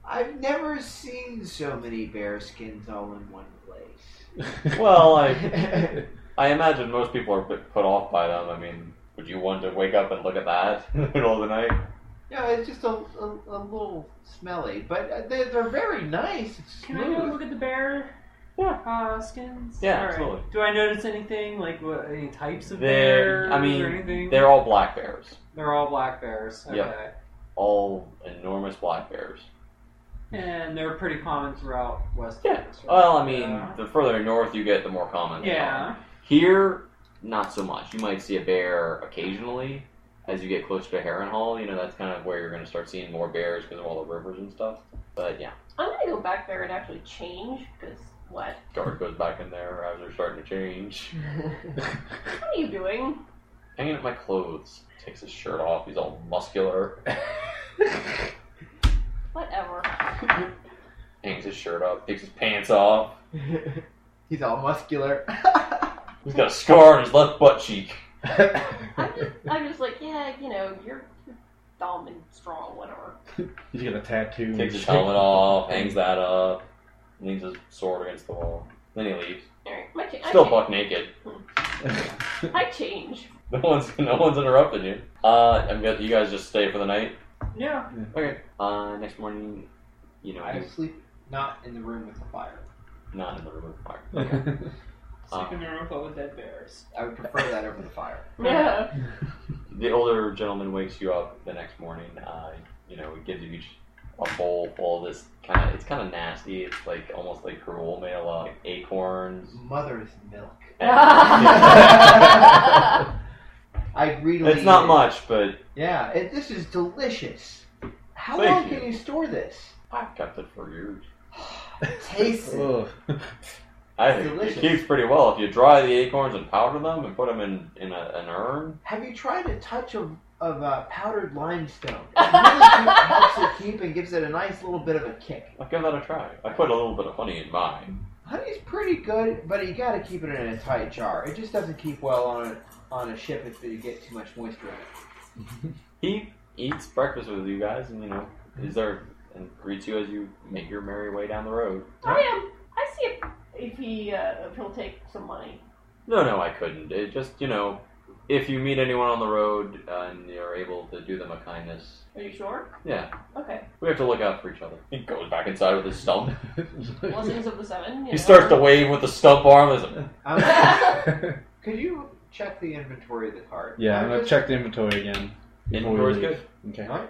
[SPEAKER 5] I've never seen so many bear skins all in one place.
[SPEAKER 2] Well,
[SPEAKER 5] <laughs>
[SPEAKER 2] like I imagine most people are put put off by them. I mean, would you want to wake up and look at that <laughs> in the middle of the night?
[SPEAKER 5] no, it's just a, a, a little smelly, but uh, they're, they're very nice. It's
[SPEAKER 1] Can I go
[SPEAKER 5] smooth.
[SPEAKER 1] look at the bear?
[SPEAKER 2] Yeah.
[SPEAKER 1] Uh, skins.
[SPEAKER 2] Yeah,
[SPEAKER 1] All right.
[SPEAKER 2] absolutely.
[SPEAKER 1] Do I notice anything like what, any types of
[SPEAKER 2] They're-
[SPEAKER 1] bears?
[SPEAKER 2] I mean,
[SPEAKER 1] or anything?
[SPEAKER 2] They're all black bears.
[SPEAKER 1] They're all black bears. Okay.
[SPEAKER 2] Yep. All enormous black bears.
[SPEAKER 1] And they're pretty common throughout West.
[SPEAKER 2] Yeah.
[SPEAKER 1] Texas, right?
[SPEAKER 2] Well, I mean,
[SPEAKER 1] Yeah.
[SPEAKER 2] the further north you get, the more common. they are.
[SPEAKER 1] Yeah.
[SPEAKER 2] Here, not so much. You might see a bear occasionally as you get closer to Heron Hall. You know, that's kind of where you're going to start seeing more bears because of all the rivers and stuff. But yeah,
[SPEAKER 4] I'm gonna go back there and actually change because what?
[SPEAKER 2] guard goes back in there as they're starting to change.
[SPEAKER 4] What are you doing?
[SPEAKER 2] Hanging up my clothes. Takes his shirt off. He's all muscular.
[SPEAKER 4] Whatever.
[SPEAKER 2] Hangs his shirt up. Takes his pants off.
[SPEAKER 5] He's all muscular.
[SPEAKER 2] He's got a scar on his left butt cheek.
[SPEAKER 4] I'm just, I'm just like, yeah, you know, you're, you're dumb and strong, whatever.
[SPEAKER 3] <laughs> He's got a tattoo.
[SPEAKER 2] Takes his helmet off, hangs that up, leans his sword against the wall. Then he leaves.
[SPEAKER 4] All right, my cha-
[SPEAKER 2] Still
[SPEAKER 4] I,
[SPEAKER 2] buck naked. <laughs>
[SPEAKER 4] change. I change.
[SPEAKER 2] No one's no one's interrupting you. Uh, I'm good. You guys just stay for the night.
[SPEAKER 1] Yeah.
[SPEAKER 2] Okay. Uh, next morning, you know,
[SPEAKER 5] I <laughs>
[SPEAKER 2] he's
[SPEAKER 5] sleep not in the room with the fire.
[SPEAKER 2] not in the room with the fire.
[SPEAKER 1] Sleep in the room full of dead bears.
[SPEAKER 5] I would prefer that over the fire.
[SPEAKER 4] <laughs> Yeah.
[SPEAKER 2] The older gentleman wakes you up the next morning. Uh, you know, he gives you each a bowl full of this kind of. It's kind of nasty. It's like almost like gruel made out of uh, acorns. <laughs>
[SPEAKER 5] Mother's milk.
[SPEAKER 2] And-
[SPEAKER 5] I
[SPEAKER 2] <laughs>
[SPEAKER 5] greedily.
[SPEAKER 2] it's not
[SPEAKER 5] eat it.
[SPEAKER 2] much, but
[SPEAKER 5] Yeah, it, this is delicious. How
[SPEAKER 2] Thank
[SPEAKER 5] long
[SPEAKER 2] you.
[SPEAKER 5] can you store <laughs> this?
[SPEAKER 2] I've kept it for years.
[SPEAKER 5] Taste it.
[SPEAKER 3] Ugh.
[SPEAKER 2] I
[SPEAKER 5] It's
[SPEAKER 2] think it
[SPEAKER 5] delicious.
[SPEAKER 2] keeps pretty well. If you dry the acorns and powder them and put them in, in a, an urn,
[SPEAKER 5] Have you tried a touch of, of uh, powdered limestone? It really <laughs> keep, helps it keep and gives it a nice little bit of a kick.
[SPEAKER 2] I'll give that a try. I put a little bit of honey in mine.
[SPEAKER 5] Honey's pretty good, but you gotta keep it in a tight jar. It just doesn't keep well on a, on a ship if you get too much moisture. in it.
[SPEAKER 2] He eats breakfast with you guys and, you know, is there and greets you as you make your merry way down the road.
[SPEAKER 4] I am. I see if, if he uh, if he'll take some money.
[SPEAKER 2] No, no, I couldn't. It just, you know, if you meet anyone on the road uh, and you're able to do them a kindness,
[SPEAKER 4] Are you sure?
[SPEAKER 2] yeah,
[SPEAKER 4] Okay.
[SPEAKER 2] we have to look out for each other. He goes back inside with his stump.
[SPEAKER 4] Blessings of the seven. You
[SPEAKER 2] He
[SPEAKER 4] know.
[SPEAKER 2] starts to wave with the stump arm. There's a
[SPEAKER 5] Um,
[SPEAKER 3] <laughs>
[SPEAKER 5] could you check the inventory of the cart?
[SPEAKER 3] <laughs> yeah, I'm gonna
[SPEAKER 5] just-
[SPEAKER 3] check the inventory again. before we
[SPEAKER 2] Inventory's
[SPEAKER 3] leave.
[SPEAKER 2] good.
[SPEAKER 3] Okay.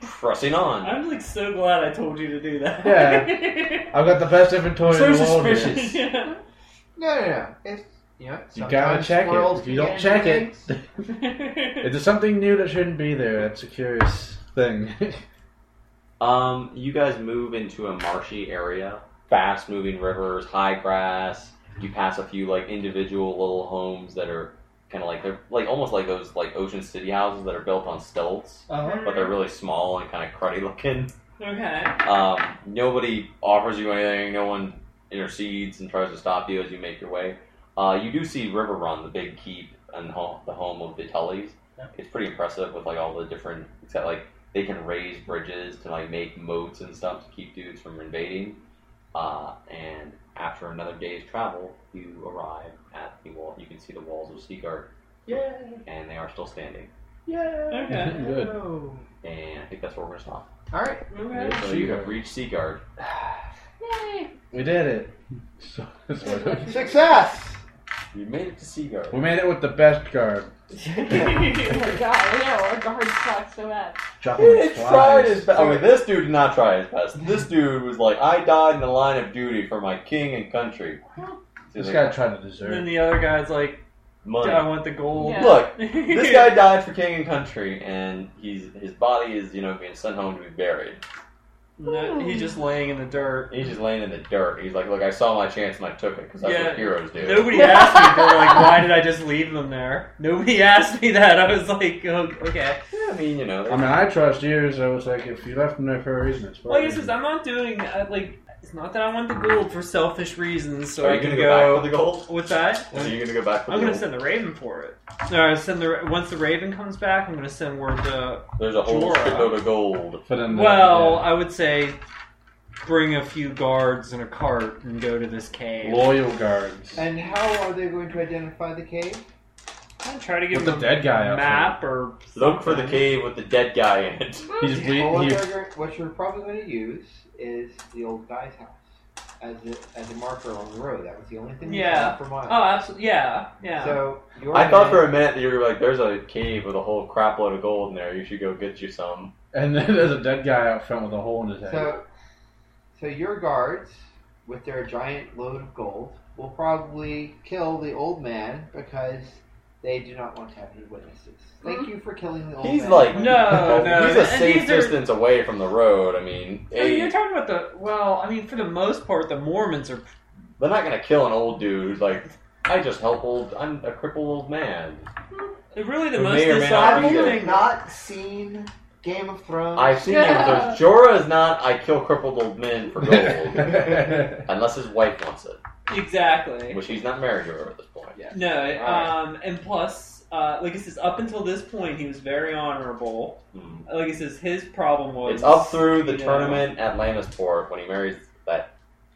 [SPEAKER 2] Pressing on.
[SPEAKER 1] I'm like so glad I told you to do that. <laughs>
[SPEAKER 3] Yeah. I've got the best inventory
[SPEAKER 1] so
[SPEAKER 3] in the world. here.
[SPEAKER 1] suspicious. Yeah.
[SPEAKER 5] No, no, no. It's you know.
[SPEAKER 3] You gotta
[SPEAKER 5] sometimes
[SPEAKER 3] check it.
[SPEAKER 5] squirrels
[SPEAKER 3] If you
[SPEAKER 5] can
[SPEAKER 3] don't
[SPEAKER 5] get into
[SPEAKER 3] check it,
[SPEAKER 5] things.
[SPEAKER 3] if there's something new that shouldn't be there, that's a curious thing. <laughs>
[SPEAKER 2] Um, you guys move into a marshy area, fast moving rivers, high grass. You pass a few like individual little homes that are kind of like they're like almost like those like Ocean City houses that are built on stilts,
[SPEAKER 5] Uh-huh.
[SPEAKER 3] <laughs>
[SPEAKER 2] but they're really small and kind of cruddy looking.
[SPEAKER 1] okay.
[SPEAKER 2] Um, nobody offers you anything. No one intercedes and tries to stop you as you make your way. Uh, you do see River Run, the big keep and home, the home of the Tullys.
[SPEAKER 5] Yeah.
[SPEAKER 2] It's pretty impressive with like all the different. Except like they can raise bridges to like make moats and stuff to keep dudes from invading. Uh, and after another day's travel, you arrive at the wall. You can see the walls of Seaguard,
[SPEAKER 5] Yeah.
[SPEAKER 2] and they are still standing.
[SPEAKER 5] Yeah.
[SPEAKER 1] Okay.
[SPEAKER 3] <laughs> Good.
[SPEAKER 2] And I think that's where we're gonna stop.
[SPEAKER 5] All right.
[SPEAKER 1] Okay.
[SPEAKER 2] So you have
[SPEAKER 3] Seaguard.
[SPEAKER 2] reached Seaguard.
[SPEAKER 4] Yay!
[SPEAKER 3] we did it. So, <laughs> so-
[SPEAKER 5] Success.
[SPEAKER 2] You made it to Seaguard.
[SPEAKER 3] we made it with the best card.
[SPEAKER 4] Oh my god! I know our guard sucks so bad.
[SPEAKER 3] Dropping
[SPEAKER 2] He
[SPEAKER 3] it
[SPEAKER 2] tried his best. I
[SPEAKER 3] twice.
[SPEAKER 2] mean, this dude did not try his best. This dude was like, I died in the line of duty for my king and country. to
[SPEAKER 3] This
[SPEAKER 2] the-
[SPEAKER 3] guy tried to
[SPEAKER 1] <laughs> And then
[SPEAKER 3] desert.
[SPEAKER 1] the other guy's like,
[SPEAKER 2] money.
[SPEAKER 1] I want the gold. <laughs>
[SPEAKER 4] Yeah.
[SPEAKER 2] Look, this guy died for king and country, and he's his body is you know being sent home to be buried.
[SPEAKER 1] No, he's just laying in the dirt.
[SPEAKER 2] He's just laying in the dirt. He's like, look, I saw my chance and I took it because that's
[SPEAKER 1] Yeah.
[SPEAKER 2] what heroes do.
[SPEAKER 1] Nobody asked me. They're like, why did I just leave them there? Nobody <laughs> asked me that. I was like, oh, okay.
[SPEAKER 2] Yeah, I mean, you know,
[SPEAKER 3] I mean, I trust you, so it's like if you left him there for a reason, it's
[SPEAKER 1] Like
[SPEAKER 3] fine.
[SPEAKER 1] I said, I'm not doing uh, like it's not that I want the gold for selfish reasons, so
[SPEAKER 2] are
[SPEAKER 1] I
[SPEAKER 2] you
[SPEAKER 1] can
[SPEAKER 2] gonna
[SPEAKER 1] go.
[SPEAKER 2] go, back for the gold?
[SPEAKER 1] What's that?
[SPEAKER 2] Are you gonna go back for the
[SPEAKER 1] I'm gonna
[SPEAKER 2] gold?
[SPEAKER 1] send the Raven for it. No, I send the Ra- once the Raven comes back, I'm gonna send word to.
[SPEAKER 2] There's a
[SPEAKER 1] Jorah.
[SPEAKER 2] whole shitload of gold.
[SPEAKER 3] For them to-
[SPEAKER 1] Well, I would say bring a few guards and a cart and go to this
[SPEAKER 3] yeah.
[SPEAKER 1] cave.
[SPEAKER 3] loyal guards.
[SPEAKER 5] And how are they going to identify the cave?
[SPEAKER 1] I'm trying to give
[SPEAKER 3] With the
[SPEAKER 1] them
[SPEAKER 3] dead guy
[SPEAKER 1] a
[SPEAKER 3] out
[SPEAKER 1] map or
[SPEAKER 2] Look for the
[SPEAKER 1] something.
[SPEAKER 2] cave with the dead guy in it.
[SPEAKER 3] there.
[SPEAKER 5] <laughs>
[SPEAKER 3] He's
[SPEAKER 5] Well,
[SPEAKER 3] bleeding.
[SPEAKER 5] what,
[SPEAKER 3] He,
[SPEAKER 5] they're go- what you're probably going to use is the old guy's house as a, as a marker along the road. That was the only thing you
[SPEAKER 1] Yeah.
[SPEAKER 5] found for mine.
[SPEAKER 1] Oh, absolutely. Yeah, yeah.
[SPEAKER 5] So you're
[SPEAKER 2] I thought for
[SPEAKER 5] gonna-
[SPEAKER 2] a minute that you were like, "There's a cave with a whole crap load of gold in there. You should go get you some."
[SPEAKER 3] and then there's a dead guy out front with a hole in his head.
[SPEAKER 5] so so your guards with their giant load of gold will probably kill the old man because they do not want to have any witnesses. Thank you for killing the
[SPEAKER 2] <laughs>
[SPEAKER 5] old
[SPEAKER 2] He's
[SPEAKER 5] Oh, man.
[SPEAKER 2] like,
[SPEAKER 1] Hmm? No, no,
[SPEAKER 2] he's a
[SPEAKER 1] and
[SPEAKER 2] safe
[SPEAKER 1] these are-
[SPEAKER 2] distance away from the road. I mean,
[SPEAKER 1] I mean,
[SPEAKER 2] hey,
[SPEAKER 1] you're talking about the well. I mean, for the most part, the Mormons are.
[SPEAKER 2] they're not gonna kill an old dude who's like, "I just help old, I'm a crippled old man."
[SPEAKER 1] Really, the
[SPEAKER 2] Who
[SPEAKER 1] most
[SPEAKER 2] may or may not
[SPEAKER 5] Have
[SPEAKER 2] be
[SPEAKER 1] dishonorable
[SPEAKER 5] you
[SPEAKER 2] there.
[SPEAKER 1] thing.
[SPEAKER 5] not seen Game of Thrones?
[SPEAKER 2] I've seen
[SPEAKER 4] Yeah.
[SPEAKER 2] him. There's Jorah is not. I kill crippled old men for gold,
[SPEAKER 3] <laughs> Gold.
[SPEAKER 2] unless his wife wants it,
[SPEAKER 1] Exactly.
[SPEAKER 2] which he's not married to her at this point.
[SPEAKER 1] No,
[SPEAKER 2] Alright.
[SPEAKER 1] um, and plus, uh, like I says, up until this point, he was very honorable.
[SPEAKER 2] Hmm.
[SPEAKER 1] Like I says, his problem was
[SPEAKER 2] It's up through the
[SPEAKER 1] you know,
[SPEAKER 2] tournament at Lannisport when he marries that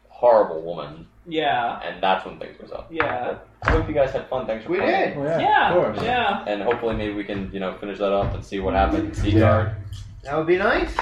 [SPEAKER 2] horrible woman,
[SPEAKER 1] Yeah,
[SPEAKER 2] and that's when things goes up.
[SPEAKER 1] yeah,
[SPEAKER 2] I hope you guys had fun. Thanks for
[SPEAKER 5] We
[SPEAKER 2] playing.
[SPEAKER 5] did.
[SPEAKER 1] yeah,
[SPEAKER 3] Well, yeah, of
[SPEAKER 1] yeah.
[SPEAKER 3] course.
[SPEAKER 2] and hopefully maybe we can you know finish that up and see what happens. See guard.
[SPEAKER 5] That would be nice.